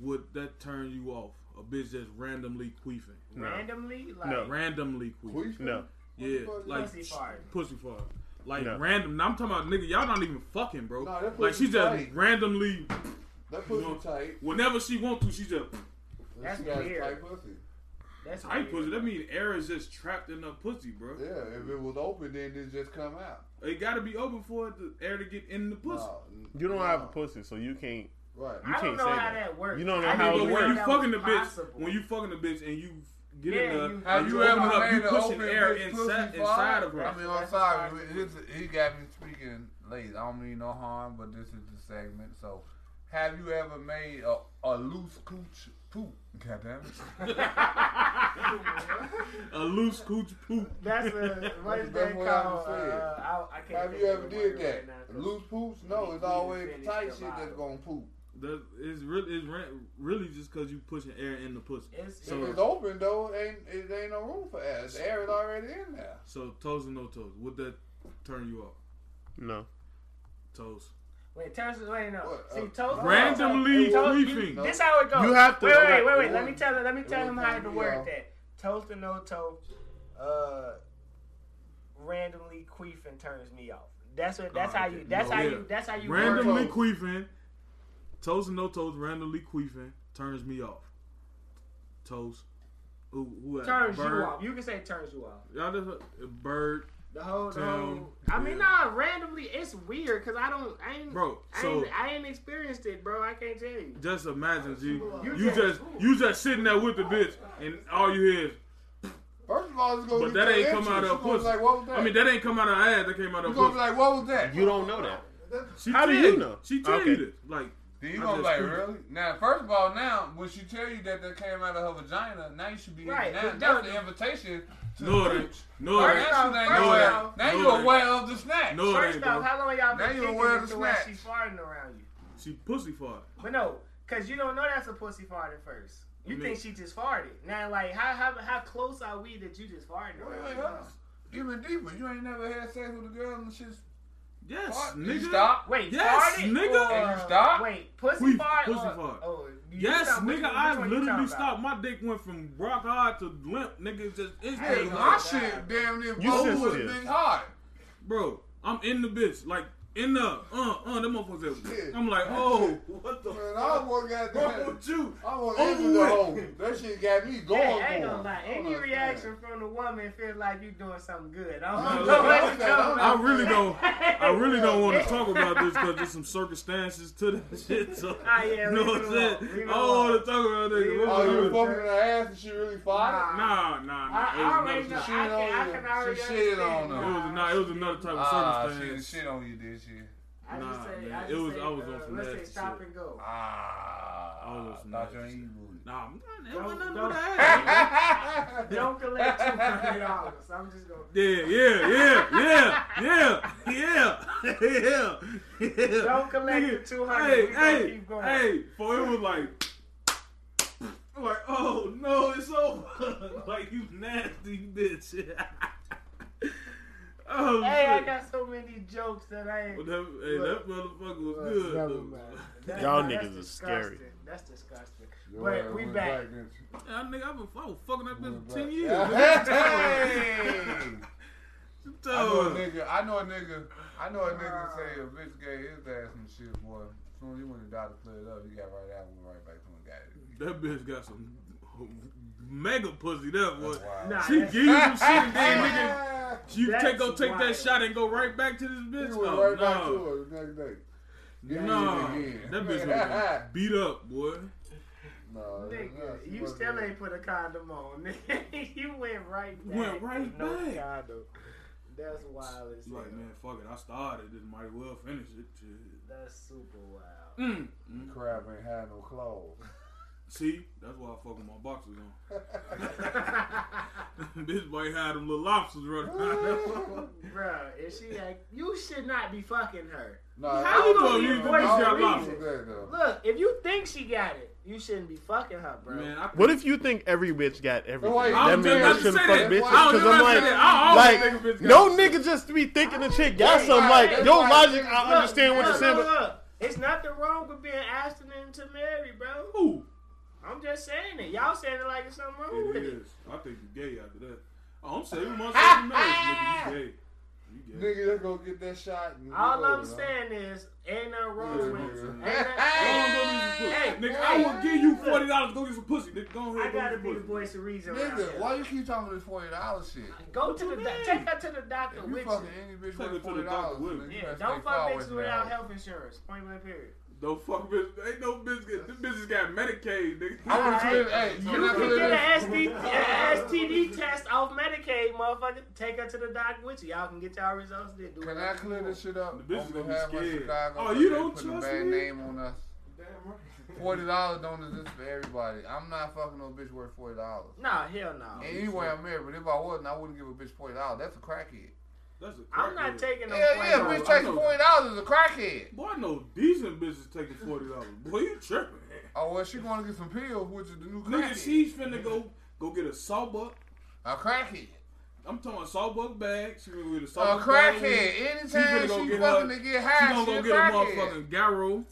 Speaker 5: Would that turn you off? A bitch that's randomly queefing.
Speaker 4: No.
Speaker 2: Randomly, like
Speaker 4: No.
Speaker 5: Randomly queefing.
Speaker 3: Queefing?
Speaker 4: No.
Speaker 5: Yeah,
Speaker 3: What the fuck
Speaker 5: like
Speaker 3: is
Speaker 2: Pussy
Speaker 5: sh-
Speaker 2: fart.
Speaker 5: Pussy fart. Like
Speaker 4: No.
Speaker 5: random. Now I'm talking about nigga. Y'all not even fucking, bro.
Speaker 3: Nah, that
Speaker 5: like she
Speaker 3: pussy
Speaker 5: just
Speaker 3: tight.
Speaker 5: randomly,
Speaker 3: That pussy
Speaker 5: You know-
Speaker 3: tight.
Speaker 5: whenever she want to, she just
Speaker 2: That's
Speaker 3: she got
Speaker 2: weird.
Speaker 3: tight pussy.
Speaker 2: that's
Speaker 5: tight
Speaker 2: weird.
Speaker 5: pussy. That mean air is just trapped in her pussy, bro.
Speaker 3: Yeah, if it was open, then it just come out.
Speaker 5: It gotta be open for the air to get in the pussy.
Speaker 3: No, n-
Speaker 4: You don't
Speaker 3: no.
Speaker 4: have a pussy, so you can't.
Speaker 3: Right.
Speaker 4: You
Speaker 2: I
Speaker 4: can't
Speaker 2: don't know
Speaker 4: say
Speaker 2: how
Speaker 4: that.
Speaker 2: that. works.
Speaker 4: You don't know
Speaker 2: I
Speaker 4: how
Speaker 5: But
Speaker 4: it
Speaker 2: didn't know
Speaker 5: when
Speaker 4: works.
Speaker 5: you
Speaker 2: that
Speaker 5: fucking the
Speaker 2: was
Speaker 5: bitch,
Speaker 2: possible.
Speaker 5: when you fucking the bitch and you
Speaker 2: Yeah,
Speaker 5: get in there,
Speaker 2: you-
Speaker 5: and
Speaker 3: Have
Speaker 5: you,
Speaker 3: you
Speaker 5: open
Speaker 3: ever
Speaker 5: up,
Speaker 3: made
Speaker 5: you
Speaker 3: an
Speaker 5: pushing
Speaker 3: open
Speaker 5: air
Speaker 3: bitch
Speaker 5: inside
Speaker 3: pussy fart?
Speaker 5: inside of her.
Speaker 3: I mean, I'm sorry. but This, he got me speaking speaking, ladies, I don't mean no harm, but this is the segment. So, have you ever made a, a loose cooch poop? Goddamn it!
Speaker 5: A loose cooch poop.
Speaker 2: That's a what is
Speaker 3: the best
Speaker 2: that
Speaker 3: way I can
Speaker 2: called? Uh,
Speaker 3: say it.
Speaker 2: I, I can't
Speaker 3: Have
Speaker 2: think
Speaker 3: you
Speaker 2: of the
Speaker 3: ever did
Speaker 2: word
Speaker 3: that?
Speaker 2: right now 'cause
Speaker 3: loose poops? No, it's
Speaker 2: You
Speaker 3: always
Speaker 2: finished
Speaker 3: the tight
Speaker 2: the
Speaker 3: shit that's
Speaker 2: bottle.
Speaker 3: gonna poop.
Speaker 5: That is really is really just because you pushing air in the pussy.
Speaker 2: It's,
Speaker 5: So-
Speaker 3: if
Speaker 2: it's
Speaker 3: it's open though, ain't it ain't no room for air. The air is already in there.
Speaker 5: So toes and no toes. Would that turn you off?
Speaker 4: No.
Speaker 5: Toes.
Speaker 2: Wait, Toast is waiting up.
Speaker 3: What,
Speaker 2: See,
Speaker 3: uh,
Speaker 2: Toast
Speaker 5: Randomly
Speaker 2: Toast-
Speaker 5: queefing.
Speaker 2: Oh, you- This how it goes.
Speaker 4: You have to-
Speaker 2: Wait, wait,
Speaker 4: okay,
Speaker 2: wait, wait. Let
Speaker 3: it
Speaker 2: me
Speaker 3: wouldn't-
Speaker 2: tell him. Let me
Speaker 3: it
Speaker 2: tell him
Speaker 3: wouldn't
Speaker 2: how
Speaker 3: turn
Speaker 2: to
Speaker 3: me
Speaker 2: word
Speaker 3: off.
Speaker 2: that. Toast and no toe, uh, randomly queefing turns me off. That's what. That's
Speaker 5: Oh,
Speaker 2: how
Speaker 5: okay.
Speaker 2: you. That's
Speaker 5: No,
Speaker 2: how
Speaker 5: yeah.
Speaker 2: you. That's how you. word
Speaker 5: Randomly
Speaker 3: toes.
Speaker 5: queefing. Toes and no toes. Randomly queefing turns me off. Toes. Who, who
Speaker 2: it.
Speaker 5: had-
Speaker 2: turns you
Speaker 5: bird.
Speaker 2: off. You can say turns you off.
Speaker 5: Y'all just uh, bird,
Speaker 2: The whole. The
Speaker 5: Town.
Speaker 2: whole I mean,
Speaker 5: Yeah.
Speaker 2: nah. Randomly, it's weird because I don't. I ain't.
Speaker 5: bro.
Speaker 2: I
Speaker 5: So
Speaker 2: ain't, I ain't experienced it, bro. I can't tell you.
Speaker 5: just imagine, G.
Speaker 2: You
Speaker 5: You
Speaker 2: just-
Speaker 5: just you just sitting there with the bitch, and all you hear is
Speaker 3: First of all, it's gonna
Speaker 5: But
Speaker 3: be
Speaker 5: that
Speaker 3: your
Speaker 5: ain't come
Speaker 3: entrance.
Speaker 5: out of
Speaker 3: You
Speaker 5: her
Speaker 3: gonna be
Speaker 5: pussy.
Speaker 3: Like what was that?
Speaker 5: I mean, that ain't come out of her ass. That came out
Speaker 3: you
Speaker 5: of her
Speaker 3: gonna be
Speaker 5: pussy.
Speaker 3: like, what was that?
Speaker 4: You don't know that.
Speaker 5: She
Speaker 4: How do
Speaker 5: tell
Speaker 4: you know?
Speaker 5: She tell
Speaker 4: Okay.
Speaker 5: you this. Like,
Speaker 3: Then you
Speaker 5: I
Speaker 3: gonna be
Speaker 5: just
Speaker 3: like,
Speaker 5: screwed it.
Speaker 3: really? Now, first of all, now when she tell you that that came out of her vagina, now you should be
Speaker 2: Right,
Speaker 3: now,
Speaker 2: but
Speaker 3: that's
Speaker 2: that-
Speaker 3: the invitation to
Speaker 5: no,
Speaker 3: the
Speaker 5: it ain't.
Speaker 3: cooch.
Speaker 5: No,
Speaker 2: First
Speaker 5: it ain't.
Speaker 2: off,
Speaker 3: Now,
Speaker 2: first
Speaker 3: you aware-
Speaker 2: off-
Speaker 3: now
Speaker 5: No,
Speaker 3: you
Speaker 5: it
Speaker 3: aware of the snack.
Speaker 5: No, it
Speaker 2: First
Speaker 5: ain't,
Speaker 2: off,
Speaker 5: bro.
Speaker 2: how long y'all
Speaker 3: Now
Speaker 2: been
Speaker 3: you
Speaker 2: kicking
Speaker 3: aware of
Speaker 2: it
Speaker 3: the
Speaker 2: to where
Speaker 3: snatch.
Speaker 2: she's farting around you?
Speaker 5: She pussy fart.
Speaker 2: But no, cause you don't know that's a pussy fart at first. You
Speaker 5: I mean-
Speaker 2: think she just farted. Now, like, how how how close are we that you just farted?
Speaker 3: Wait,
Speaker 2: around
Speaker 3: wait,
Speaker 2: me?
Speaker 3: hold on. Even deeper, you ain't never had sex with a girl and she's
Speaker 5: Yes,
Speaker 3: Fuck,
Speaker 5: nigga.
Speaker 3: You stop.
Speaker 2: Wait,
Speaker 5: Yes,
Speaker 2: farted
Speaker 5: nigga.
Speaker 2: Or,
Speaker 3: And you stopped?
Speaker 2: Wait, pussy
Speaker 5: Queef,
Speaker 2: fart.
Speaker 5: pussy
Speaker 2: or,
Speaker 5: fart.
Speaker 2: Oh, you
Speaker 5: Yes,
Speaker 2: stop. Which
Speaker 5: nigga.
Speaker 2: one- which
Speaker 5: I
Speaker 2: one you
Speaker 5: literally
Speaker 2: talking
Speaker 5: stopped.
Speaker 2: about?
Speaker 5: My dick went from rock hard to limp. Nigga, it's just it's
Speaker 2: I
Speaker 3: Hey,
Speaker 2: ain't
Speaker 5: just
Speaker 3: my
Speaker 2: gonna
Speaker 5: hard.
Speaker 2: lie.
Speaker 3: shit damn near
Speaker 4: You
Speaker 3: blew with a
Speaker 4: sensitive.
Speaker 3: big heart.
Speaker 5: bro. I'm in the bitch, like in the uh uh. Them motherfuckers.
Speaker 3: Shit.
Speaker 5: That, I'm like, oh, what the
Speaker 3: Man,
Speaker 5: fuck?
Speaker 3: I want
Speaker 5: What
Speaker 3: goddamn.
Speaker 5: with you? Oh,
Speaker 3: I want
Speaker 5: Over
Speaker 3: into the
Speaker 5: with.
Speaker 3: hole. That shit got me going
Speaker 2: Hey, I ain't
Speaker 3: for
Speaker 2: gonna
Speaker 3: it.
Speaker 2: lie.
Speaker 3: I don't
Speaker 2: Any
Speaker 3: understand.
Speaker 2: reaction from the woman feels like you doing something good. I
Speaker 3: I
Speaker 2: don't
Speaker 3: don't
Speaker 2: know what
Speaker 3: understand.
Speaker 2: you talking
Speaker 5: I
Speaker 2: about.
Speaker 5: really don't. I really don't want to talk about this because there's some circumstances to that shit. So,
Speaker 2: Ah, yeah,
Speaker 5: you know
Speaker 2: leave
Speaker 5: what
Speaker 2: it
Speaker 5: I'm
Speaker 2: alone.
Speaker 5: saying?
Speaker 2: Leave it
Speaker 5: I don't want to talk about
Speaker 2: Leave it
Speaker 5: that.
Speaker 3: Oh, you
Speaker 2: alone.
Speaker 3: were fucking in her ass and she really farted?
Speaker 5: Nah, nah,
Speaker 2: I-
Speaker 5: nah.
Speaker 2: I
Speaker 5: it was
Speaker 2: already
Speaker 5: another
Speaker 2: know.
Speaker 5: shit.
Speaker 2: I can- I
Speaker 3: you.
Speaker 2: can already
Speaker 3: She shit on
Speaker 2: understand
Speaker 5: It
Speaker 2: that.
Speaker 3: her.
Speaker 5: was nah, it was another type of
Speaker 3: Ah, she
Speaker 5: circumstance.
Speaker 3: shit on you, did she?
Speaker 2: I just
Speaker 5: Nah,
Speaker 2: say,
Speaker 5: man.
Speaker 2: I just
Speaker 5: It was-
Speaker 2: say,
Speaker 5: I was
Speaker 2: uh,
Speaker 5: on some
Speaker 2: let's
Speaker 5: nasty
Speaker 2: say stop
Speaker 5: shit.
Speaker 2: and go.
Speaker 5: Oh,
Speaker 3: Ah,
Speaker 5: that's
Speaker 3: not your
Speaker 5: nice.
Speaker 3: evil. booty.
Speaker 5: Nah, man, it wasn't
Speaker 2: Don't-
Speaker 5: nothing with
Speaker 2: don't-
Speaker 5: that.
Speaker 2: Don't collect two hundred dollars. I'm just gonna.
Speaker 5: Yeah, yeah, yeah, yeah, yeah, yeah, yeah, yeah.
Speaker 2: Don't collect
Speaker 5: Nigga,
Speaker 2: the 200. We gonna
Speaker 5: Hey, hey,
Speaker 2: keep going.
Speaker 5: hey, for it was like, I'm like, oh no, it's over. like you nasty bitch. oh
Speaker 2: Hey, I
Speaker 5: shit.
Speaker 2: got so many jokes that I ain't.
Speaker 5: Well, that, hey, that motherfucker was
Speaker 2: Look,
Speaker 5: good.
Speaker 2: never
Speaker 5: though.
Speaker 2: mind. That-
Speaker 4: Y'all
Speaker 2: that's
Speaker 4: niggas is scary.
Speaker 2: disgusting. That's disgusting.
Speaker 3: Your
Speaker 2: But
Speaker 3: ass
Speaker 2: we
Speaker 3: went
Speaker 2: back.
Speaker 3: didn't you?
Speaker 5: Yeah, I, nigga, I've been, I was fucking that bitch
Speaker 3: Went
Speaker 5: for ten years.
Speaker 3: back. Hey!
Speaker 5: What you
Speaker 3: I know a
Speaker 5: talking about?
Speaker 3: nigga. I know a nigga. I know a nigga say a bitch gave his ass some shit, boy. Soon as he went to doctor cleared up, he got right out and went right back to him and got it.
Speaker 5: that bitch got some mega pussy. That boy.
Speaker 3: That's wild.
Speaker 2: Nah,
Speaker 5: She
Speaker 2: that's-
Speaker 5: gave you some shit and then nigga.
Speaker 3: Ah!
Speaker 5: You
Speaker 2: That's
Speaker 5: take go take
Speaker 2: wild.
Speaker 5: that shot and go right back to this
Speaker 3: He
Speaker 5: bitch.
Speaker 3: went
Speaker 5: Oh,
Speaker 3: right back to
Speaker 5: no,
Speaker 3: her the next day. Yeah,
Speaker 5: no,
Speaker 3: he did again.
Speaker 5: that bitch was beat up, boy.
Speaker 3: No, Oh, that's-
Speaker 2: Nigga,
Speaker 3: that's
Speaker 2: you
Speaker 3: what
Speaker 2: still
Speaker 3: it is.
Speaker 2: ain't put a condom on. nigga. you went right back.
Speaker 5: Went right
Speaker 2: with no
Speaker 5: back.
Speaker 2: condom. That's wild as hell.
Speaker 5: Like man, fuck it, I started it, might as well finish it. Shit.
Speaker 2: That's super wild.
Speaker 5: Mm. Mm.
Speaker 3: Crab ain't had no clothes.
Speaker 5: See, that's why I fuck with my boxers on. bitch might have them little lobsters running around.
Speaker 2: Bruh, if she like, you should not be fucking her.
Speaker 3: Nah,
Speaker 2: How you gonna
Speaker 3: I
Speaker 2: use
Speaker 3: don't
Speaker 2: voice
Speaker 3: know
Speaker 2: job
Speaker 3: what
Speaker 2: option?
Speaker 3: was that, though.
Speaker 2: Look, if you think she got it, you shouldn't be fucking her, bro.
Speaker 5: man, I
Speaker 4: What if you think every bitch got everything?
Speaker 3: Wait,
Speaker 5: I
Speaker 4: that
Speaker 5: don't
Speaker 4: means
Speaker 5: think I
Speaker 4: you
Speaker 5: should
Speaker 4: shouldn't
Speaker 5: say that.
Speaker 4: fuck bitches.
Speaker 5: I don't
Speaker 4: Because
Speaker 5: think
Speaker 4: I'm
Speaker 5: I should say
Speaker 4: like,
Speaker 5: that. I always
Speaker 4: like,
Speaker 5: think a bitch got
Speaker 4: no nigga just be thinking the chick got
Speaker 3: Yeah,
Speaker 4: something. Like
Speaker 3: that's
Speaker 4: your
Speaker 3: why-
Speaker 4: logic,
Speaker 3: that's
Speaker 4: I
Speaker 3: why-
Speaker 4: understand what you're
Speaker 2: look,
Speaker 4: saying,
Speaker 2: look,
Speaker 4: but
Speaker 2: look. It's nothing wrong with being abstinent to marry, bro.
Speaker 5: Ooh,
Speaker 2: I'm just saying it. Y'all saying it like it's something wrong with
Speaker 5: it
Speaker 2: it.
Speaker 5: is. I think you gay after that. Oh, I'm saving myself in marriage, nigga. You gay? You gay?
Speaker 3: Nigga, let's go get that shot. and
Speaker 2: All
Speaker 3: get
Speaker 2: I'm
Speaker 3: over,
Speaker 2: saying is, ain't nothing
Speaker 3: huh?
Speaker 2: wrong
Speaker 3: Yeah,
Speaker 2: with it.
Speaker 3: nigga.
Speaker 2: Ain't nothing-
Speaker 5: Hey,
Speaker 2: Hey,
Speaker 5: nigga, I will give you forty dollars. Go get some pussy, nigga. Go
Speaker 2: I
Speaker 5: ahead. go
Speaker 2: gotta
Speaker 5: get
Speaker 2: be the
Speaker 5: some pussy.
Speaker 2: voice of reason. around
Speaker 3: Nigga,
Speaker 2: here.
Speaker 3: why you keep talking this forty dollars shit?
Speaker 2: Go to the
Speaker 5: you
Speaker 2: doc-
Speaker 5: mean?
Speaker 2: take her to the doctor
Speaker 3: If you
Speaker 2: with
Speaker 3: fucking
Speaker 2: you.
Speaker 3: any bitch
Speaker 5: Take it
Speaker 3: with
Speaker 5: to the
Speaker 3: forty
Speaker 5: doctor
Speaker 3: dollars,
Speaker 5: with me.
Speaker 2: Yeah, don't fuck bitches without health insurance. Point blank period.
Speaker 5: No fuck bitch. Ain't no bitch get the bitches got Medicaid, nigga.
Speaker 3: I want to clear. Hey,
Speaker 2: You
Speaker 3: can I
Speaker 2: can
Speaker 3: clear
Speaker 2: get
Speaker 3: this?
Speaker 2: an STD, an STD test off Medicaid, motherfucker. Take her to the doc with you. Y'all can get y'all results then. Do
Speaker 3: Can I
Speaker 2: whatever you
Speaker 3: clear
Speaker 2: want.
Speaker 3: this shit up?
Speaker 5: The bitch
Speaker 3: On
Speaker 5: is gonna be
Speaker 3: behalf of
Speaker 5: scared.
Speaker 3: Chicago,
Speaker 5: Oh,
Speaker 3: so
Speaker 5: you
Speaker 3: they
Speaker 5: don't
Speaker 3: put a
Speaker 5: trust
Speaker 3: bad
Speaker 5: me?
Speaker 3: name on us.
Speaker 6: Damn right.
Speaker 3: Forty dollars don't exist for everybody. I'm not fucking no bitch worth forty dollars.
Speaker 2: Nah, hell no.
Speaker 3: Anyway, I'm married, but if I wasn't, I wouldn't give a bitch forty dollars. That's a crackhead.
Speaker 5: That's a crack
Speaker 2: I'm not
Speaker 5: nigga.
Speaker 2: taking no
Speaker 3: Hell
Speaker 2: point
Speaker 3: yeah,
Speaker 2: no-
Speaker 3: bitch
Speaker 5: I
Speaker 3: takes
Speaker 5: know.
Speaker 3: forty dollars is a crackhead.
Speaker 5: Boy, I know decent bitches taking forty dollars. Boy, you tripping?
Speaker 3: Oh well, she going to get some pills, which is the new
Speaker 5: Nigga,
Speaker 3: crackhead.
Speaker 5: she's finna go go get a sawbuck.
Speaker 3: a crackhead,
Speaker 5: I'm talking sawbuck bag. She finna get a
Speaker 2: Oh,
Speaker 3: a
Speaker 5: sawbuck
Speaker 3: crackhead.
Speaker 5: bag.
Speaker 3: Anytime she,
Speaker 5: go get
Speaker 3: fucking
Speaker 5: her-
Speaker 3: to get
Speaker 5: She
Speaker 3: high, she,
Speaker 5: gonna go
Speaker 3: a
Speaker 5: get a
Speaker 3: crackhead.
Speaker 5: motherfucking garrote.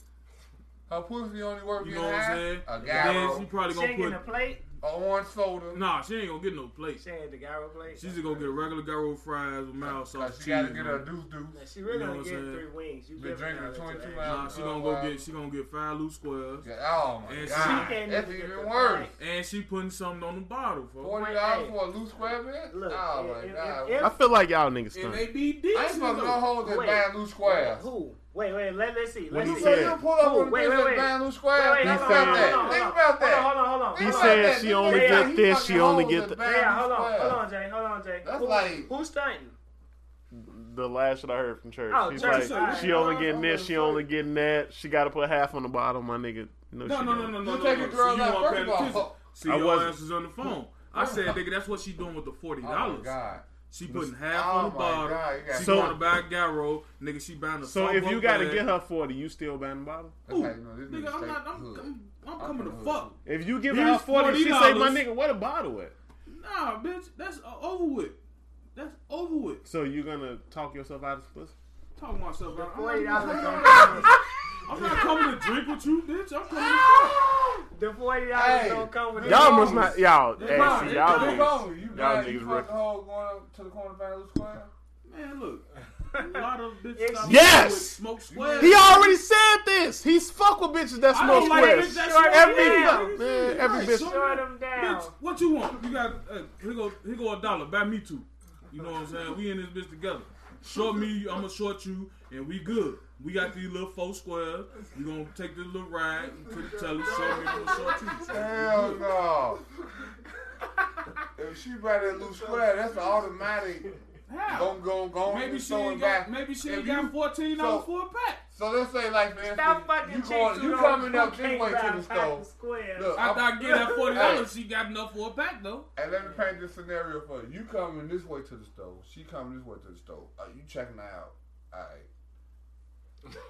Speaker 3: Her pussy only worth
Speaker 5: You
Speaker 3: getting
Speaker 5: know what I'm
Speaker 3: high.
Speaker 5: saying?
Speaker 3: A
Speaker 5: And then she
Speaker 3: gyro,
Speaker 5: probably
Speaker 2: She ain't getting
Speaker 5: gonna
Speaker 2: a plate.
Speaker 3: a orange soda.
Speaker 5: put. Nah, she ain't gonna get no plate.
Speaker 2: She ain't getting the gyro plate.
Speaker 5: She's just gonna get a regular garrote fries with mild sauce
Speaker 3: Like, she
Speaker 5: cheese.
Speaker 3: got to get
Speaker 5: on
Speaker 3: her
Speaker 5: it.
Speaker 3: deuce deuce.
Speaker 2: Now, she really
Speaker 5: You know
Speaker 2: only
Speaker 5: what I'm
Speaker 2: getting
Speaker 5: saying?
Speaker 2: three wings. You
Speaker 3: Been
Speaker 2: give her
Speaker 3: drinking
Speaker 2: another
Speaker 3: 22
Speaker 2: two.
Speaker 3: ounce.
Speaker 5: Nah, she gonna
Speaker 3: uh,
Speaker 5: go get she gonna get five loose squares.
Speaker 3: Yeah, Oh my
Speaker 5: And
Speaker 3: god,
Speaker 5: she
Speaker 2: can't
Speaker 3: that's
Speaker 2: even get
Speaker 3: even
Speaker 2: the
Speaker 3: worse.
Speaker 2: price.
Speaker 5: And she putting something on the bottle, folks.
Speaker 3: Forty dollars
Speaker 2: Hey.
Speaker 3: for a loose square bit?
Speaker 2: Look,
Speaker 3: oh
Speaker 2: if-
Speaker 3: my
Speaker 2: if-
Speaker 3: god.
Speaker 2: if-
Speaker 4: I feel like y'all niggas
Speaker 5: And
Speaker 4: stink.
Speaker 5: they be
Speaker 3: I ain't
Speaker 5: decent
Speaker 3: fucking no
Speaker 5: though.
Speaker 3: hoes that
Speaker 2: Wait.
Speaker 3: buying loose squares.
Speaker 2: Who? Wait, wait. Let Let's see. Let's
Speaker 4: When he
Speaker 2: see.
Speaker 3: So you
Speaker 4: said-
Speaker 3: pull up
Speaker 2: Who?
Speaker 3: on a
Speaker 2: Wait, wait,
Speaker 3: bitch that's
Speaker 2: wait.
Speaker 3: buying loose
Speaker 2: Wait,
Speaker 3: squares?
Speaker 2: wait,
Speaker 3: Think
Speaker 4: he
Speaker 3: about
Speaker 4: said-
Speaker 3: that. Think about
Speaker 2: Hold on,
Speaker 3: that.
Speaker 2: hold on, hold on.
Speaker 3: Think
Speaker 2: Hold
Speaker 3: about
Speaker 2: on.
Speaker 4: said
Speaker 3: that.
Speaker 4: she
Speaker 3: Them
Speaker 4: only
Speaker 3: niggas
Speaker 2: get
Speaker 3: like, he
Speaker 4: this,
Speaker 3: fucking
Speaker 4: she only
Speaker 3: hoes
Speaker 4: get
Speaker 3: that
Speaker 4: the-
Speaker 3: buying
Speaker 2: Yeah,
Speaker 3: loose
Speaker 2: hold on, hold
Speaker 3: squares.
Speaker 2: on, Jay, hold on, Jay.
Speaker 3: That's
Speaker 2: Who-
Speaker 3: like-
Speaker 2: who's stunting?
Speaker 4: the last shit I heard from church,
Speaker 2: Oh,
Speaker 4: she's
Speaker 2: church,
Speaker 4: like,
Speaker 2: alright.
Speaker 4: she only getting
Speaker 3: I'm
Speaker 4: this,
Speaker 3: gonna
Speaker 4: she
Speaker 3: say-
Speaker 4: only getting that. She got to put half on the bottom, my nigga. No,
Speaker 5: No,
Speaker 4: she
Speaker 5: no, no,
Speaker 4: don't.
Speaker 5: no, no,
Speaker 3: You
Speaker 5: no.
Speaker 3: take
Speaker 5: no.
Speaker 3: a girl
Speaker 5: See,
Speaker 3: out,
Speaker 5: you
Speaker 3: first
Speaker 5: paying
Speaker 3: of all.
Speaker 5: attention. See,
Speaker 4: I
Speaker 5: your
Speaker 4: wasn't.
Speaker 5: ass is on the phone. I said, nigga, that's what she doing with the forty
Speaker 3: Oh
Speaker 5: dollars.
Speaker 3: my god.
Speaker 5: she putting half
Speaker 3: Oh
Speaker 5: on the
Speaker 3: my
Speaker 5: bottle.
Speaker 3: God, you got-
Speaker 5: she
Speaker 4: So-
Speaker 5: going to buy Garo, nigga. She buying a.
Speaker 4: So if
Speaker 5: Starbucks
Speaker 4: you got to
Speaker 5: bag.
Speaker 4: get her forty, you still buying the bottle.
Speaker 3: That's
Speaker 5: Ooh,
Speaker 3: how you know this
Speaker 5: nigga,
Speaker 3: nigga
Speaker 5: I'm
Speaker 3: straight
Speaker 5: not. I'm,
Speaker 3: hood.
Speaker 5: I'm, I'm
Speaker 3: I'm
Speaker 5: coming
Speaker 3: from
Speaker 5: to
Speaker 3: the
Speaker 5: fuck.
Speaker 4: If you give her
Speaker 5: Here's
Speaker 4: forty, she say, my
Speaker 5: $40.
Speaker 4: nigga, where the bottle at?
Speaker 5: Nah, bitch, that's uh, over with. That's over with.
Speaker 4: So you gonna talk yourself out of pussy?
Speaker 5: Talking myself out.
Speaker 2: Forty
Speaker 5: I'm, not,
Speaker 2: dollars.
Speaker 5: I'm not coming to drink with you, bitch. I'm coming to fuck.
Speaker 2: The forty
Speaker 3: Hey,
Speaker 2: dollars don't come with
Speaker 4: Y'all
Speaker 2: the
Speaker 4: must not, y'all, hey,
Speaker 5: wrong.
Speaker 4: see,
Speaker 5: It's
Speaker 4: y'all
Speaker 5: wrong.
Speaker 4: niggas,
Speaker 3: You
Speaker 4: y'all
Speaker 3: got you
Speaker 4: niggas
Speaker 3: fuck
Speaker 4: rip.
Speaker 3: the hoe going up to the corner and find loose square?
Speaker 5: Man, look, a lot of bitches.
Speaker 2: Yes.
Speaker 5: out here
Speaker 4: Yes!
Speaker 5: with Smoke squares.
Speaker 4: He already said this. He's fuck with bitches that
Speaker 5: I
Speaker 4: smoke
Speaker 5: don't like
Speaker 4: squares.
Speaker 5: bitches that
Speaker 2: Short
Speaker 5: smoke
Speaker 4: every
Speaker 5: squares.
Speaker 4: fuck, man, every
Speaker 5: Right,
Speaker 4: bitch.
Speaker 5: short-
Speaker 2: Shut them down.
Speaker 5: Bitch, what you want? You got uh, here go here go a dollar. Buy me two. You know what I'm saying? We in this bitch together. Short me, I'ma short you, and we good. We got these little four squares. You gonna take this little ride to the telly. Short me, I'ma short you.
Speaker 3: Hell no. If she buy that loose square, that's an automatic.
Speaker 5: How?
Speaker 3: Go, go, go.
Speaker 5: Maybe
Speaker 3: and
Speaker 5: she
Speaker 3: throw it
Speaker 5: ain't got.
Speaker 3: back.
Speaker 5: Maybe she
Speaker 3: If
Speaker 5: ain't
Speaker 3: you-
Speaker 5: got fourteen dollars
Speaker 3: so-
Speaker 5: for a pack.
Speaker 3: So let's say, like, for
Speaker 2: Stop
Speaker 3: instance,
Speaker 2: fucking
Speaker 3: you, going, you
Speaker 2: chasing
Speaker 3: coming
Speaker 2: those
Speaker 3: up this
Speaker 2: cocaine
Speaker 3: way to
Speaker 2: by
Speaker 3: the store.
Speaker 2: Times Square.
Speaker 3: Look,
Speaker 5: After I
Speaker 3: I'm,
Speaker 5: get that forty dollars, she got enough for a pack though.
Speaker 3: and let me paint this scenario for you. You coming this way to the store. She coming this way to the store. Uh, you checking her out. All right.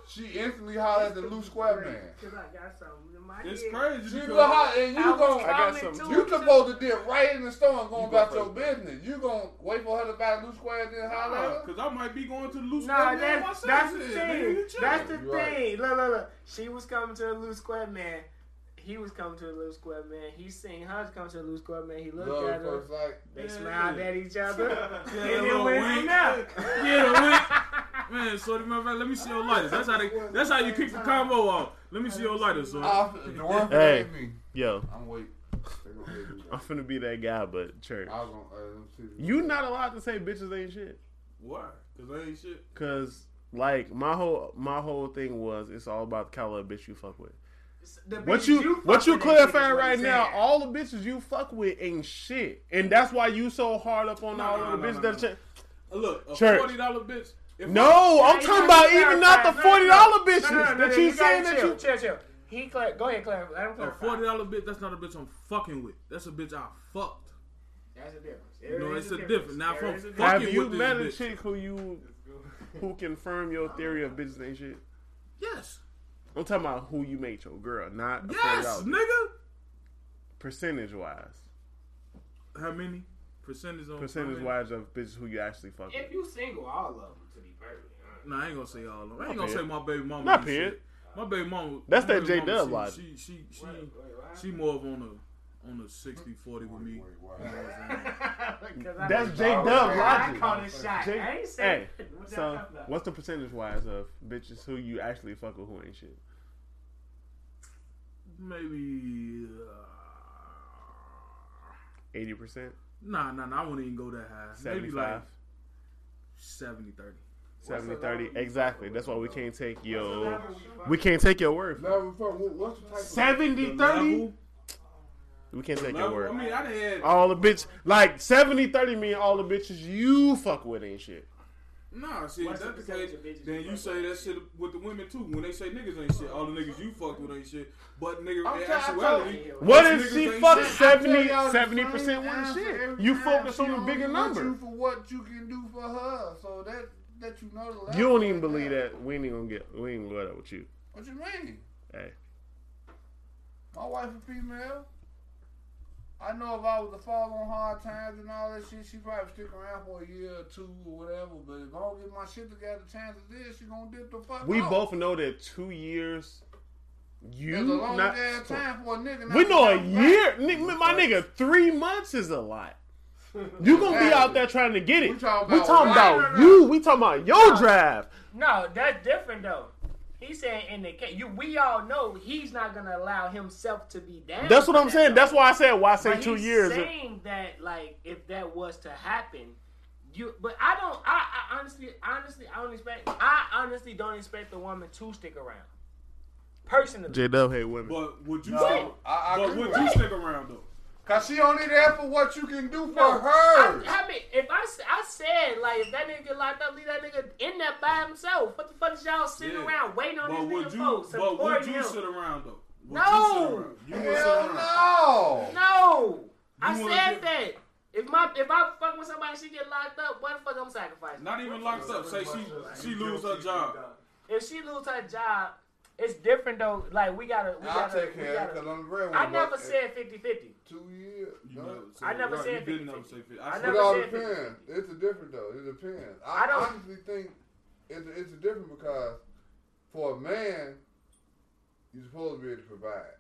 Speaker 3: She instantly hollers at the loose square man.
Speaker 2: Cause I got something in my
Speaker 5: It's
Speaker 2: head.
Speaker 5: crazy.
Speaker 3: She
Speaker 5: because-
Speaker 3: look hot, and you
Speaker 2: I was
Speaker 3: going
Speaker 4: I got
Speaker 2: coming
Speaker 4: some-
Speaker 2: to
Speaker 3: You
Speaker 2: it.
Speaker 3: supposed to dip right in the store and go
Speaker 4: You go
Speaker 3: about your
Speaker 4: first.
Speaker 3: business. You gonna wait for her to buy a loose square and then holler
Speaker 5: Nah,
Speaker 3: at her?
Speaker 5: uh, Cause I might be going to the loose
Speaker 2: Nah,
Speaker 5: square man
Speaker 2: that's, that's the
Speaker 5: myself.
Speaker 2: thing.
Speaker 5: Nigga, chill.
Speaker 2: That's the
Speaker 3: You right.
Speaker 2: thing. Look, look, look. She was coming to the loose square man. He was coming to the loose square man. He seen her come to the loose square man. He looked
Speaker 3: Look
Speaker 2: at her.
Speaker 3: first, like,
Speaker 2: They
Speaker 5: Yeah,
Speaker 2: smiled
Speaker 5: yeah.
Speaker 2: at each other.
Speaker 5: Yeah,
Speaker 2: and then
Speaker 5: little
Speaker 2: went
Speaker 5: wink.
Speaker 2: from there.
Speaker 5: Yeah, the wink. Man, so matter of fact, let me see your lighters. That's how they. That's how you kick the combo off. Let me see your lighters, son.
Speaker 4: Uh,
Speaker 3: off the one
Speaker 4: Hey.
Speaker 3: hey. me.
Speaker 4: Yo,
Speaker 3: I'm waiting. They gonna hate me.
Speaker 4: I'm finna be that guy, but church,
Speaker 3: I was gonna uh, let me see this.
Speaker 4: you not allowed to say bitches ain't shit.
Speaker 5: Why? Cause I ain't shit.
Speaker 4: Cause like my whole my whole thing was it's all about the color of bitch you fuck with.
Speaker 2: The
Speaker 4: What
Speaker 2: bitches
Speaker 4: you,
Speaker 2: fuck
Speaker 4: what you
Speaker 2: with, they think is
Speaker 4: clarifying
Speaker 2: what
Speaker 4: right
Speaker 2: you
Speaker 4: now?
Speaker 2: saying.
Speaker 4: All the bitches you fuck with ain't shit, and that's why you so hard up on
Speaker 5: No,
Speaker 4: all
Speaker 5: no,
Speaker 4: of
Speaker 5: no,
Speaker 4: the bitches
Speaker 5: no,
Speaker 4: that.
Speaker 5: no.
Speaker 4: cha-
Speaker 5: Uh, Look, a
Speaker 4: Church.
Speaker 5: forty dollar bitch. If
Speaker 4: No, I'm
Speaker 2: you
Speaker 4: talking
Speaker 2: gotta
Speaker 4: about even not the
Speaker 2: clarify.
Speaker 4: forty dollar bitches
Speaker 2: No, no, no, no,
Speaker 4: that you
Speaker 2: gotta
Speaker 4: saying that
Speaker 2: chill,
Speaker 4: you.
Speaker 2: chill, chill. He clar- go ahead, clarify. Let him
Speaker 5: a
Speaker 2: clarify.
Speaker 5: forty dollar bitch, that's not a bitch I'm fucking with. That's a bitch I fucked.
Speaker 2: That's a difference.
Speaker 5: No, it's a difference. Now,
Speaker 2: There
Speaker 5: if
Speaker 2: is a
Speaker 5: I'm
Speaker 2: difference.
Speaker 4: Have
Speaker 5: fucking
Speaker 4: you
Speaker 5: with this
Speaker 4: met a
Speaker 5: bitch.
Speaker 4: chick who you who confirm your theory of bitches ain't shit?
Speaker 5: Yes,
Speaker 4: I'm talking about who you made your girl, not
Speaker 5: yes, nigga.
Speaker 4: percentage wise.
Speaker 5: How many percentage on
Speaker 4: Percentage
Speaker 5: how many?
Speaker 4: wise of bitches who you actually fuck with.
Speaker 2: If you single, all of them to be perfect.
Speaker 5: Nah, I ain't gonna say all of them. I ain't
Speaker 4: Not
Speaker 5: gonna
Speaker 4: bad.
Speaker 5: say my baby mama.
Speaker 4: Not
Speaker 5: and shit.
Speaker 4: bad.
Speaker 5: My baby mama.
Speaker 4: That's
Speaker 5: my
Speaker 4: that
Speaker 5: baby mama,
Speaker 4: J-Dub
Speaker 5: She,
Speaker 4: logic.
Speaker 5: she, she,
Speaker 2: Wait, wait, why?
Speaker 5: she more of on a on a 60 40 with me.
Speaker 3: Wait, why?
Speaker 4: That's J Dub
Speaker 3: Alright.
Speaker 2: Oh, I
Speaker 4: logic.
Speaker 2: call it shot.
Speaker 4: J-
Speaker 2: I ain't
Speaker 4: hey,
Speaker 2: saying. What y'all
Speaker 4: so
Speaker 2: talking about?
Speaker 4: what's the percentage wise of bitches who you actually fuck with who ain't shit?
Speaker 5: Maybe. Uh,
Speaker 3: uh,
Speaker 4: Eighty percent,
Speaker 5: nah, nah, nah. I wouldn't even go that high. Maybe
Speaker 4: seventy
Speaker 5: like
Speaker 4: five.
Speaker 5: 70 30.
Speaker 4: 70 30. Exactly. That's why we can't take your
Speaker 6: Whatever we fuck-
Speaker 4: we can't take your word. for it.
Speaker 3: Level fuck. What, what's the type of
Speaker 4: 70 30. We can't take your
Speaker 5: Level,
Speaker 4: word.
Speaker 5: I mean, I'd had
Speaker 3: Oh.
Speaker 4: all the bitch like 70 30 mean all the bitches you fuck with ain't shit.
Speaker 5: Nah, shit,
Speaker 2: What's
Speaker 5: if
Speaker 2: the
Speaker 5: that's the
Speaker 2: percentage
Speaker 5: case,
Speaker 2: of bitches
Speaker 5: then
Speaker 2: you
Speaker 5: you
Speaker 2: fuck
Speaker 5: say
Speaker 2: with?
Speaker 5: that shit with the women too. When they say niggas ain't shit, all the niggas you fucked with ain't shit. But nigga,
Speaker 3: I'm
Speaker 5: in
Speaker 3: trying to
Speaker 5: actuality,
Speaker 2: tell you.
Speaker 4: What
Speaker 5: those
Speaker 4: if
Speaker 5: niggas
Speaker 4: she
Speaker 5: ain't
Speaker 4: fucking
Speaker 5: shit.
Speaker 4: 70
Speaker 3: Y'all the
Speaker 4: 70
Speaker 3: same
Speaker 4: percent
Speaker 3: answer
Speaker 4: one shit?
Speaker 3: every
Speaker 4: You
Speaker 3: time.
Speaker 4: focus
Speaker 3: She
Speaker 4: on the
Speaker 3: only
Speaker 4: bigger
Speaker 3: wants
Speaker 4: number.
Speaker 3: You for what you can do for her, so that that you know the. level
Speaker 4: You don't even
Speaker 3: right
Speaker 4: believe
Speaker 3: now.
Speaker 4: that. We ain't even gonna get. We ain't gonna go that with you.
Speaker 3: What you mean?
Speaker 4: Hey,
Speaker 3: My wife a female. I know if I was to fall on hard times and all that shit, she probably stick around for a year or two or whatever. But if I don't get my shit together, chances is she gonna dip the fuck.
Speaker 4: we
Speaker 3: off.
Speaker 4: both know that two years. You
Speaker 3: It's a long
Speaker 4: not.
Speaker 3: ass time for a nigga.
Speaker 4: We
Speaker 3: not
Speaker 4: know
Speaker 3: to
Speaker 4: a
Speaker 3: come
Speaker 4: year,
Speaker 3: back.
Speaker 4: ni- my nigga. Three months is a lot. You gonna be out there trying to get it.
Speaker 3: We talking
Speaker 4: We
Speaker 3: about
Speaker 4: talking
Speaker 3: right
Speaker 4: about
Speaker 3: now.
Speaker 4: you. We talking about your drive.
Speaker 2: No, that's different though. He's saying in the case you, we all know he's not gonna allow himself to be down.
Speaker 4: That's what
Speaker 2: for
Speaker 4: I'm
Speaker 2: that,
Speaker 4: saying.
Speaker 2: though.
Speaker 4: That's why I said why say
Speaker 2: But
Speaker 4: two
Speaker 2: he's
Speaker 4: years.
Speaker 2: Saying that like if that was to happen, you. But I don't. I, I honestly, honestly, I don't expect. I honestly don't expect the woman to stick around. Personally,
Speaker 4: J Dub hate women.
Speaker 5: But would you
Speaker 3: No,
Speaker 5: stick?
Speaker 3: I- I
Speaker 5: but
Speaker 3: agree
Speaker 5: would
Speaker 3: with
Speaker 5: you
Speaker 3: you.
Speaker 5: stick around though?
Speaker 3: Cause she only there for what you can do for her.
Speaker 2: I, I mean, if I, s- I said like if that nigga get locked up, leave that nigga in there by himself. What the fuck is y'all sitting
Speaker 5: Yeah.
Speaker 2: around waiting on
Speaker 5: But would
Speaker 2: this
Speaker 5: you?
Speaker 2: nigga for?
Speaker 5: But would
Speaker 2: Supporting
Speaker 5: you
Speaker 2: him?
Speaker 5: sit around though? Would
Speaker 2: No.
Speaker 5: You, sit around? you wouldn't sit
Speaker 3: Hell
Speaker 5: around.
Speaker 3: no.
Speaker 2: No, I
Speaker 5: You
Speaker 2: said
Speaker 5: wanna get-
Speaker 2: that. If my if I fuck with somebody, she get locked up. What the fuck I'm sacrificing?
Speaker 5: Not even locked up. Say she she lose her job.
Speaker 2: if she lose her job, it's different though. Like we gotta, we
Speaker 3: I'll
Speaker 2: gotta,
Speaker 3: take
Speaker 2: we
Speaker 3: care of it
Speaker 2: gotta.
Speaker 3: because I'm the breadwinner.
Speaker 2: I never
Speaker 3: but
Speaker 2: said 50-50.
Speaker 3: two years.
Speaker 5: You
Speaker 3: No.
Speaker 5: never said-
Speaker 2: I never
Speaker 5: right,
Speaker 2: said
Speaker 5: you
Speaker 2: 50-50.
Speaker 5: did never say 50.
Speaker 2: I
Speaker 5: I
Speaker 3: It
Speaker 2: never
Speaker 5: said
Speaker 3: all
Speaker 2: said
Speaker 3: depends. It's a different though. It depends. I,
Speaker 2: I don't-
Speaker 3: honestly think it's it's a different because for a man, you're supposed to be able to provide.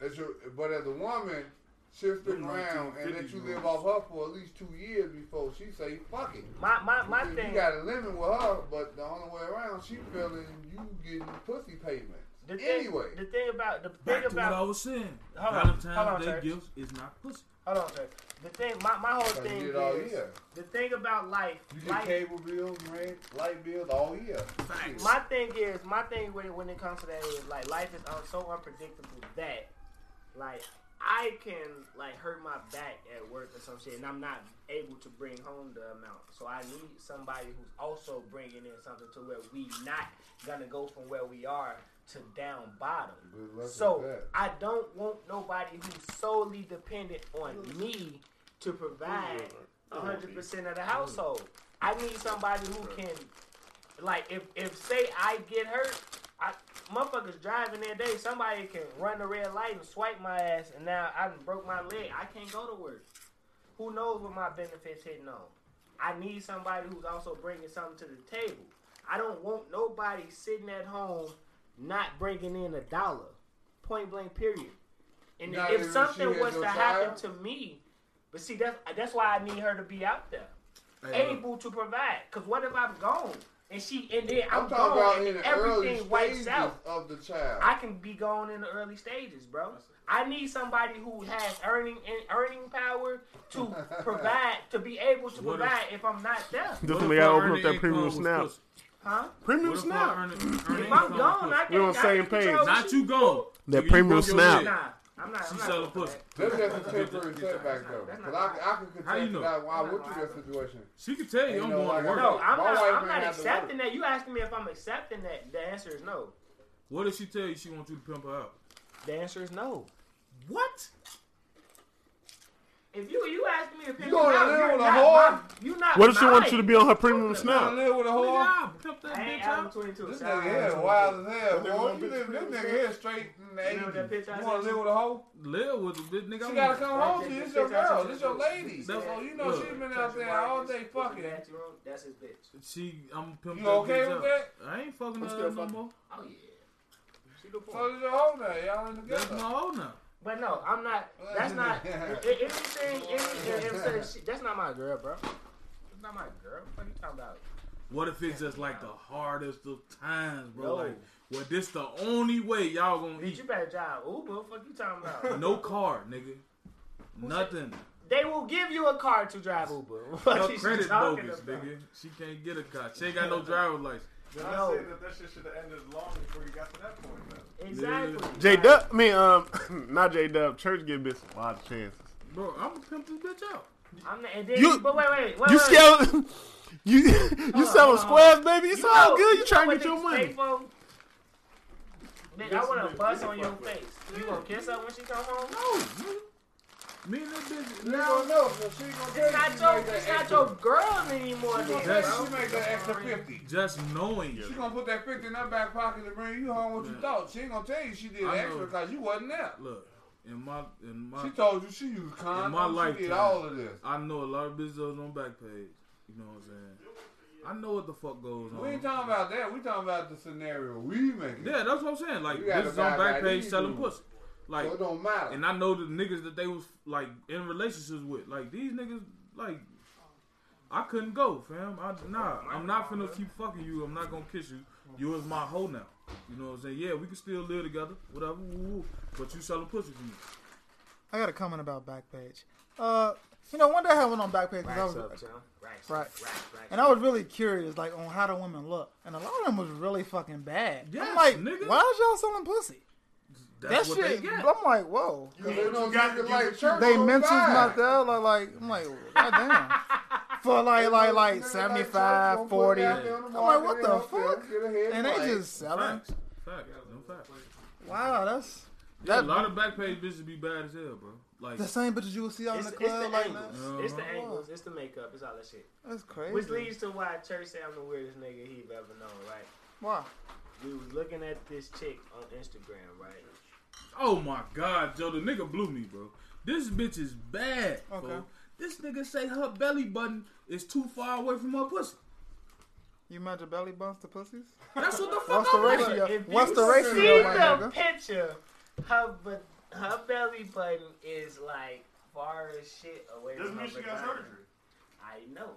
Speaker 3: That's your, but as a woman, she'll stick
Speaker 5: Them
Speaker 3: around and let
Speaker 5: 1950
Speaker 3: you live
Speaker 5: rules.
Speaker 3: off her for at least two years before she say fuck it.
Speaker 2: My my my
Speaker 3: You-
Speaker 2: thing.
Speaker 3: You got a limit with her, but the only way around, she feeling you getting pussy payments.
Speaker 2: the thing,
Speaker 3: anyway,
Speaker 2: the thing about the
Speaker 5: Back
Speaker 2: thing
Speaker 5: to what I
Speaker 2: about
Speaker 5: was saying.
Speaker 2: Hold on,
Speaker 5: Valentine's
Speaker 2: hold on,
Speaker 5: Day
Speaker 2: Terrence.
Speaker 5: gifts is not pussy.
Speaker 2: hold on, sir. the thing my my whole
Speaker 3: Cause you
Speaker 2: thing
Speaker 3: did all
Speaker 2: is
Speaker 3: year.
Speaker 2: the thing about life.
Speaker 3: you get
Speaker 2: life
Speaker 3: cable bills, rent, light bills all year. Shit.
Speaker 2: my thing is my thing when when it comes to that is like life is un- so unpredictable that like I can like hurt my back at work or some shit, and I'm not able to bring home the amount. So I need somebody who's also bringing in something to where we not gonna go from where we are to down bottom.
Speaker 3: Good luck
Speaker 2: So
Speaker 3: with that.
Speaker 2: I don't want nobody who's solely dependent on me to provide hundred percent of the household. I need somebody who can, like, if if say I get hurt, I motherfuckers driving that day, somebody can run the red light and swipe my ass, and now I done broke my leg. I can't go to work. Who knows what my benefits hitting on? I need somebody who's also bringing something to the table. I don't want nobody sitting at home not bringing in a dollar. Point blank, period. And
Speaker 3: Not even
Speaker 2: if
Speaker 3: if
Speaker 2: something
Speaker 3: she
Speaker 2: was
Speaker 3: had no
Speaker 2: to happen
Speaker 3: child?
Speaker 2: to me, but see, that's that's why I need her to be out there,
Speaker 5: Hey,
Speaker 2: able to provide. Cause what if I'm gone and she and then I'm, gone
Speaker 3: I'm talking about
Speaker 2: and
Speaker 3: in the early
Speaker 2: everything
Speaker 3: stages
Speaker 2: wipes out?
Speaker 3: of the child.
Speaker 2: I can be gone in the early stages, bro. I need somebody who has earning and earning power to provide to be able to
Speaker 5: What if-
Speaker 2: provide if, I'm not there,
Speaker 4: This
Speaker 5: what if
Speaker 4: nigga
Speaker 5: her
Speaker 4: opened up
Speaker 5: earning
Speaker 4: that
Speaker 5: income
Speaker 4: premium
Speaker 5: was
Speaker 4: snap.
Speaker 5: pussy?
Speaker 2: huh?
Speaker 4: Premium
Speaker 5: What if her
Speaker 4: snap.
Speaker 5: earning- earning
Speaker 2: If
Speaker 5: income
Speaker 2: I'm
Speaker 5: was
Speaker 2: gone,
Speaker 5: pussy?
Speaker 2: I can't.
Speaker 4: We on
Speaker 2: I
Speaker 4: same
Speaker 2: can't control
Speaker 4: page.
Speaker 2: what
Speaker 5: Not
Speaker 2: she
Speaker 5: you gone.
Speaker 4: That
Speaker 5: You
Speaker 4: premium
Speaker 5: broke your
Speaker 4: snap.
Speaker 5: leg.
Speaker 2: Nah, I'm not. I'm
Speaker 5: She
Speaker 2: not
Speaker 5: selling
Speaker 2: going for
Speaker 5: pussy.
Speaker 2: that.
Speaker 3: That's just a
Speaker 5: That's
Speaker 3: temporary
Speaker 5: not-
Speaker 3: setback though.
Speaker 2: that's not
Speaker 3: Cause I, I can
Speaker 5: How you
Speaker 3: contest
Speaker 5: know?
Speaker 3: that why I
Speaker 2: That's
Speaker 3: went
Speaker 2: not
Speaker 3: through that
Speaker 2: liable.
Speaker 3: situation.
Speaker 5: She can tell you
Speaker 3: Ain't
Speaker 5: I'm
Speaker 3: no
Speaker 5: going
Speaker 3: like
Speaker 5: to work.
Speaker 3: that.
Speaker 2: No, I'm
Speaker 3: My
Speaker 2: not.
Speaker 3: wife
Speaker 2: I'm
Speaker 3: ain't
Speaker 2: not
Speaker 3: had to
Speaker 2: accepting that. You asking me if I'm accepting that? The answer is no.
Speaker 5: What if she tell you she wants you to pimp her out?
Speaker 2: The answer is no.
Speaker 5: What?
Speaker 2: If you you asking me to pick
Speaker 3: You
Speaker 2: you
Speaker 3: gonna
Speaker 2: out,
Speaker 3: live
Speaker 2: you're
Speaker 3: with a
Speaker 2: not
Speaker 3: whore?
Speaker 2: my, you not.
Speaker 4: What if she wants
Speaker 2: mine.
Speaker 4: you to be on her premium
Speaker 3: I
Speaker 4: snap?
Speaker 3: live with a
Speaker 5: Nigga,
Speaker 3: whore.
Speaker 5: I'll pimp that
Speaker 2: I ain't
Speaker 5: bitch
Speaker 2: Adam
Speaker 5: out.
Speaker 2: 22.
Speaker 3: This
Speaker 2: Shout out
Speaker 3: nigga
Speaker 2: Adam
Speaker 3: here
Speaker 2: 22.
Speaker 3: wild as hell, boy.
Speaker 6: one
Speaker 3: You live,
Speaker 6: bitch
Speaker 3: this
Speaker 6: with
Speaker 3: nigga
Speaker 6: him.
Speaker 3: here straight in the
Speaker 2: Remember that
Speaker 3: eighties.
Speaker 2: picture I
Speaker 3: You wanna
Speaker 2: sent you?
Speaker 3: live with a hoe?
Speaker 5: Live with the bitch, nigga.
Speaker 3: She
Speaker 5: I'm
Speaker 3: gotta come
Speaker 2: Right,
Speaker 3: home
Speaker 2: that-
Speaker 3: to you. This
Speaker 2: that
Speaker 3: your
Speaker 2: picture I sent
Speaker 3: girl.
Speaker 2: you
Speaker 3: This
Speaker 2: is
Speaker 3: your
Speaker 2: the-
Speaker 3: lady.
Speaker 5: That's-
Speaker 3: So you know
Speaker 5: look.
Speaker 3: she's been out there all day fucking.
Speaker 2: That's your own- That's his bitch.
Speaker 5: She, I'm pimping
Speaker 3: You
Speaker 5: that
Speaker 3: okay
Speaker 5: bitch
Speaker 3: with
Speaker 5: out.
Speaker 3: that?
Speaker 5: I ain't fucking
Speaker 6: I'm
Speaker 5: her
Speaker 6: still
Speaker 5: no
Speaker 6: fucking.
Speaker 5: more.
Speaker 2: Oh yeah. She the
Speaker 3: So
Speaker 2: point.
Speaker 3: this your hoe now. Y'all in
Speaker 5: That's my
Speaker 3: together.
Speaker 5: hoe now.
Speaker 2: But no, I'm not. That's not. a- a- Anything. Anything. if- so she- That's not my girl, bro. That's not my girl. What are you talking about?
Speaker 5: What if it's just like the hardest of times, bro?
Speaker 2: No.
Speaker 5: Like, well, this the only way y'all gonna
Speaker 2: Bitch,
Speaker 5: eat.
Speaker 2: you better drive Uber. Fuck you talking about?
Speaker 5: No car, nigga. Nothing.
Speaker 2: They will give you a car to drive Uber. What
Speaker 5: Her
Speaker 2: is she
Speaker 5: credit
Speaker 2: talking
Speaker 5: bogus,
Speaker 2: about?
Speaker 5: nigga. She can't get a car. She ain't got no driver's license.
Speaker 6: Then I
Speaker 2: No.
Speaker 6: said that that shit should have ended long before you got to that point, though.
Speaker 2: Exactly.
Speaker 4: J Dub, I mean, um, not J Dub. Church give bitch a lot of chances.
Speaker 5: Bro, I'm gonna pimp this bitch out.
Speaker 2: I'm not, and then,
Speaker 4: You-
Speaker 2: but wait, wait, wait.
Speaker 4: You
Speaker 2: wait,
Speaker 4: sell, you you selling squares, baby. It's all good. You trying to
Speaker 2: what
Speaker 4: get your
Speaker 2: niggas
Speaker 4: money.
Speaker 2: pay for? Nigga, I
Speaker 6: This
Speaker 2: want
Speaker 6: nigga
Speaker 2: to bust
Speaker 6: you
Speaker 2: on your
Speaker 6: fuck with.
Speaker 2: face. You gonna kiss her when she come home?
Speaker 5: No, nigga. Me and that bitch.
Speaker 3: Now,
Speaker 5: nigga,
Speaker 3: no, so she gonna
Speaker 2: It's
Speaker 3: tell you
Speaker 2: not
Speaker 3: she
Speaker 2: your,
Speaker 3: make that
Speaker 2: it's not
Speaker 3: extra-
Speaker 2: your girl anymore,
Speaker 3: She
Speaker 2: nigga.
Speaker 3: gonna
Speaker 5: That's-
Speaker 3: make- she make that extra fifty.
Speaker 5: Just knowing you.
Speaker 3: She gonna put that fifty in her back pocket to bring you home what you
Speaker 5: Yeah.
Speaker 3: thought. She ain't gonna tell you she did
Speaker 5: I
Speaker 3: extra
Speaker 5: know.
Speaker 3: because you wasn't there.
Speaker 5: Look, in my in my
Speaker 3: She told you she used condoms.
Speaker 5: my
Speaker 3: she did
Speaker 5: lifetime.
Speaker 3: all of this.
Speaker 5: I know a lot of bitches that was on Backpage. You know what I'm saying? I know what the fuck goes on.
Speaker 3: We ain't talking about that. We talking about the scenario we making.
Speaker 5: Yeah, that's what I'm saying. Like
Speaker 3: You gotta
Speaker 5: bitches
Speaker 3: buy
Speaker 5: on
Speaker 3: like
Speaker 5: Backpage
Speaker 3: these
Speaker 5: selling
Speaker 3: dudes.
Speaker 5: pussy. Like
Speaker 3: so it don't matter.
Speaker 5: and I know the niggas that they was like in relationships with. Like these niggas, like I couldn't go, fam. I nah, I'm not finna keep fucking you. I'm not gonna kiss you. You is my hoe now. You know what I'm saying? Yeah, we can still live together, whatever. woo, woo, but you selling pussy for me.
Speaker 7: I got a comment about Backpage. Uh, you know, one day I went on Backpage because I
Speaker 2: Racks
Speaker 7: was,
Speaker 2: up, John. Racks
Speaker 7: Right.
Speaker 2: up, racks, racks
Speaker 7: and I was really curious, like on how the women look, and a lot of them was really fucking bad.
Speaker 5: Yes,
Speaker 7: I'm like,
Speaker 5: nigga.
Speaker 7: why is y'all selling pussy?
Speaker 5: That's
Speaker 7: that
Speaker 5: what
Speaker 7: shit.
Speaker 5: they
Speaker 7: I'm
Speaker 5: get.
Speaker 7: like, whoa.
Speaker 3: Cause they
Speaker 6: gotta
Speaker 3: don't get
Speaker 6: do
Speaker 3: like
Speaker 6: what you-
Speaker 3: church
Speaker 7: They
Speaker 3: on
Speaker 7: mentioned
Speaker 3: fire.
Speaker 7: not there. Like, like, I'm like, goddamn. For like, like, like 75, 40.
Speaker 3: I'm
Speaker 7: I'm like, what the fuck? And they just selling.
Speaker 5: Facts. Facts. No facts.
Speaker 7: Wow, that's
Speaker 5: Yeah,
Speaker 7: That-
Speaker 5: a lot of backpage bitches be bad as hell, bro. Like
Speaker 7: the same bitches you would see out
Speaker 2: It's,
Speaker 7: in the
Speaker 2: it's the
Speaker 7: club. like,
Speaker 2: angles.
Speaker 7: that.
Speaker 2: It's the
Speaker 5: Uh-huh.
Speaker 2: angles. It's the makeup. It's all that shit.
Speaker 7: that's crazy.
Speaker 2: Which leads to why Church say I'm the weirdest nigga he've ever known, right?
Speaker 7: Why?
Speaker 2: We was looking at this chick on Instagram, right?
Speaker 5: Oh my god, Joe, the nigga blew me, bro. This bitch is bad. Okay.
Speaker 7: Okay.
Speaker 5: This nigga say her belly button is too far away from her pussy.
Speaker 7: You measure belly bumps to pussies?
Speaker 5: That's what the fuck
Speaker 7: What's the
Speaker 5: I'm
Speaker 7: ratio?
Speaker 5: like.
Speaker 2: If
Speaker 7: What's
Speaker 2: you
Speaker 7: the ratio,
Speaker 2: see
Speaker 7: my
Speaker 2: the
Speaker 7: nigga?
Speaker 2: picture, her but her belly button is like far as shit away
Speaker 6: Doesn't
Speaker 2: from
Speaker 6: mean
Speaker 2: her
Speaker 6: she got
Speaker 2: vagina.
Speaker 6: surgery.
Speaker 2: I know,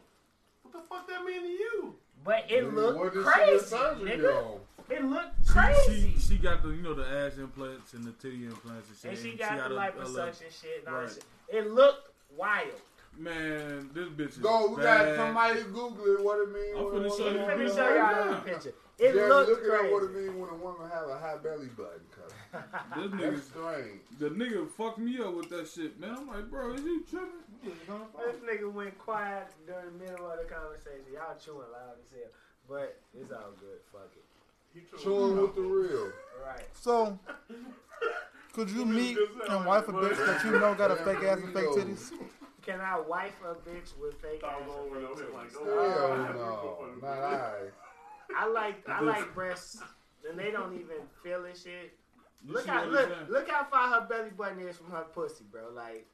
Speaker 6: What the fuck that mean to you?
Speaker 2: but it
Speaker 3: what
Speaker 2: looked
Speaker 3: is
Speaker 2: crazy,
Speaker 3: surgery
Speaker 2: nigga.
Speaker 3: on?
Speaker 2: It looked crazy.
Speaker 5: She, she got the you know the ass implants and the titty implants and shit.
Speaker 2: and she got the
Speaker 5: a- a
Speaker 2: liposuction shit. And all
Speaker 5: Right.
Speaker 2: that shit. It looked wild.
Speaker 5: little- Man, this bitch is
Speaker 3: Go, we got
Speaker 5: bad.
Speaker 3: somebody Google it. What it mean?
Speaker 5: I'm
Speaker 3: when a
Speaker 5: finna show
Speaker 3: woman
Speaker 5: you
Speaker 2: Let me
Speaker 5: Yeah.
Speaker 2: show y'all the
Speaker 5: Yeah.
Speaker 2: picture. It
Speaker 3: Jerry,
Speaker 2: looked
Speaker 3: look it up what it
Speaker 2: crazy.
Speaker 3: mean when a woman have a high belly button. Cause
Speaker 5: This
Speaker 3: that's
Speaker 5: nigga,
Speaker 3: strange.
Speaker 5: the nigga fucked me up with that shit, man. I'm like, bro, is you tripping?
Speaker 2: This nigga went quiet during the middle of the conversation. Y'all chewing loud as hell. But it's all good. Fuck it.
Speaker 3: Chewing with the real.
Speaker 2: Right.
Speaker 7: So, could you meet and wife a bitch that you know got a fake ass and fake titties?
Speaker 2: Can I wife a bitch with fake ass?
Speaker 6: Thought over and
Speaker 2: and
Speaker 6: over,
Speaker 2: fake
Speaker 6: like,
Speaker 2: titties?
Speaker 3: Hell no, not I.
Speaker 2: I like I like breasts and they don't even feel this shit.
Speaker 5: You
Speaker 2: Look
Speaker 5: see
Speaker 2: how
Speaker 5: what
Speaker 2: look
Speaker 5: I'm saying?
Speaker 2: look how far her belly button is from her pussy, bro. Like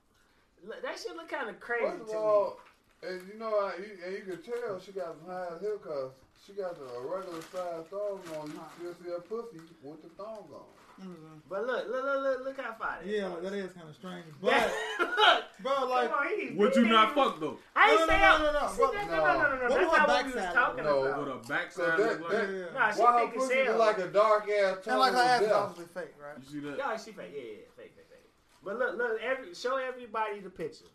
Speaker 2: look, that shit look kind of crazy
Speaker 3: First of
Speaker 2: to
Speaker 3: all, and you know, I, you, and you can tell she got some high heel cuffs. She got the a regular size thong on. You still see her pussy with the thong on.
Speaker 2: me. But look look look look, look how far that. is.
Speaker 7: Yeah, that is kind of strange.
Speaker 2: That-
Speaker 7: But,
Speaker 2: look.
Speaker 7: bro, like,
Speaker 2: Come on, he-
Speaker 5: Would
Speaker 2: he
Speaker 5: you
Speaker 2: didn't
Speaker 5: not
Speaker 2: even-
Speaker 5: fuck though?
Speaker 2: I ain't
Speaker 7: No, no,
Speaker 2: say
Speaker 7: no,
Speaker 2: I-
Speaker 7: no, no, no.
Speaker 2: See,
Speaker 7: What-
Speaker 2: that- no, no, no, no, no.
Speaker 7: What
Speaker 2: That's
Speaker 7: do
Speaker 2: not what
Speaker 7: I
Speaker 2: we was
Speaker 7: backside
Speaker 2: talking
Speaker 3: look
Speaker 2: about.
Speaker 3: like?
Speaker 5: With a
Speaker 3: So
Speaker 5: backside,
Speaker 3: that,
Speaker 5: look like,
Speaker 3: that
Speaker 7: yeah.
Speaker 2: Nah, she
Speaker 3: why her
Speaker 2: fake as
Speaker 3: pussy
Speaker 2: hell.
Speaker 3: is like a dark ass
Speaker 7: and like her ass is
Speaker 3: tongue.
Speaker 7: obviously fake, right?
Speaker 5: you see that?
Speaker 2: Yeah, she fake. Yeah, yeah, yeah, fake, fake, fake. But look, look, every, show everybody the picture.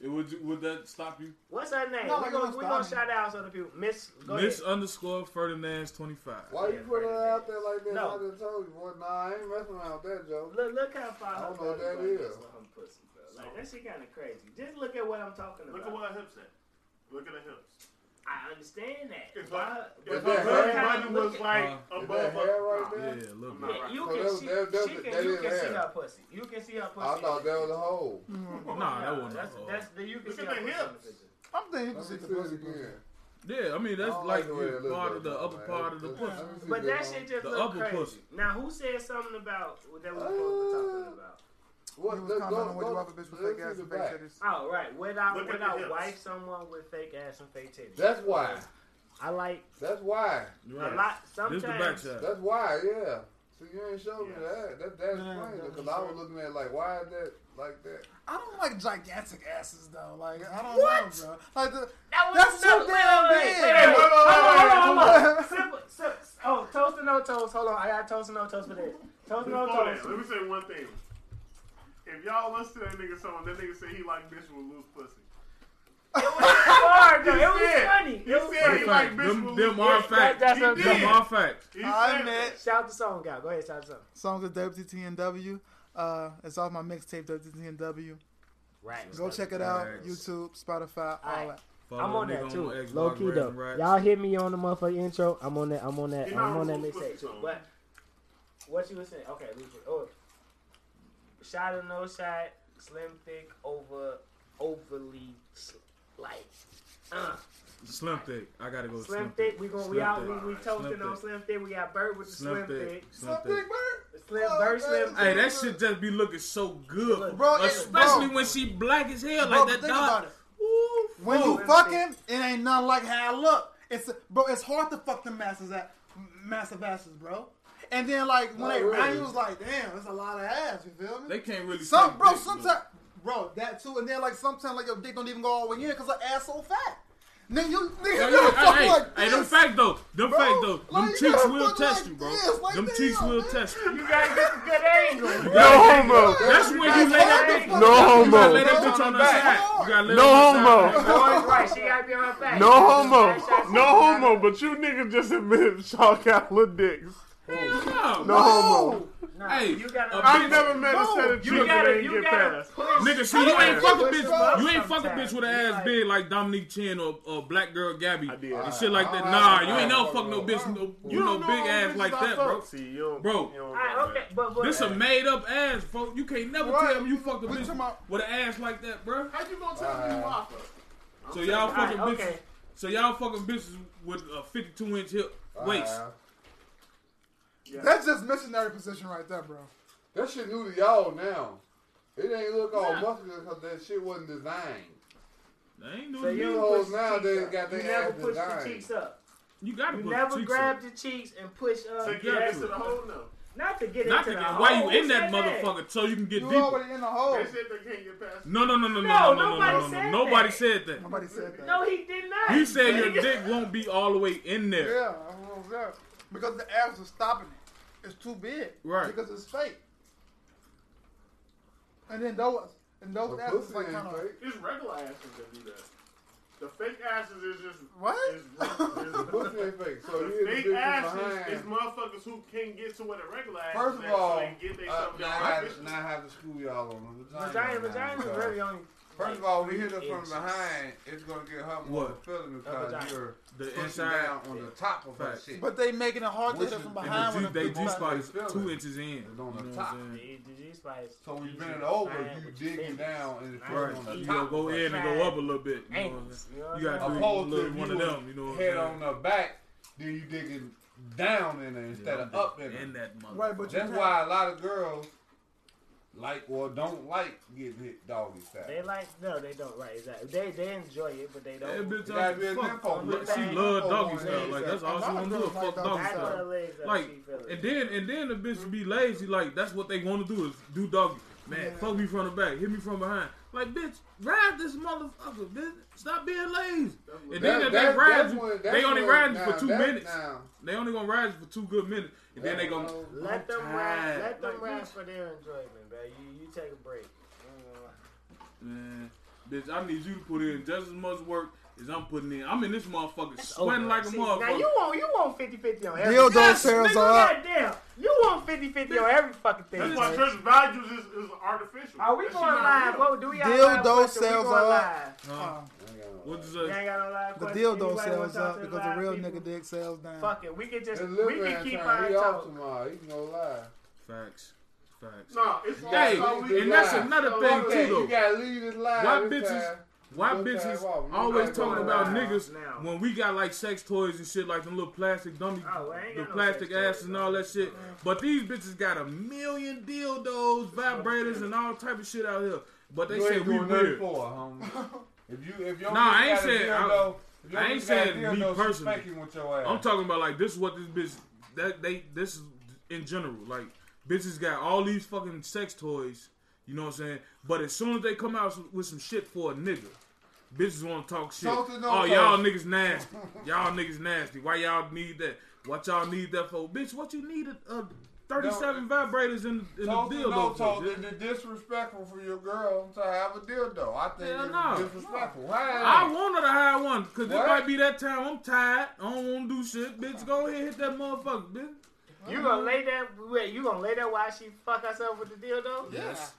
Speaker 5: It would you- would that stop you?
Speaker 2: What's her name?
Speaker 7: No,
Speaker 2: we're
Speaker 7: you
Speaker 2: gonna,
Speaker 7: don't
Speaker 2: we gonna
Speaker 7: stop
Speaker 2: shout out some other people. Miss, go
Speaker 5: Miss
Speaker 2: ahead.
Speaker 5: underscore Ferdinand's twenty five.
Speaker 3: Why you put her out there like that?
Speaker 2: No.
Speaker 3: I just told you, boy. Nah, I ain't messing around with that, Joe.
Speaker 2: Look, look how far
Speaker 3: I
Speaker 2: her
Speaker 3: don't know what
Speaker 2: belly
Speaker 3: that
Speaker 2: button
Speaker 3: is.
Speaker 2: is with her pussy, bro. Like that shit kind of crazy. Just look at what I'm talking
Speaker 6: Look
Speaker 2: about.
Speaker 6: at what her hips at. Look at her hips.
Speaker 2: I understand that.
Speaker 6: If
Speaker 2: Why
Speaker 6: I-
Speaker 2: her-
Speaker 6: If
Speaker 3: that
Speaker 6: her
Speaker 3: hair-
Speaker 6: belly button was like
Speaker 5: Uh,
Speaker 3: Is
Speaker 6: above
Speaker 3: that hair
Speaker 6: her.
Speaker 3: right
Speaker 5: Yeah,
Speaker 3: there?
Speaker 5: look.
Speaker 6: I'm
Speaker 5: at it.
Speaker 2: yeah, you
Speaker 3: So
Speaker 2: can,
Speaker 3: that was-
Speaker 2: she,
Speaker 3: that- that
Speaker 2: she
Speaker 3: was-
Speaker 2: can,
Speaker 3: that
Speaker 2: you
Speaker 3: is
Speaker 2: can see
Speaker 3: hair.
Speaker 2: her pussy. You can see her pussy.
Speaker 3: I thought that was a hole.
Speaker 2: Mm-hmm.
Speaker 5: Nah, that wasn't
Speaker 2: That's,
Speaker 5: a hole.
Speaker 2: that's the you can
Speaker 6: Look
Speaker 2: see
Speaker 6: at
Speaker 2: her
Speaker 6: the
Speaker 2: pussy on the
Speaker 6: hips.
Speaker 2: picture.
Speaker 7: I'm thinking you
Speaker 3: Let me
Speaker 7: can
Speaker 3: see
Speaker 7: see the pussy.
Speaker 3: it again.
Speaker 5: Yeah, I mean
Speaker 3: I
Speaker 5: that's
Speaker 3: don't
Speaker 5: like
Speaker 3: the way
Speaker 5: the
Speaker 3: it look,
Speaker 5: part
Speaker 3: though,
Speaker 5: of the
Speaker 3: Joe,
Speaker 5: upper
Speaker 3: man.
Speaker 5: part of the
Speaker 3: Let
Speaker 5: pussy.
Speaker 3: me see
Speaker 2: But that
Speaker 3: on-
Speaker 2: shit just
Speaker 5: The
Speaker 2: looked
Speaker 5: upper
Speaker 2: crazy.
Speaker 5: pussy.
Speaker 2: Now, who said something about that we were supposed to be talking
Speaker 3: Uh,
Speaker 2: about?
Speaker 3: What,
Speaker 7: You was
Speaker 3: let's
Speaker 7: commenting
Speaker 3: go-
Speaker 7: on would
Speaker 3: go-
Speaker 7: you wife a bitch with
Speaker 3: let's
Speaker 7: fake
Speaker 3: see
Speaker 7: ass
Speaker 3: the
Speaker 7: and fake
Speaker 3: back.
Speaker 7: titties?
Speaker 2: Oh, right. Would I,
Speaker 6: Look
Speaker 2: would
Speaker 6: at the
Speaker 2: I
Speaker 6: hips.
Speaker 2: wife someone with fake ass and fake titties?
Speaker 3: That's why.
Speaker 2: I like
Speaker 3: That's why.
Speaker 2: a
Speaker 5: Right.
Speaker 2: lot.
Speaker 5: This
Speaker 2: Sometimes
Speaker 5: the back side.
Speaker 3: That's why, yeah. So you ain't showing me
Speaker 6: Yeah.
Speaker 3: that. That that's
Speaker 7: No, no,
Speaker 3: funny
Speaker 7: no,
Speaker 3: because
Speaker 7: no,
Speaker 3: I
Speaker 7: no.
Speaker 3: was looking at it like, why is that like that?
Speaker 7: I don't like gigantic asses though. Like I don't
Speaker 2: What?
Speaker 7: know, bro. Like the,
Speaker 2: That was
Speaker 7: That's
Speaker 2: not-
Speaker 7: too
Speaker 2: wait,
Speaker 7: damn
Speaker 2: wait, wait, wait,
Speaker 7: big.
Speaker 2: wait.
Speaker 7: Wait, wait,
Speaker 2: Hold on,
Speaker 7: wait,
Speaker 2: hold on, hold on.
Speaker 7: wait.
Speaker 2: Simple, simple. Oh, toast and no toast. Hold on, I got toast and no toast for this. Toast and no
Speaker 6: Before that,
Speaker 2: toast.
Speaker 6: let me say one thing.
Speaker 8: If y'all listen to that nigga song, that nigga said he like bitch with loose pussy.
Speaker 2: hard, though. It
Speaker 8: He
Speaker 2: was
Speaker 8: said-
Speaker 2: funny.
Speaker 8: He
Speaker 2: It was
Speaker 8: said he like
Speaker 5: Them facts.
Speaker 8: bitch
Speaker 5: Them,
Speaker 8: with
Speaker 5: them
Speaker 8: loose
Speaker 5: are
Speaker 8: pussy.
Speaker 5: facts.
Speaker 2: That's
Speaker 8: He
Speaker 2: what-
Speaker 8: did.
Speaker 5: Them are facts.
Speaker 8: He
Speaker 7: I
Speaker 8: said
Speaker 7: met
Speaker 8: that.
Speaker 2: Shout the song out. Go ahead, shout the song.
Speaker 7: songs at WTTNW. Uh, it's off my mixtape WTTNW.
Speaker 2: Right.
Speaker 7: Go check it out.
Speaker 5: Facts.
Speaker 7: YouTube, Spotify, all
Speaker 2: Alright.
Speaker 7: that.
Speaker 2: I'm
Speaker 5: Follow
Speaker 2: on
Speaker 5: that
Speaker 2: that
Speaker 5: nigga
Speaker 2: too.
Speaker 5: Xbox,
Speaker 2: Low key
Speaker 5: Rats
Speaker 2: though.
Speaker 5: and Rats.
Speaker 2: Y'all hit me on the motherfucking intro. I'm on that. I'm on that.
Speaker 8: You're not
Speaker 2: I'm on that
Speaker 8: Rufus
Speaker 2: mixtape too.
Speaker 8: Song.
Speaker 2: But what you was saying? Okay, Lucha. Oh, shot or no shot. Slim thick over overly s- like. Uh,
Speaker 5: Slim thick. I gotta go.
Speaker 2: slim thick. We gonna we
Speaker 5: Slim
Speaker 2: out.
Speaker 5: Thick.
Speaker 2: We, we
Speaker 5: Slim
Speaker 2: toasting on
Speaker 5: Thick.
Speaker 2: slim thick. We got bird with the slim,
Speaker 5: Slim
Speaker 2: thick.
Speaker 5: thick. Slim
Speaker 3: Big
Speaker 5: thick.
Speaker 3: Bird?
Speaker 2: Slim
Speaker 3: Oh,
Speaker 2: bird
Speaker 3: man.
Speaker 2: slim.
Speaker 5: Hey, that shit just be looking so good,
Speaker 7: Bro, it's-
Speaker 5: especially
Speaker 7: bro.
Speaker 5: when she black as hell
Speaker 7: Bro,
Speaker 5: like that
Speaker 7: think
Speaker 5: dog.
Speaker 7: about it.
Speaker 5: Ooh,
Speaker 7: When
Speaker 5: fuck.
Speaker 7: you fucking, it ain't nothing like how I look. It's bro, it's hard to fuck them masters at massive asses, bro. And then like
Speaker 5: Oh,
Speaker 3: Not
Speaker 7: when they
Speaker 3: really.
Speaker 7: bang, you was like, damn, that's a lot of ass. You feel me?
Speaker 5: they can't really.
Speaker 7: Some
Speaker 5: take
Speaker 7: bro,
Speaker 5: dick, though.
Speaker 7: sometimes bro that too, and then like sometimes like your dick don't even go all the way in because her ass so fat. Then you
Speaker 5: Hey,
Speaker 7: nigga, you fuck
Speaker 5: hey, hey,
Speaker 7: like
Speaker 5: hey, them
Speaker 7: this.
Speaker 5: fact though, them
Speaker 7: Bro,
Speaker 5: fact though,
Speaker 7: like,
Speaker 5: them
Speaker 7: you
Speaker 5: cheeks
Speaker 7: gotta
Speaker 5: will
Speaker 7: fuck
Speaker 5: test
Speaker 7: like
Speaker 5: you, bro.
Speaker 7: this, like
Speaker 5: them
Speaker 7: that,
Speaker 5: cheeks will
Speaker 7: man.
Speaker 5: test you.
Speaker 2: You gotta get some good angle.
Speaker 4: No homo.
Speaker 5: That's when you lay that
Speaker 7: Hard
Speaker 5: bitch.
Speaker 7: to
Speaker 5: You
Speaker 7: fuck
Speaker 4: No
Speaker 7: like that.
Speaker 4: homo.
Speaker 5: gotta lay that bitch on her side. You gotta lay
Speaker 4: No
Speaker 5: that bitch on her
Speaker 4: homo.
Speaker 5: side.
Speaker 2: Boy's right. She gotta be on her back.
Speaker 4: No homo.
Speaker 2: Shot, shot,
Speaker 4: No
Speaker 2: shot.
Speaker 4: homo. But you niggas just admitted y'all got little dicks.
Speaker 5: Hell
Speaker 4: No homo.
Speaker 2: Nah,
Speaker 5: Hey,
Speaker 2: you gotta.
Speaker 5: a
Speaker 4: I've
Speaker 5: bitch-
Speaker 4: never met a set of
Speaker 2: You
Speaker 4: chicks that
Speaker 2: gotta-
Speaker 4: ain't
Speaker 2: you
Speaker 4: get
Speaker 2: gotta
Speaker 4: past.
Speaker 2: push.
Speaker 5: Nigga, see, you ain't fuck a bitch. You ain't fuck a
Speaker 2: Sometimes.
Speaker 5: bitch with an
Speaker 2: You
Speaker 5: ass
Speaker 2: like-
Speaker 5: big like Dominique Chin or, or Black Girl Gabby
Speaker 4: I did.
Speaker 5: and shit like that.
Speaker 3: I- I-
Speaker 5: Nah,
Speaker 3: I-
Speaker 5: you ain't
Speaker 3: I-
Speaker 5: never fuck no bitch. No, you
Speaker 4: don't
Speaker 5: no
Speaker 4: know
Speaker 5: big
Speaker 4: how
Speaker 5: ass
Speaker 4: bitches
Speaker 5: like
Speaker 4: I
Speaker 5: that,
Speaker 4: fuck.
Speaker 5: bro.
Speaker 4: See, you don't,
Speaker 5: Bro.
Speaker 4: you don't
Speaker 2: Alright,
Speaker 4: know
Speaker 2: okay,
Speaker 4: that.
Speaker 2: but but
Speaker 5: This a made up ass, folks. You can't never
Speaker 7: Right.
Speaker 5: tell me you fucked a
Speaker 7: We
Speaker 5: bitch
Speaker 7: talking about-
Speaker 5: with an ass like that, bro.
Speaker 8: How you gonna tell me you
Speaker 7: Uh-huh.
Speaker 3: Alright.
Speaker 8: waffle?
Speaker 5: So y'all
Speaker 2: Alright,
Speaker 5: fucking bitches.
Speaker 2: okay.
Speaker 5: So y'all fucking bitches with a 52 inch hip waist.
Speaker 3: Uh,
Speaker 7: That's just missionary position right there, bro.
Speaker 3: that shit new to y'all now. It ain't look all muscular because that shit wasn't designed.
Speaker 5: They ain't doing
Speaker 2: So you
Speaker 5: you,
Speaker 3: These
Speaker 2: don't push
Speaker 3: hoes
Speaker 2: the
Speaker 3: nowadays
Speaker 2: cheeks up.
Speaker 3: got
Speaker 2: You
Speaker 3: their
Speaker 2: never
Speaker 3: ass
Speaker 2: push the
Speaker 3: designed.
Speaker 2: cheeks up.
Speaker 5: you gotta
Speaker 2: You
Speaker 5: put
Speaker 2: never
Speaker 5: cheeks
Speaker 2: grab
Speaker 5: up.
Speaker 2: the cheeks and push uh, up.
Speaker 8: To
Speaker 5: You
Speaker 8: get
Speaker 5: gotta.
Speaker 8: into the hole now.
Speaker 2: Not to get
Speaker 5: Not
Speaker 2: into
Speaker 5: to
Speaker 2: the
Speaker 5: get why
Speaker 2: hole.
Speaker 5: you in
Speaker 2: Who
Speaker 5: that
Speaker 2: said
Speaker 5: motherfucker so you can get
Speaker 7: You
Speaker 5: deeper.
Speaker 7: already in the hole.
Speaker 8: They said they can't get past.
Speaker 5: No, no, no, no, no,
Speaker 2: No,
Speaker 5: no, no, no,
Speaker 2: nobody
Speaker 5: no,
Speaker 2: said
Speaker 5: no.
Speaker 2: that.
Speaker 5: Nobody said that.
Speaker 7: Nobody said that.
Speaker 2: No, he did not.
Speaker 5: He said your
Speaker 2: Nigga.
Speaker 5: dick won't be all the way in there.
Speaker 7: Yeah, I was there. Because the abs are stopping it. It's too big.
Speaker 5: Right.
Speaker 7: Because it's fake. And then those and those
Speaker 3: The
Speaker 7: abs is
Speaker 3: pussy
Speaker 7: like
Speaker 3: ain't
Speaker 7: kind of
Speaker 3: fake.
Speaker 8: It's regular asses that do that. The fake asses is just
Speaker 7: what?
Speaker 8: Is,
Speaker 3: The
Speaker 8: is,
Speaker 3: pussy ain't fake. So
Speaker 8: the
Speaker 3: you hit
Speaker 8: fake
Speaker 3: the bitches
Speaker 8: asses is
Speaker 3: behind.
Speaker 8: motherfuckers who can't get to where the regular asses
Speaker 3: First of
Speaker 8: at, so
Speaker 3: all,
Speaker 8: they get they
Speaker 3: uh,
Speaker 8: something
Speaker 3: now,
Speaker 8: down.
Speaker 3: I
Speaker 8: Like,
Speaker 3: have, now I have to school y'all on the
Speaker 2: Vagina,
Speaker 3: vagina.
Speaker 2: vagina is
Speaker 3: now.
Speaker 2: really only.
Speaker 3: First of all, we hit her from behind. It's gonna get her more
Speaker 5: What?
Speaker 3: feeling
Speaker 2: vagina.
Speaker 3: because you're
Speaker 5: The
Speaker 3: pushing
Speaker 5: inside-
Speaker 3: down on the top of her
Speaker 5: Facts.
Speaker 3: shit.
Speaker 7: But they making it hard to
Speaker 3: Which
Speaker 7: hit it
Speaker 3: is-
Speaker 7: from
Speaker 3: and
Speaker 7: behind
Speaker 5: And
Speaker 7: when
Speaker 5: the G, they
Speaker 7: it's
Speaker 5: G spot
Speaker 7: flat.
Speaker 5: is two inches in.
Speaker 3: It's on
Speaker 5: you know
Speaker 3: the top.
Speaker 5: What I'm saying?
Speaker 3: So when you bend it over, you dig it down and it's
Speaker 5: Right.
Speaker 3: right. on the
Speaker 5: You
Speaker 3: top.
Speaker 5: gonna go
Speaker 3: of her
Speaker 5: in
Speaker 3: shit.
Speaker 5: and go up a little bit. You, know what I'm
Speaker 2: Angles.
Speaker 5: saying?
Speaker 2: You know what
Speaker 5: You
Speaker 2: I'm
Speaker 5: gotta
Speaker 2: saying?
Speaker 5: do
Speaker 3: Opposed to
Speaker 5: little
Speaker 3: if
Speaker 5: one
Speaker 3: you
Speaker 5: of
Speaker 3: was
Speaker 5: them. You know what
Speaker 3: head
Speaker 5: I'm
Speaker 3: on her back, then you dig it down in her
Speaker 5: saying?
Speaker 3: instead of
Speaker 5: Yeah,
Speaker 3: up
Speaker 5: in,
Speaker 3: in her.
Speaker 5: that mother.
Speaker 7: Right, but you
Speaker 3: That's
Speaker 7: can't-
Speaker 3: why a lot of girls like or don't like getting hit doggy style.
Speaker 2: They like no, they don't. Right, exactly. They they enjoy it, but they
Speaker 5: That
Speaker 2: don't.
Speaker 5: bitch
Speaker 3: You gotta
Speaker 5: out
Speaker 3: be a
Speaker 5: the fuck.
Speaker 3: nympho.
Speaker 5: Look,
Speaker 2: Look,
Speaker 5: She
Speaker 2: man.
Speaker 5: love doggy
Speaker 3: Nympho
Speaker 5: style.
Speaker 3: on
Speaker 5: Like
Speaker 3: that.
Speaker 5: that's all
Speaker 7: A
Speaker 5: she
Speaker 7: lot of
Speaker 5: wanna do. is
Speaker 7: girls like
Speaker 5: Fuck doggy
Speaker 7: doggy
Speaker 2: That's why the
Speaker 5: style.
Speaker 2: legs up.
Speaker 5: Like
Speaker 2: she feel it.
Speaker 5: and then and then the bitch be lazy. Like that's what they wanna do is do doggy. Man, fuck me from the back, hit me from behind. Like bitch, ride this motherfucker. Bitch, stop being lazy. And then if they
Speaker 3: that's-
Speaker 5: ride
Speaker 3: that's
Speaker 5: you.
Speaker 3: when- that's
Speaker 5: they only
Speaker 3: when-
Speaker 5: riding you
Speaker 3: now,
Speaker 5: for two
Speaker 3: that-
Speaker 5: minutes.
Speaker 3: now,
Speaker 5: They only gonna ride you for two good minutes, and then they gonna.
Speaker 2: Let them ride.
Speaker 5: tired.
Speaker 2: Let them
Speaker 5: Like,
Speaker 2: ride
Speaker 5: bitch.
Speaker 2: for their enjoyment, man. You you take a break. You
Speaker 5: Man, bitch, I need you to put in just as much work as I'm putting in. I'm in this motherfucker
Speaker 2: know what I'm
Speaker 5: sweating like a
Speaker 2: saying? See, Now
Speaker 5: motherfucker.
Speaker 2: you want you want 50-50 on everything.
Speaker 7: Dildo
Speaker 5: Yes,
Speaker 7: sales
Speaker 5: nigga,
Speaker 7: are up.
Speaker 2: Goddamn, you want 50-50 on every fucking thing.
Speaker 8: That's why
Speaker 2: man.
Speaker 8: church values is, is artificial.
Speaker 2: Are we
Speaker 8: That shit
Speaker 2: going
Speaker 8: not
Speaker 2: live?
Speaker 8: real.
Speaker 2: What do we got? live
Speaker 7: Dildo
Speaker 2: question? We
Speaker 7: sales
Speaker 2: going
Speaker 7: are
Speaker 2: live.
Speaker 7: Uh,
Speaker 5: Huh? What you
Speaker 2: We
Speaker 5: say?
Speaker 2: ain't got no live
Speaker 7: The
Speaker 2: question.
Speaker 7: dildo
Speaker 2: Anybody wanna
Speaker 7: sells
Speaker 2: talk
Speaker 7: up
Speaker 2: to the
Speaker 7: because the
Speaker 2: live
Speaker 7: real
Speaker 2: people?
Speaker 7: nigga dick sells down.
Speaker 2: Fuck it, we can just
Speaker 3: It's
Speaker 2: we can keep our
Speaker 3: he off
Speaker 2: talk.
Speaker 3: tomorrow. He can go live.
Speaker 5: Facts, facts.
Speaker 8: No, it's all
Speaker 5: Hey,
Speaker 8: so we-
Speaker 5: and that's
Speaker 3: live.
Speaker 5: another
Speaker 8: So
Speaker 5: thing
Speaker 8: look
Speaker 5: too,
Speaker 8: at-
Speaker 5: though.
Speaker 3: You gotta leave this live.
Speaker 5: Why
Speaker 3: this
Speaker 5: bitches-
Speaker 3: time.
Speaker 5: Why
Speaker 3: Look at
Speaker 5: bitches
Speaker 3: that wall. We
Speaker 5: always
Speaker 3: gotta go
Speaker 5: talking about
Speaker 3: live.
Speaker 5: niggas
Speaker 2: Now.
Speaker 5: when we got like sex toys and shit, like them little plastic dummy,
Speaker 2: Oh, well, I ain't
Speaker 5: the
Speaker 2: got no
Speaker 5: plastic
Speaker 2: sex
Speaker 5: ass
Speaker 2: toys, Mm-hmm.
Speaker 5: and all
Speaker 2: though.
Speaker 5: that shit. But these bitches got a million dildos, vibrators, and all type of shit out here. But they
Speaker 3: You
Speaker 5: say
Speaker 3: ain't
Speaker 5: we
Speaker 3: doing nothing
Speaker 5: weird.
Speaker 3: for her, homie. If you, if your
Speaker 5: Nah,
Speaker 3: bitch
Speaker 5: I ain't
Speaker 3: got a
Speaker 5: saying- I-
Speaker 3: dildo, if your
Speaker 5: I ain't
Speaker 3: bitch got a
Speaker 5: saying me
Speaker 3: dildo, she
Speaker 5: personally.
Speaker 3: spank you with your ass.
Speaker 5: I'm talking about like this is what this bitch that they this is in general like bitches got all these fucking sex toys, you know what I'm saying? But as soon as they come out with some shit for a nigga, bitches want to talk shit.
Speaker 3: Talk to them
Speaker 5: oh y'all
Speaker 3: folks.
Speaker 5: niggas nasty, y'all niggas nasty. Why y'all need that? What y'all need that for? Bitch, what you need a, a Thirty-seven vibrators in, in
Speaker 3: Talk
Speaker 5: the
Speaker 3: to
Speaker 5: deal
Speaker 3: no
Speaker 5: though.
Speaker 3: talk. Is it disrespectful for your girl to have a dildo? I think
Speaker 5: Hell
Speaker 3: it's
Speaker 5: no.
Speaker 3: disrespectful. Why?
Speaker 5: I want her to have one because it
Speaker 3: What?
Speaker 5: might be that time I'm tired. I don't want to do shit. Bitch, go ahead hit that motherfucker, bitch.
Speaker 2: You gonna lay that? Wait, you gonna lay that while she fuck herself with the dildo?
Speaker 5: Yes.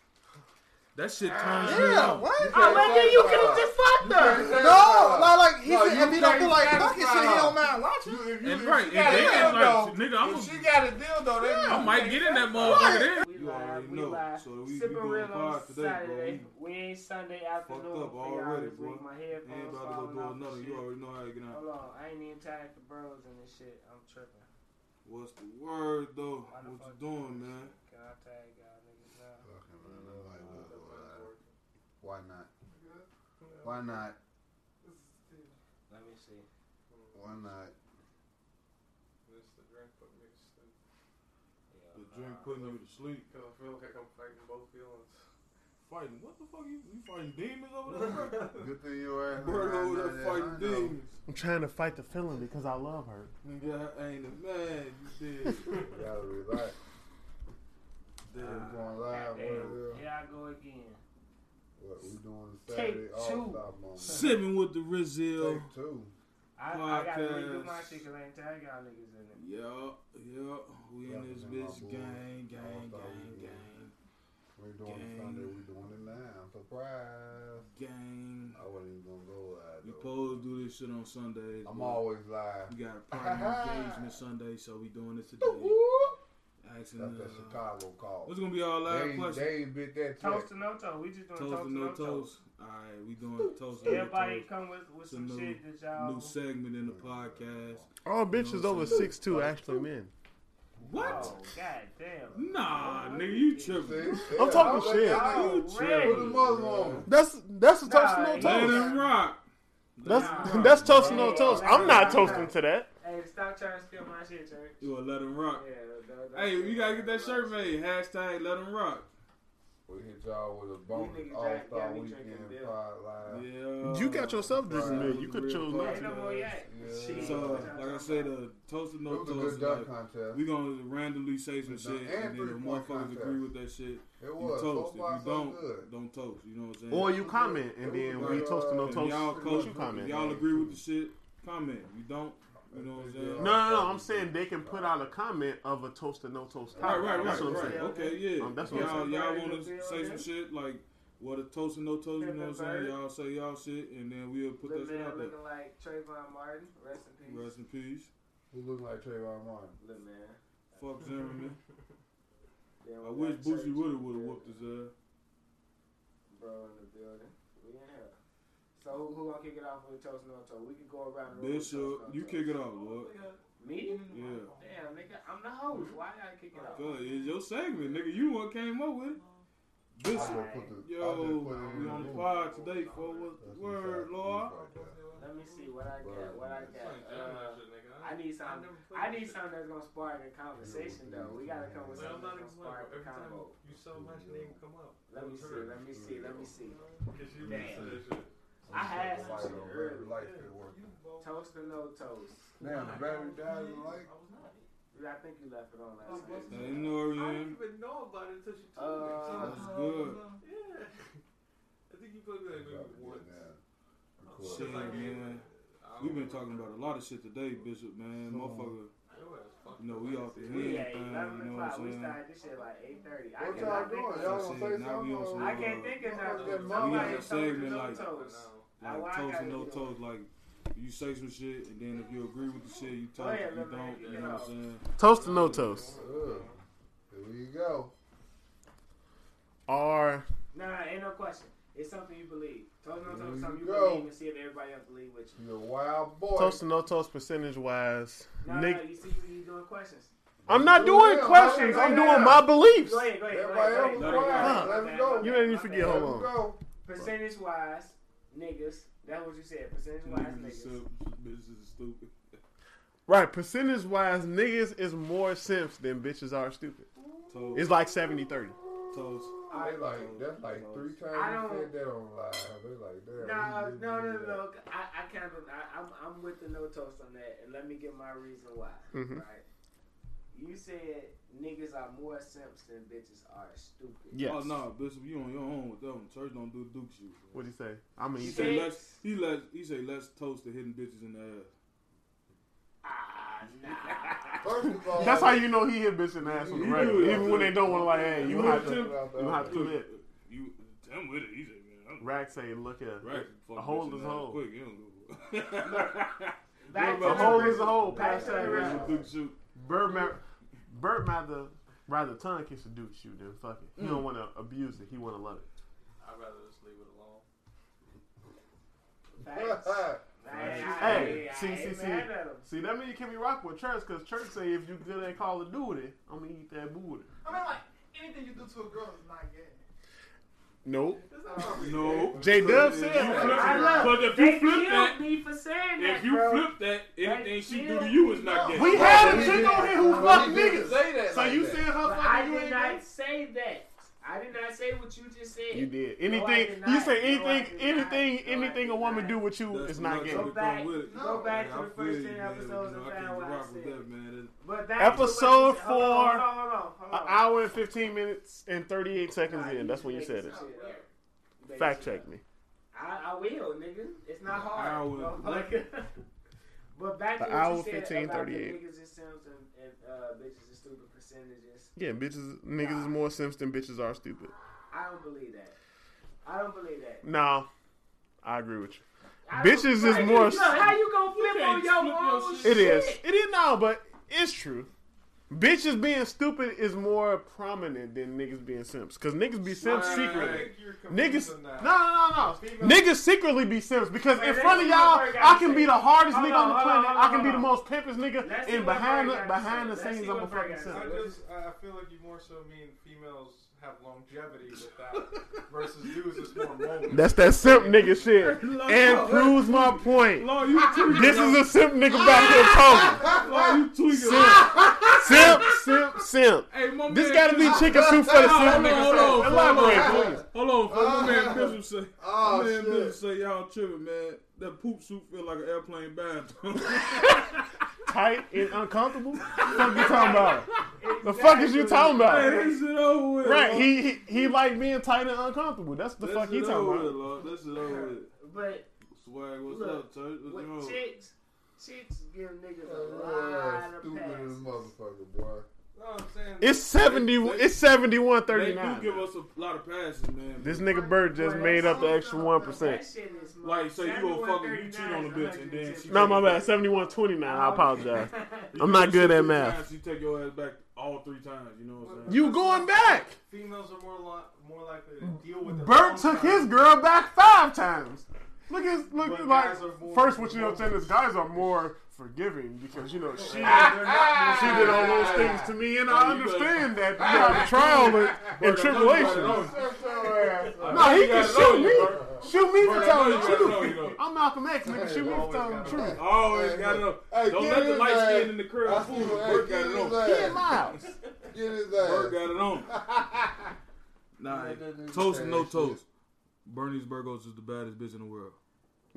Speaker 5: That shit turns me
Speaker 7: Yeah,
Speaker 5: on.
Speaker 7: what?
Speaker 2: Oh, well, then you could have just fucked her.
Speaker 7: No, like, like he
Speaker 3: No,
Speaker 7: said,
Speaker 3: you
Speaker 7: if he don't
Speaker 3: can't
Speaker 7: feel like fucking shit,
Speaker 3: satisfy
Speaker 7: he
Speaker 3: her.
Speaker 7: don't mind
Speaker 3: You,
Speaker 7: watching.
Speaker 3: if you,
Speaker 5: And
Speaker 3: if
Speaker 5: right, if
Speaker 3: she
Speaker 5: they
Speaker 3: got a
Speaker 5: ain't
Speaker 3: dildo,
Speaker 5: like, nigga, I'm
Speaker 3: if
Speaker 5: a-
Speaker 3: she got a dildo, then
Speaker 5: I might get in that
Speaker 7: Right.
Speaker 5: motherfucker then.
Speaker 2: We
Speaker 9: You already
Speaker 2: live, we
Speaker 9: know.
Speaker 2: live.
Speaker 9: So we- we
Speaker 2: Sipping
Speaker 9: going
Speaker 2: real on
Speaker 9: live today, bro.
Speaker 2: Saturday. We ain't Sunday afternoon.
Speaker 9: up
Speaker 2: I figure I
Speaker 9: already,
Speaker 2: just leave
Speaker 9: boy.
Speaker 2: My
Speaker 9: Ain't
Speaker 2: headphones
Speaker 9: about to go do
Speaker 2: falling off and
Speaker 9: another.
Speaker 2: shit.
Speaker 9: You already know how you get out.
Speaker 2: Hold on, I ain't even tied to bros and this shit. I'm tripping.
Speaker 9: What's the word though?
Speaker 2: Why the
Speaker 9: What
Speaker 2: fuck
Speaker 9: you doing, man?
Speaker 2: Can I tag y'all niggas now?
Speaker 3: Why not? Why not?
Speaker 2: Let me see.
Speaker 3: Why not?
Speaker 6: This the drink put me to sleep.
Speaker 2: Yeah, uh,
Speaker 9: The drink putting you to sleep.
Speaker 6: Cause I feel like I'm fighting both feelings.
Speaker 9: Fighting. What the fuck? You, you fighting demons over there? bro?
Speaker 3: Good thing you were.
Speaker 9: Bird over there fighting demons.
Speaker 4: I'm trying to fight the feeling because I love her.
Speaker 9: Nigga, I ain't a man. You did.
Speaker 3: You gotta relax. We're
Speaker 9: Damn.
Speaker 3: going live.
Speaker 2: Goddamn.
Speaker 3: What,
Speaker 2: Here I go again.
Speaker 3: what we doing Saturday?
Speaker 2: Take
Speaker 3: All
Speaker 2: two.
Speaker 3: star moment.
Speaker 5: Sipping with the Rizzo.
Speaker 3: Take two.
Speaker 2: I, I gotta redo
Speaker 5: Podcast.
Speaker 2: my shit because I ain't tag y'all niggas in it.
Speaker 5: Yup, yup. We in this bitch gang, gang, gang, gang,
Speaker 3: We doing
Speaker 5: Gang.
Speaker 3: it Sunday. We doing it now. Surprise.
Speaker 5: gang.
Speaker 3: I wasn't even gonna go live.
Speaker 5: We
Speaker 3: though.
Speaker 5: supposed to do this shit on Sundays.
Speaker 3: I'm
Speaker 5: but
Speaker 3: always live.
Speaker 5: We got a partner engagement Sunday, so we doing it today. Asking,
Speaker 3: That's the
Speaker 5: uh,
Speaker 3: Chicago call.
Speaker 5: what's gonna be our
Speaker 3: They,
Speaker 5: live
Speaker 3: ain't-
Speaker 5: question?
Speaker 3: they ain't bit that
Speaker 2: Toast
Speaker 3: yet.
Speaker 2: to no toast. We just doing
Speaker 5: Toast
Speaker 2: toast
Speaker 5: or
Speaker 2: to
Speaker 5: no
Speaker 2: no toast.
Speaker 5: toast? All right, we doing toast or no
Speaker 2: Everybody
Speaker 5: toast.
Speaker 2: come with, with
Speaker 5: It's a
Speaker 2: some
Speaker 5: new-
Speaker 2: shit that y'all.
Speaker 5: New segment in the podcast.
Speaker 4: All bitches
Speaker 5: No,
Speaker 4: over
Speaker 5: son.
Speaker 4: six two actually men.
Speaker 5: What?
Speaker 2: Oh, goddamn.
Speaker 5: Nah, nigga, you
Speaker 3: See?
Speaker 5: tripping?
Speaker 3: Yeah,
Speaker 4: I'm talking
Speaker 3: let
Speaker 4: shit.
Speaker 3: y'all know.
Speaker 5: You
Speaker 3: Put the
Speaker 5: tripping?
Speaker 2: Already.
Speaker 3: muzzle on.
Speaker 4: That's that's a toast
Speaker 2: Nah,
Speaker 4: to no
Speaker 2: yeah.
Speaker 5: Let
Speaker 4: toast.
Speaker 5: him rock. Let
Speaker 4: That's
Speaker 5: him rock.
Speaker 4: that's toast to no toast. I'm not toasting to that.
Speaker 2: Hey, stop trying to steal my shit, church.
Speaker 5: You gonna let him rock?
Speaker 2: Yeah, that- that-
Speaker 5: Hey, you gotta get that shirt made. Hashtag let him rock.
Speaker 3: We hit y'all with a bonus
Speaker 2: niggas
Speaker 3: All
Speaker 2: drank-
Speaker 3: Star
Speaker 2: got me
Speaker 3: Weekend
Speaker 2: drinking beer.
Speaker 3: pod live.
Speaker 5: Yeah.
Speaker 4: You got yourself drinking
Speaker 3: Right.
Speaker 4: beer. You could chose
Speaker 2: Yeah,
Speaker 4: not
Speaker 2: ain't
Speaker 4: to.
Speaker 2: no more yet.
Speaker 3: Yeah.
Speaker 2: Shit.
Speaker 5: So, like I said, uh, toast or
Speaker 3: It
Speaker 5: no
Speaker 3: was a
Speaker 5: toast. Like,
Speaker 3: good dunk contest.
Speaker 5: we gonna randomly say some
Speaker 3: And
Speaker 5: shit, and then if
Speaker 3: three-point
Speaker 5: motherfuckers
Speaker 3: contest.
Speaker 5: agree with that shit,
Speaker 3: It
Speaker 5: you
Speaker 3: was.
Speaker 5: toast.
Speaker 3: So
Speaker 5: If
Speaker 3: far,
Speaker 5: you
Speaker 3: so
Speaker 5: don't,
Speaker 3: good.
Speaker 5: don't toast. You know what I'm saying?
Speaker 4: Or you comment and then we toast to no
Speaker 3: If
Speaker 5: if
Speaker 4: toast.
Speaker 5: y'all,
Speaker 4: What
Speaker 5: coach,
Speaker 4: you
Speaker 5: if
Speaker 4: comment?
Speaker 5: y'all agree with the shit, comment. You don't, you know what I'm saying?
Speaker 4: No, no, no. I'm saying they can put out a comment of a toast to no toast.
Speaker 5: Right,
Speaker 4: topic.
Speaker 5: right, right,
Speaker 4: That's what I'm
Speaker 5: right.
Speaker 4: saying.
Speaker 5: Okay, yeah.
Speaker 4: Um, that's what I'm
Speaker 5: y'all,
Speaker 2: saying.
Speaker 5: y'all want to
Speaker 2: Yeah.
Speaker 5: say some shit like what a toast and no toast. You know what I'm saying?
Speaker 2: Yeah.
Speaker 5: Y'all say y'all shit, and then we'll put
Speaker 2: Little
Speaker 5: that shit
Speaker 2: man
Speaker 5: out there.
Speaker 2: looking like Trayvon Martin. Rest in peace.
Speaker 5: Rest in peace.
Speaker 3: Who look like Trayvon Martin?
Speaker 2: Little man.
Speaker 5: Fuck Zimmerman.
Speaker 2: Yeah,
Speaker 5: I
Speaker 2: we
Speaker 5: wish
Speaker 2: got
Speaker 5: Boosie
Speaker 2: church
Speaker 5: would have
Speaker 2: in the
Speaker 5: would have
Speaker 2: building.
Speaker 5: whooped his ass.
Speaker 2: Bro in the building. We in here. So who, who gonna kick it off with a toast no toast? We can go around the room. with
Speaker 5: Bishop,
Speaker 2: toast, no
Speaker 5: you
Speaker 2: toast.
Speaker 5: kick it off, Lord.
Speaker 2: Me?
Speaker 5: Yeah.
Speaker 2: Damn, nigga, I'm the host. Why I gotta kick it off?
Speaker 5: God, it's your segment, nigga. You one came up with it.
Speaker 3: I just
Speaker 5: Bishop.
Speaker 3: put the- I
Speaker 5: Yo,
Speaker 3: just put it in
Speaker 5: we
Speaker 3: the
Speaker 5: on the
Speaker 3: room.
Speaker 5: pod today for what's the
Speaker 3: That's
Speaker 5: word,
Speaker 3: inside
Speaker 5: Lord?
Speaker 3: the roof right there.
Speaker 2: Let me see what I got.
Speaker 3: Word.
Speaker 2: What I
Speaker 3: It's
Speaker 2: got.
Speaker 6: Like, John, that
Speaker 2: Uh,
Speaker 6: shit, nigga.
Speaker 2: I need something.
Speaker 6: never played
Speaker 2: I
Speaker 6: that
Speaker 2: need
Speaker 6: shit.
Speaker 2: something that's gonna spark a conversation, though. We gotta come with
Speaker 6: Well, I'm
Speaker 2: something
Speaker 6: not even
Speaker 2: that's gonna
Speaker 6: like,
Speaker 2: spark a
Speaker 6: every time
Speaker 2: combo.
Speaker 6: you so much, it didn't come up.
Speaker 2: Let me see. Let me see. Let me see.
Speaker 6: Cause you
Speaker 2: Damn.
Speaker 6: listen to this shit.
Speaker 2: I had
Speaker 3: Light
Speaker 2: some
Speaker 3: on,
Speaker 2: early.
Speaker 3: light fit working.
Speaker 2: Toast or no toast?
Speaker 3: Damn, the battery died in light.
Speaker 2: I think you left it on last night.
Speaker 5: I ain't know
Speaker 6: I
Speaker 5: him.
Speaker 6: didn't even know about it until she told me.
Speaker 2: Uh,
Speaker 5: That's good.
Speaker 6: Yeah. I think you played me like maybe once.
Speaker 3: Record.
Speaker 5: Shit,
Speaker 6: Like,
Speaker 5: man.
Speaker 6: I don't
Speaker 5: We've been
Speaker 6: remember.
Speaker 5: talking about a lot of shit today, Bishop, man. Motherfucker.
Speaker 6: It was fucked
Speaker 5: You know,
Speaker 6: up.
Speaker 5: we off the
Speaker 6: Yeah.
Speaker 5: hook.
Speaker 2: We at
Speaker 5: anything, you
Speaker 2: 11
Speaker 5: know what
Speaker 2: o'clock.
Speaker 5: I'm
Speaker 2: We
Speaker 5: saying?
Speaker 2: started this shit like 8.30. I
Speaker 3: What
Speaker 2: can't
Speaker 3: y'all
Speaker 2: think
Speaker 3: doing?
Speaker 2: of-
Speaker 3: Y'all
Speaker 5: So
Speaker 3: gonna
Speaker 5: shit,
Speaker 3: say
Speaker 5: now we on
Speaker 3: something?
Speaker 5: some-
Speaker 3: or-
Speaker 2: I can't think of nothing.
Speaker 3: We
Speaker 2: Somebody
Speaker 5: got a
Speaker 2: told me
Speaker 5: segment
Speaker 2: no
Speaker 5: like-
Speaker 2: toast.
Speaker 5: Like
Speaker 2: Why Oh, I
Speaker 5: toast
Speaker 2: gotta
Speaker 5: and no
Speaker 2: do it?
Speaker 5: toast, like you say some shit, and then if you agree with the shit, you
Speaker 2: Go
Speaker 5: toast.
Speaker 2: ahead,
Speaker 5: If
Speaker 2: let
Speaker 5: you
Speaker 2: me
Speaker 5: don't,
Speaker 2: get
Speaker 5: you
Speaker 2: it
Speaker 5: know
Speaker 2: out.
Speaker 5: what I'm saying?
Speaker 4: Toast to no toast.
Speaker 3: Ugh. Here we go.
Speaker 4: Or
Speaker 2: Nah, ain't no question. It's something you believe. Toast no
Speaker 3: There
Speaker 2: toast. Something you
Speaker 3: you go.
Speaker 2: believe and see if everybody else believe with you.
Speaker 3: You a wild boy.
Speaker 4: toast to no toast percentage wise.
Speaker 2: No, no,
Speaker 4: Nick,
Speaker 2: you see, you, you doing questions.
Speaker 4: I'm not doing questions. I'm doing my beliefs.
Speaker 2: Go ahead, go ahead.
Speaker 3: Everybody
Speaker 2: go ahead, go
Speaker 3: else
Speaker 2: ahead,
Speaker 5: is
Speaker 2: go ahead,
Speaker 4: quiet.
Speaker 2: go ahead.
Speaker 3: Let
Speaker 2: My
Speaker 3: it go.
Speaker 2: bad, my
Speaker 4: You
Speaker 2: bad,
Speaker 4: made me
Speaker 2: my
Speaker 4: forget.
Speaker 2: bad.
Speaker 4: Hold
Speaker 3: Here we
Speaker 4: on.
Speaker 3: go.
Speaker 2: Percentage wise, niggas. That's what you said. Percentage wise,
Speaker 5: Niggas is
Speaker 2: niggas.
Speaker 5: simp- bitches is stupid.
Speaker 4: Right, percentage wise, niggas is more simps than bitches are stupid.
Speaker 5: Toast,
Speaker 4: It's like 70 30.
Speaker 5: toast.
Speaker 3: They like that's like three
Speaker 2: I
Speaker 3: times you
Speaker 2: don't-
Speaker 3: said that on live. They like damn.
Speaker 2: No,
Speaker 3: he did
Speaker 2: no,
Speaker 3: do
Speaker 2: no, no.
Speaker 3: that.
Speaker 2: no. I, I kind of, I, I'm, I'm with the no toast on that, and let me get my reason why.
Speaker 4: Mhm.
Speaker 2: Right. You said niggas are more simps than bitches are stupid.
Speaker 4: Yes.
Speaker 5: Oh no, Bishop, you on your own with that one. Church don't do Duke shit. bro.
Speaker 4: What'd he say? I mean,
Speaker 5: He
Speaker 4: he
Speaker 2: said-
Speaker 4: said,
Speaker 5: say
Speaker 2: Six.
Speaker 5: let's he let he say let's toast the hitting bitches in the ass.
Speaker 2: Ah, nah.
Speaker 3: First of all,
Speaker 4: that's how you know he hit bitch and ass on the
Speaker 3: He
Speaker 4: record.
Speaker 3: do it.
Speaker 4: Even when they don't want to, like, hey, you
Speaker 3: Look
Speaker 4: hot,
Speaker 3: at
Speaker 4: you
Speaker 3: him.
Speaker 4: hot to it.
Speaker 5: You I'm with it. He said, man, I'm
Speaker 4: Rack say, look at
Speaker 5: right. Fuck
Speaker 4: A
Speaker 5: bitch
Speaker 4: hole
Speaker 5: in
Speaker 4: is
Speaker 5: the
Speaker 4: a
Speaker 5: ass
Speaker 4: hole.
Speaker 5: Quick, you don't go.
Speaker 2: Back
Speaker 4: a
Speaker 5: What
Speaker 2: to
Speaker 4: hole
Speaker 2: the
Speaker 4: is a hole.
Speaker 2: back
Speaker 4: Pass
Speaker 2: to the
Speaker 4: that.
Speaker 2: original.
Speaker 5: Bishop Duke shoot.
Speaker 4: Bird ma- Bird rather rather tongue kiss a dude shoot than fuck it. He don't want to abuse it. He want to love it.
Speaker 6: I'd rather just leave it alone.
Speaker 2: Facts.
Speaker 4: Hey,
Speaker 2: Hey,
Speaker 4: see, see, see. See that mean you can't be rocking with church because church say if you good at Call of Duty, I'm gonna eat that booty.
Speaker 7: I mean, like anything you do to a girl is not gay.
Speaker 4: Nope.
Speaker 5: No.
Speaker 4: J Dub
Speaker 5: If you
Speaker 4: said
Speaker 5: flip-
Speaker 4: that.
Speaker 2: I love-
Speaker 5: But if
Speaker 2: They
Speaker 5: you
Speaker 2: killed
Speaker 5: flip that,
Speaker 2: me for saying that,
Speaker 5: if you
Speaker 2: bro.
Speaker 5: flip that,
Speaker 2: They
Speaker 5: anything she do to
Speaker 2: killed
Speaker 5: you is not gay.
Speaker 4: We had a chick on here who fucked niggas.
Speaker 3: Say that
Speaker 4: So
Speaker 3: like
Speaker 4: you
Speaker 3: that.
Speaker 4: saying her
Speaker 2: But I
Speaker 4: fucking you
Speaker 2: did
Speaker 4: ain't
Speaker 2: not
Speaker 4: gay?
Speaker 2: say that. I did not say what you just said.
Speaker 4: You did
Speaker 2: No, I
Speaker 4: anything.
Speaker 2: did not.
Speaker 4: you say
Speaker 2: No, I
Speaker 4: anything,
Speaker 2: did not.
Speaker 4: anything,
Speaker 2: No, I
Speaker 4: anything
Speaker 2: did
Speaker 4: a woman
Speaker 2: not.
Speaker 4: do with you
Speaker 5: That's
Speaker 4: is not
Speaker 5: another
Speaker 4: gay.
Speaker 5: topic
Speaker 2: Go back-
Speaker 5: I'm with it.
Speaker 2: go back to
Speaker 5: I
Speaker 2: the
Speaker 5: feel
Speaker 2: first
Speaker 5: you,
Speaker 2: 10
Speaker 5: man.
Speaker 2: episodes
Speaker 5: You know,
Speaker 2: and
Speaker 5: I
Speaker 2: find
Speaker 5: can't
Speaker 2: what I
Speaker 5: rock with
Speaker 2: said.
Speaker 5: that, man.
Speaker 2: But that's hold on,
Speaker 4: Episode four.
Speaker 2: Hold on, hold
Speaker 4: An
Speaker 2: on, hold
Speaker 4: hour and fifteen minutes and thirty-eight seconds
Speaker 2: on.
Speaker 4: in. That's when you said it.
Speaker 2: Make
Speaker 4: Fact
Speaker 2: shit up.
Speaker 4: check me.
Speaker 2: I, I will, nigga. It's not hard.
Speaker 5: hour was
Speaker 2: motherfucker. but back to
Speaker 4: The
Speaker 2: what
Speaker 4: hour
Speaker 2: you said
Speaker 4: 15,
Speaker 2: about the
Speaker 4: 38.
Speaker 2: niggas and sims and, and uh, bitches and stupid percentages.
Speaker 4: Yeah, bitches, niggas is more simps than bitches are stupid.
Speaker 2: I don't believe that. I don't believe that.
Speaker 4: No, I agree with you.
Speaker 2: I don't-
Speaker 4: Bitches is
Speaker 2: Like,
Speaker 4: more-
Speaker 2: look, How you gonna flip
Speaker 5: can't
Speaker 2: on your
Speaker 5: flip your
Speaker 2: own shit?
Speaker 5: shit.
Speaker 4: It is. It is no, but it's true. Bitches being stupid is more prominent than niggas being simps. Cause niggas be simps
Speaker 5: Right.
Speaker 4: secretly.
Speaker 6: You're
Speaker 4: Niggas,
Speaker 6: confusing
Speaker 4: no,
Speaker 6: that.
Speaker 4: no, no, no. Niggas secretly be simps because in
Speaker 2: Right,
Speaker 4: front of
Speaker 2: let's see what
Speaker 4: y'all,
Speaker 2: Bird gotta
Speaker 4: I can
Speaker 2: say.
Speaker 4: be the hardest
Speaker 2: Hold
Speaker 4: nigga
Speaker 2: on,
Speaker 4: on the
Speaker 2: hold on,
Speaker 4: planet.
Speaker 2: hold on,
Speaker 4: I can be the
Speaker 2: hold
Speaker 4: most pimpest nigga,
Speaker 2: Let's see
Speaker 4: and
Speaker 2: what
Speaker 4: behind
Speaker 2: Bird
Speaker 4: the,
Speaker 2: gotta
Speaker 4: behind
Speaker 2: say.
Speaker 4: the
Speaker 2: Let's see
Speaker 4: scenes, I'm
Speaker 2: what
Speaker 4: a
Speaker 2: Bird
Speaker 4: fucking
Speaker 2: gotta
Speaker 4: simp.
Speaker 6: I
Speaker 2: say.
Speaker 6: just, I I feel like you more so mean females have longevity without versus dudes is more moments.
Speaker 4: That's that simp nigga shit. And proves my point.
Speaker 5: Law, you tweaking.
Speaker 4: This is a simp nigga back here talking.
Speaker 5: Law, you tweaking.
Speaker 4: Simp, simp, simp.
Speaker 5: Hey, my
Speaker 4: This
Speaker 5: man,
Speaker 4: gotta be
Speaker 5: Bishop-
Speaker 4: chicken soup for the
Speaker 5: Hold
Speaker 4: simp
Speaker 5: on,
Speaker 4: nigga.
Speaker 5: hold on,
Speaker 4: shit. Elaborate, please.
Speaker 5: Hold on, for my man
Speaker 3: Ah.
Speaker 5: Bishop say,
Speaker 3: Oh,
Speaker 5: my man
Speaker 3: shit.
Speaker 5: Bishop say, y'all tripping, man. That poop suit feel like an airplane
Speaker 4: Oh,
Speaker 5: bathroom.
Speaker 4: Tight and uncomfortable? fuck you talking about? The fuck is you talking
Speaker 5: hey,
Speaker 4: about?
Speaker 5: this shit over with.
Speaker 4: Right,
Speaker 5: Law.
Speaker 4: he, he he like being tight and uncomfortable. That's the
Speaker 5: This
Speaker 4: fuck he
Speaker 5: shit
Speaker 4: talking
Speaker 5: over with,
Speaker 4: about.
Speaker 5: Law. This shit over with.
Speaker 2: But
Speaker 5: Swag, what's
Speaker 2: Look,
Speaker 5: up, Church? What's
Speaker 2: With
Speaker 5: wrong?
Speaker 2: chicks, chicks give niggas
Speaker 3: Oh,
Speaker 2: a
Speaker 3: Lord,
Speaker 2: lot of
Speaker 3: stupid
Speaker 2: passes.
Speaker 3: as motherfucker, boy.
Speaker 6: No, I'm saying
Speaker 4: It's seventy. It's seventy-one
Speaker 5: They do give
Speaker 4: thirty-nine.
Speaker 5: us a lot of passes, man.
Speaker 4: This nigga Bird just made up the extra one percent.
Speaker 2: That shit is
Speaker 5: Like, say you gonna fuck her, you cheat on a bitch, and then she-
Speaker 4: No, my bad. Seventy-one twenty-nine. I apologize. I'm not good at math.
Speaker 5: You take your ass back all three times. You know what I'm saying?
Speaker 4: You going back?
Speaker 6: females are more li- more likely to deal with. their own
Speaker 4: Bert took
Speaker 6: time.
Speaker 4: his girl back five times. Look at look
Speaker 6: But
Speaker 4: at,
Speaker 6: guys are
Speaker 4: like
Speaker 6: more-
Speaker 4: first what you know saying is guys are more forgiving because you know
Speaker 3: uh,
Speaker 4: she she did all those things to me and I understand that you have trial and, and
Speaker 5: I know you got it
Speaker 4: tribulation.
Speaker 5: on.
Speaker 3: Shut your ass up.
Speaker 4: No, he can shoot me. Shoot me for
Speaker 5: Bert, I know
Speaker 4: telling
Speaker 5: you
Speaker 4: the
Speaker 5: got it on, you
Speaker 4: truth.
Speaker 5: know.
Speaker 4: I'm Malcolm X, nigga. Shoot me for
Speaker 6: Always
Speaker 4: telling the
Speaker 6: got it
Speaker 3: on.
Speaker 4: truth.
Speaker 5: Always got it up.
Speaker 3: Hey,
Speaker 5: Don't
Speaker 3: get
Speaker 5: let the
Speaker 3: his
Speaker 5: light
Speaker 3: ass.
Speaker 5: skin in the
Speaker 3: I
Speaker 5: crib
Speaker 3: see
Speaker 5: fool you.
Speaker 3: him, hey,
Speaker 5: Bert
Speaker 3: get
Speaker 5: got it
Speaker 3: his
Speaker 5: on.
Speaker 3: ass.
Speaker 4: He in my house.
Speaker 3: Get his
Speaker 5: Bert
Speaker 3: ass.
Speaker 5: got it on. Nah,
Speaker 3: Yeah, that nigga
Speaker 5: toast or no
Speaker 3: said
Speaker 5: toast. Bernie's Burgos is the baddest bitch in the world.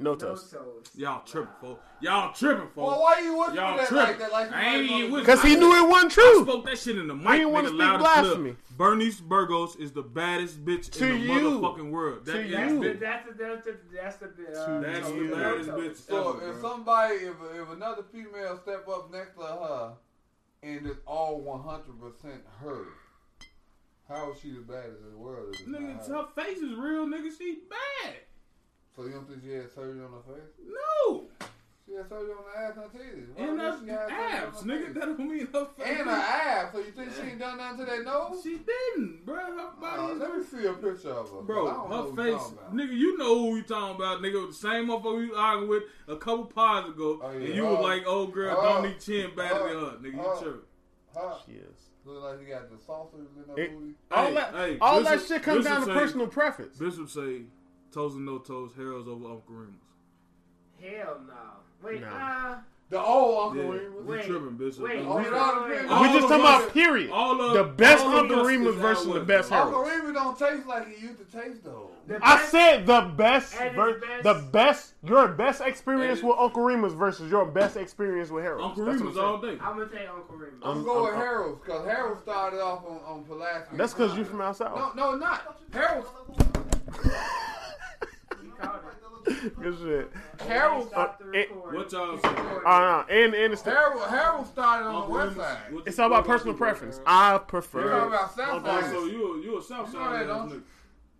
Speaker 4: No
Speaker 2: No
Speaker 4: toast.
Speaker 2: toes.
Speaker 5: Y'all tripping, folks. Y'all tripping,
Speaker 3: Well,
Speaker 5: folks.
Speaker 3: why you whispering
Speaker 5: Y'all
Speaker 3: that
Speaker 5: tripping.
Speaker 3: like that? Like you
Speaker 5: I ain't
Speaker 3: might
Speaker 5: even
Speaker 3: know-
Speaker 5: with
Speaker 4: Cause he knew it wasn't
Speaker 5: I
Speaker 4: true.
Speaker 5: spoke that shit in the mic.
Speaker 4: We didn't wanna
Speaker 5: nigga,
Speaker 4: speak
Speaker 5: loud as
Speaker 4: blasphemy.
Speaker 5: fuck. Bernice Burgos is the baddest bitch
Speaker 4: To
Speaker 5: in the
Speaker 4: you.
Speaker 5: motherfucking world. That
Speaker 4: To
Speaker 5: is
Speaker 2: That's
Speaker 4: you.
Speaker 2: the
Speaker 5: bitch.
Speaker 2: that's the that's the that's the uh,
Speaker 5: That's
Speaker 2: no
Speaker 5: the
Speaker 2: toes.
Speaker 5: baddest bitch
Speaker 3: So
Speaker 5: ever.
Speaker 3: if
Speaker 5: bro.
Speaker 3: somebody, if, if another female step up next to her and it's all 100% her, how is she the baddest in the world? if it's not
Speaker 5: Nigga,
Speaker 3: her?
Speaker 5: her face is real, nigga. She bad.
Speaker 3: So you don't think she had surgery on her face?
Speaker 5: No.
Speaker 3: She had surgery on her ass and her titties. Why
Speaker 5: And
Speaker 3: would
Speaker 5: her
Speaker 3: she have surgery on
Speaker 5: abs,
Speaker 3: her
Speaker 5: nigga.
Speaker 3: face?
Speaker 5: That don't mean her face.
Speaker 3: And her abs. So you think she ain't done nothing to that nose?
Speaker 5: She didn't, bro. Her
Speaker 3: Uh,
Speaker 5: body is
Speaker 3: let me see a picture of her. I don't know
Speaker 5: Bro, her
Speaker 3: who you
Speaker 5: face,
Speaker 3: talking about.
Speaker 5: nigga, you know who we talking about, nigga. The same motherfucker you arguing with a couple pods ago,
Speaker 3: Oh, yeah.
Speaker 5: and you was
Speaker 3: Oh.
Speaker 5: like, "Oh, girl,
Speaker 3: Oh.
Speaker 5: don't need chin better
Speaker 3: Oh.
Speaker 5: than her, nigga."
Speaker 3: Oh.
Speaker 5: You tripping?
Speaker 3: Huh?
Speaker 4: Yes.
Speaker 3: Look like you got the saucers in her
Speaker 4: It-
Speaker 3: booty.
Speaker 4: All
Speaker 5: Hey,
Speaker 4: that
Speaker 5: hey,
Speaker 4: all that
Speaker 5: Bishop-
Speaker 4: shit comes
Speaker 5: Bishop
Speaker 4: down to
Speaker 5: say-
Speaker 4: personal preference.
Speaker 5: Bishop say, "Toes and no toes, Harold's over Uncle Remus."
Speaker 2: Hell no. Wait,
Speaker 4: No.
Speaker 2: uh,
Speaker 3: The old
Speaker 5: Yeah,
Speaker 3: Uncle
Speaker 5: we
Speaker 3: Remus.
Speaker 5: tripping, bitch.
Speaker 2: Wait,
Speaker 5: Like,
Speaker 3: Oh,
Speaker 5: we-
Speaker 3: it all depends.
Speaker 5: All
Speaker 4: we just
Speaker 5: of
Speaker 4: talking
Speaker 5: us-
Speaker 4: about period.
Speaker 5: all of
Speaker 4: the best
Speaker 5: all of
Speaker 4: Uncle
Speaker 5: us
Speaker 4: Remus
Speaker 5: is
Speaker 4: versus
Speaker 5: out
Speaker 4: the
Speaker 5: with
Speaker 4: best
Speaker 5: it.
Speaker 4: Harold.
Speaker 3: Uncle Remus don't taste like he used to taste though.
Speaker 2: The
Speaker 4: I
Speaker 2: best-
Speaker 4: said the best,
Speaker 2: At his
Speaker 4: ver-
Speaker 2: best.
Speaker 4: the best, your best experience
Speaker 5: At his-
Speaker 4: with Uncle Remus versus your best experience with Harold.
Speaker 5: Uncle
Speaker 4: That's what
Speaker 5: Remus
Speaker 4: I'm saying.
Speaker 5: all day.
Speaker 2: I'm gonna take Uncle Remus.
Speaker 3: I'm,
Speaker 4: I'm-
Speaker 3: going with
Speaker 4: I'm-
Speaker 3: Harold's because Harold started off on, on Pulaski.
Speaker 4: That's because you from outside.
Speaker 3: No, no, not Harold.
Speaker 2: He called it.
Speaker 4: Good shit.
Speaker 3: Harold.
Speaker 4: Uh,
Speaker 2: Stop the
Speaker 4: it-
Speaker 2: recording.
Speaker 5: What y'all say?
Speaker 4: Uh, and and it's,
Speaker 3: Harold. Harold started on the west side.
Speaker 5: what-
Speaker 4: it's all
Speaker 5: what
Speaker 4: about
Speaker 5: you
Speaker 4: personal
Speaker 5: do,
Speaker 4: preference.
Speaker 5: Harold?
Speaker 4: I
Speaker 3: You talking
Speaker 4: prefer.
Speaker 3: about South
Speaker 5: Oh, so
Speaker 3: Side?
Speaker 5: you a- you a South
Speaker 3: You
Speaker 5: Side
Speaker 3: know that,
Speaker 5: ass
Speaker 3: don't
Speaker 5: nigga.
Speaker 3: you?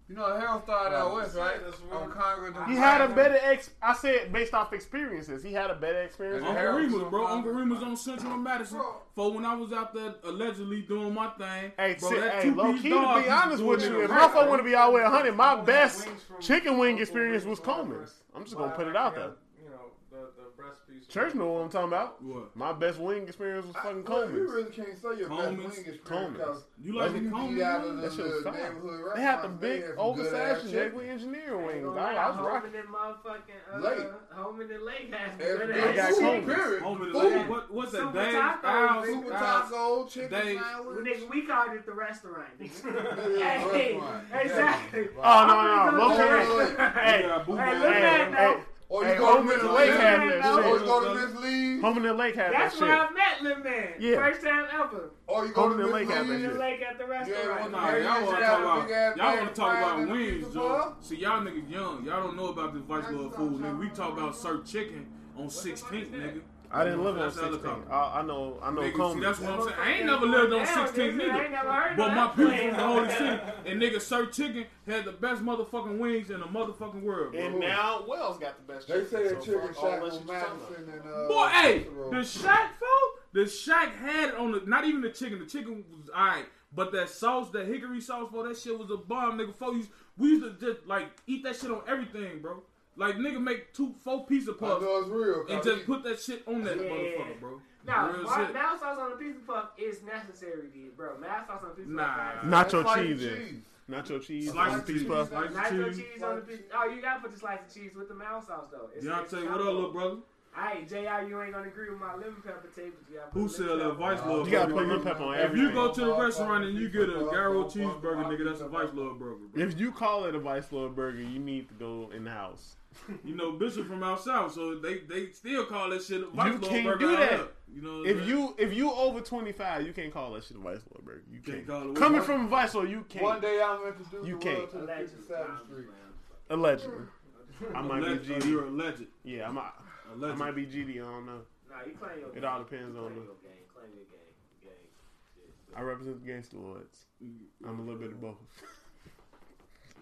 Speaker 3: You know Harold started out west, right?
Speaker 6: That's what-
Speaker 3: On Congress. and
Speaker 4: He had a
Speaker 3: Pulaski.
Speaker 4: better ex. I said based off experiences. He had a better experience.
Speaker 3: Yeah.
Speaker 4: with
Speaker 5: Uncle
Speaker 4: Harold.
Speaker 5: Remus, bro. Uncle Remus on Central and Madison. For when I was out there allegedly doing my thing,
Speaker 4: Hey,
Speaker 5: bro,
Speaker 4: si-
Speaker 5: that
Speaker 4: hey,
Speaker 5: two-piece
Speaker 4: low key,
Speaker 5: dog
Speaker 4: to be
Speaker 5: used
Speaker 4: honest
Speaker 5: do
Speaker 4: with
Speaker 5: it in
Speaker 4: you,
Speaker 5: a
Speaker 4: if
Speaker 5: wrap.
Speaker 4: my phone want to be all the way 100, my
Speaker 6: Wings
Speaker 4: best
Speaker 6: from
Speaker 4: chicken wing
Speaker 6: Uncle
Speaker 4: experience
Speaker 6: Remus,
Speaker 4: was Coleman's. I'm just gonna
Speaker 6: Why
Speaker 4: put
Speaker 6: I
Speaker 4: it out there.
Speaker 6: got, You know the the breast piece.
Speaker 4: Church know what I'm talking about.
Speaker 5: What?
Speaker 4: My best wing experience was fucking
Speaker 3: Well, You
Speaker 4: Coleman's.
Speaker 3: really can't say your
Speaker 5: Coleman's.
Speaker 3: best wing experience
Speaker 4: Coleman's.
Speaker 3: because
Speaker 5: You like
Speaker 3: when
Speaker 5: the
Speaker 3: you eat out of
Speaker 5: Coleman?
Speaker 3: the
Speaker 4: That shit was
Speaker 3: little
Speaker 4: fire.
Speaker 3: neighborhood
Speaker 4: They had the
Speaker 3: restaurants,
Speaker 4: big
Speaker 3: had some good-ass
Speaker 4: oversized
Speaker 3: chicken.
Speaker 4: Jaguar engineer
Speaker 2: Ain't
Speaker 4: wings.
Speaker 2: gonna
Speaker 4: I,
Speaker 2: lie,
Speaker 4: I was
Speaker 2: Home
Speaker 4: rocking.
Speaker 2: and that motherfucking, uh,
Speaker 3: Lake.
Speaker 2: Home and the lake has some
Speaker 3: Every-
Speaker 2: good
Speaker 3: I
Speaker 2: ass
Speaker 4: got
Speaker 2: food.
Speaker 4: Coleman's.
Speaker 3: Period.
Speaker 5: Homie,
Speaker 3: Food.
Speaker 5: like, what, what's that?
Speaker 2: Super
Speaker 5: Dave's
Speaker 2: tacos, nigga.
Speaker 5: Isles,
Speaker 3: Super
Speaker 5: Isles.
Speaker 3: taco, chicken
Speaker 5: They-
Speaker 3: sandwich.
Speaker 2: Nigga, we called it the restaurant.
Speaker 3: Yeah,
Speaker 2: hey,
Speaker 3: restaurant.
Speaker 2: exactly.
Speaker 4: Oh
Speaker 2: I'm
Speaker 4: no no,
Speaker 2: gonna go
Speaker 4: low
Speaker 2: to-
Speaker 4: key.
Speaker 3: Yeah.
Speaker 4: Hey,
Speaker 5: Yeah, boo
Speaker 2: Hey,
Speaker 5: boo.
Speaker 2: look
Speaker 4: hey,
Speaker 2: at that.
Speaker 4: hey,
Speaker 3: Or you
Speaker 4: Hey,
Speaker 3: go to
Speaker 4: Home
Speaker 3: Miss
Speaker 4: and the
Speaker 3: Lee.
Speaker 4: Lake
Speaker 2: had
Speaker 3: Or
Speaker 2: that
Speaker 3: you
Speaker 2: shit.
Speaker 3: go to Miss Lee.
Speaker 4: Home and the Lake had that
Speaker 2: That's where
Speaker 4: shit.
Speaker 2: I met Lil Man.
Speaker 4: Yeah.
Speaker 2: First time ever.
Speaker 3: Or you go
Speaker 4: Home
Speaker 3: to
Speaker 4: and the
Speaker 3: Miss
Speaker 4: Lake had that
Speaker 3: Lee.
Speaker 2: In the
Speaker 4: shit.
Speaker 2: lake at the restaurant.
Speaker 5: Nah, y'all want to
Speaker 3: Yeah,
Speaker 5: talk about
Speaker 3: big ass
Speaker 5: y'all want
Speaker 3: bag
Speaker 5: to talk
Speaker 3: fried
Speaker 5: about
Speaker 3: and
Speaker 5: wings,
Speaker 3: pizza
Speaker 5: Joe.
Speaker 3: pie.
Speaker 5: See, y'all niggas young. Y'all don't know about this vice
Speaker 3: That's
Speaker 5: lord
Speaker 3: what
Speaker 5: food,
Speaker 3: I'm
Speaker 5: nigga. We
Speaker 3: talking
Speaker 5: talk
Speaker 3: about.
Speaker 5: about served chicken on sixteenth,
Speaker 6: that?
Speaker 5: nigga.
Speaker 4: I didn't live on
Speaker 5: That's the
Speaker 4: 16.
Speaker 5: helicopter.
Speaker 4: I, I know I know
Speaker 5: Nigga, see,
Speaker 4: Coleman.
Speaker 5: that's what I'm saying. I ain't never lived on
Speaker 2: Damn,
Speaker 5: 16
Speaker 2: nigga, I ain't
Speaker 5: neither.
Speaker 2: never heard
Speaker 5: But
Speaker 2: of
Speaker 5: my
Speaker 2: that
Speaker 5: people
Speaker 2: place.
Speaker 5: from the Holy City and nigga Sir Chicken had the best motherfucking wings in the motherfucking world, bro.
Speaker 4: And now Wells got the best.
Speaker 3: They
Speaker 4: chicken,
Speaker 3: say that
Speaker 4: so
Speaker 3: chicken
Speaker 4: fuck all
Speaker 3: shack
Speaker 4: that
Speaker 3: on
Speaker 4: shit you're talking about.
Speaker 3: Madison and uh.
Speaker 5: Boy, hey,
Speaker 3: Cicero.
Speaker 5: the Shaq, folks, the Shaq had it on the, not even the chicken, the chicken was alright, but that sauce, that hickory sauce, for that shit was a bomb, nigga. Folk used, we used to just, like, eat that shit on everything, bro. Like, nigga make two, four pizza
Speaker 3: I
Speaker 5: puffs
Speaker 3: know it's real.
Speaker 5: and
Speaker 3: 'cause
Speaker 5: just
Speaker 3: he-
Speaker 5: put that shit on that
Speaker 2: Yeah.
Speaker 5: motherfucker, bro.
Speaker 2: Now,
Speaker 5: Real
Speaker 2: bar-
Speaker 5: shit.
Speaker 2: mouse sauce on a pizza puff is necessary, to eat, bro. Mouse sauce on a pizza
Speaker 5: Nah.
Speaker 2: puff. is-
Speaker 4: Nacho
Speaker 3: That's like
Speaker 4: cheese in.
Speaker 3: cheese.
Speaker 4: Nacho cheese,
Speaker 5: Slice
Speaker 4: slice
Speaker 5: of
Speaker 4: piece
Speaker 5: cheese.
Speaker 4: puff.
Speaker 5: Slice of
Speaker 2: Nacho
Speaker 5: cheese.
Speaker 2: cheese on the pizza. Oh, you gotta put the slice of cheese with the mouse sauce though. It's
Speaker 5: Deontay, what up, little brother?
Speaker 2: Hey, Jr., you ain't gonna agree with my lemon pepper tape, but you gotta put
Speaker 5: Who
Speaker 2: lemon
Speaker 5: sell that
Speaker 2: pepper.
Speaker 5: Vice
Speaker 3: Uh,
Speaker 5: Lord
Speaker 4: You gotta
Speaker 5: burger,
Speaker 4: put lemon
Speaker 5: nigga?
Speaker 4: pepper on
Speaker 5: If you go to the
Speaker 3: Everything.
Speaker 5: restaurant and you get a gyro cheeseburger, nigga, that's a Vice Lord burger, bro.
Speaker 4: If you call it a Vice Lord burger, you need to go in the house.
Speaker 5: You know, Bishop from out south, so they they still call that shit a Vice
Speaker 4: You
Speaker 5: Lord
Speaker 4: can't
Speaker 5: burger.
Speaker 4: do
Speaker 5: out
Speaker 4: that.
Speaker 5: here. You know, what I'm
Speaker 4: If
Speaker 5: saying?
Speaker 4: you if you over twenty five, you can't call that shit a Vice Lord burger. You
Speaker 5: Can't
Speaker 4: can't.
Speaker 5: call it what
Speaker 4: Coming
Speaker 5: you
Speaker 4: from Vice Lord, you
Speaker 3: One
Speaker 4: can't.
Speaker 3: day I'm introduced
Speaker 4: You
Speaker 3: the
Speaker 4: can't.
Speaker 3: world to the
Speaker 2: Allegedly.
Speaker 3: 57th Street.
Speaker 4: Allegedly, I
Speaker 5: a
Speaker 4: might
Speaker 5: legend,
Speaker 4: be
Speaker 5: you're
Speaker 4: GD.
Speaker 5: a legend.
Speaker 4: Yeah, I might.
Speaker 5: A
Speaker 4: I
Speaker 5: legend.
Speaker 4: might be GD. I don't know.
Speaker 2: Nah, you claim your
Speaker 4: It all depends
Speaker 2: You
Speaker 4: on
Speaker 2: claim
Speaker 4: the-
Speaker 2: your game. Claim your game. Game.
Speaker 4: I represent the gangster lords. I'm a little bit of both.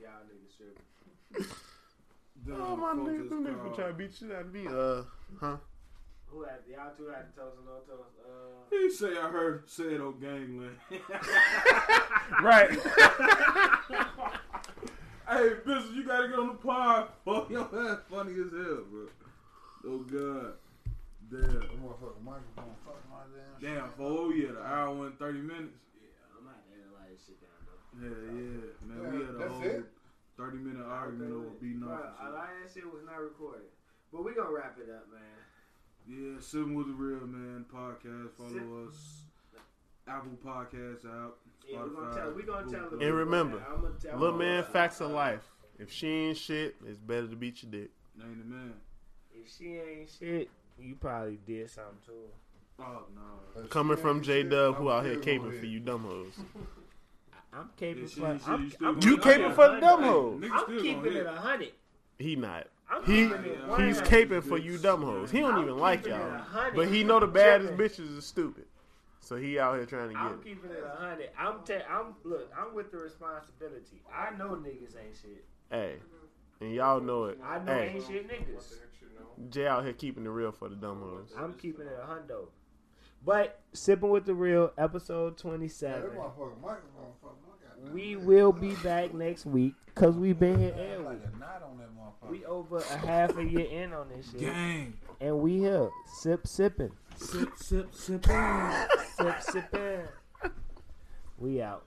Speaker 2: Y'all niggas tripping.
Speaker 5: Damn,
Speaker 4: Oh my
Speaker 5: folks,
Speaker 4: niggas,
Speaker 5: it's
Speaker 4: them niggas been
Speaker 5: called-
Speaker 4: trying to beat shit out of me. Uh, huh?
Speaker 2: Who had y'all two had the toes and no toes? Uh,
Speaker 5: He say I heard say it on gangland.
Speaker 4: Right.
Speaker 5: hey, Bishop, you gotta get on the pod. Oh, your ass funny as hell, bro. Oh God, damn,
Speaker 3: That motherfucking microphone fucking my damn shit.
Speaker 5: damn. For oh yeah, the hour and thirty minutes.
Speaker 2: yeah, I'm not gonna light this shit down though.
Speaker 5: Yeah, yeah, man.
Speaker 3: Yeah,
Speaker 5: we had a
Speaker 3: that's
Speaker 5: whole
Speaker 3: it?
Speaker 5: thirty minute argument over beating
Speaker 2: Bro,
Speaker 5: off. and
Speaker 2: a
Speaker 5: shit.
Speaker 2: lot of that shit was not recorded, but we gonna wrap it up, man.
Speaker 5: Yeah, sitting with the real man podcast. Follow
Speaker 2: Sit-
Speaker 5: us. Apple Podcasts out. Spotify.
Speaker 2: Yeah, we gonna tell. We gonna tell.
Speaker 5: Google.
Speaker 4: And remember,
Speaker 2: I'm gonna tell
Speaker 4: Little man, facts of life. If she ain't shit, it's better to beat your dick.
Speaker 5: Name the man.
Speaker 2: If she ain't shit, you probably did something to her.
Speaker 5: Oh no.
Speaker 3: That
Speaker 4: Coming
Speaker 3: shit
Speaker 4: from
Speaker 3: ain't
Speaker 4: J
Speaker 3: shit.
Speaker 4: Dub,
Speaker 3: I'm
Speaker 4: who out
Speaker 3: still
Speaker 4: here
Speaker 3: gonna
Speaker 4: caping
Speaker 3: hit.
Speaker 4: for you dumb hoes.
Speaker 2: I'm caping
Speaker 5: If she
Speaker 2: for.
Speaker 5: ain't shit,
Speaker 2: I'm,
Speaker 5: you still
Speaker 2: I'm,
Speaker 5: gonna
Speaker 4: You
Speaker 5: die.
Speaker 4: caping for the dumb
Speaker 2: Hey,
Speaker 4: hoes.
Speaker 5: Niggas
Speaker 2: I'm
Speaker 5: still
Speaker 2: keeping
Speaker 5: gonna
Speaker 2: it
Speaker 5: hit.
Speaker 2: a hundred.
Speaker 4: He not.
Speaker 2: I'm
Speaker 4: He-
Speaker 2: keeping it.
Speaker 5: he's
Speaker 2: 100.
Speaker 4: He's caping for you dumb hoes. He don't even like y'all, but he know the baddest bitches is stupid, so he out here trying to
Speaker 2: I'm
Speaker 4: get it.
Speaker 2: keeping it a hundred. I'm te- I'm look. I'm with the responsibility. I know niggas ain't shit.
Speaker 4: Hey, and y'all know it.
Speaker 2: I know
Speaker 4: Hey,
Speaker 2: ain't shit niggas.
Speaker 6: What the heck you know?
Speaker 4: Jay out here keeping it real for the dumb hoes.
Speaker 2: I'm keeping it a hundo. But sipping with the real episode twenty
Speaker 3: That
Speaker 2: seven.
Speaker 3: motherfucking microphone fucking my goddamn
Speaker 2: We
Speaker 3: head.
Speaker 2: will be back next week because we've been here
Speaker 3: It's
Speaker 2: every
Speaker 3: like
Speaker 2: week.
Speaker 3: a knot on that motherfucker.
Speaker 2: We over a half a year in on this shit,
Speaker 5: Gang.
Speaker 2: and we here sip sipping,
Speaker 5: Sip, sip, sip. in.
Speaker 2: sip sipping. We out.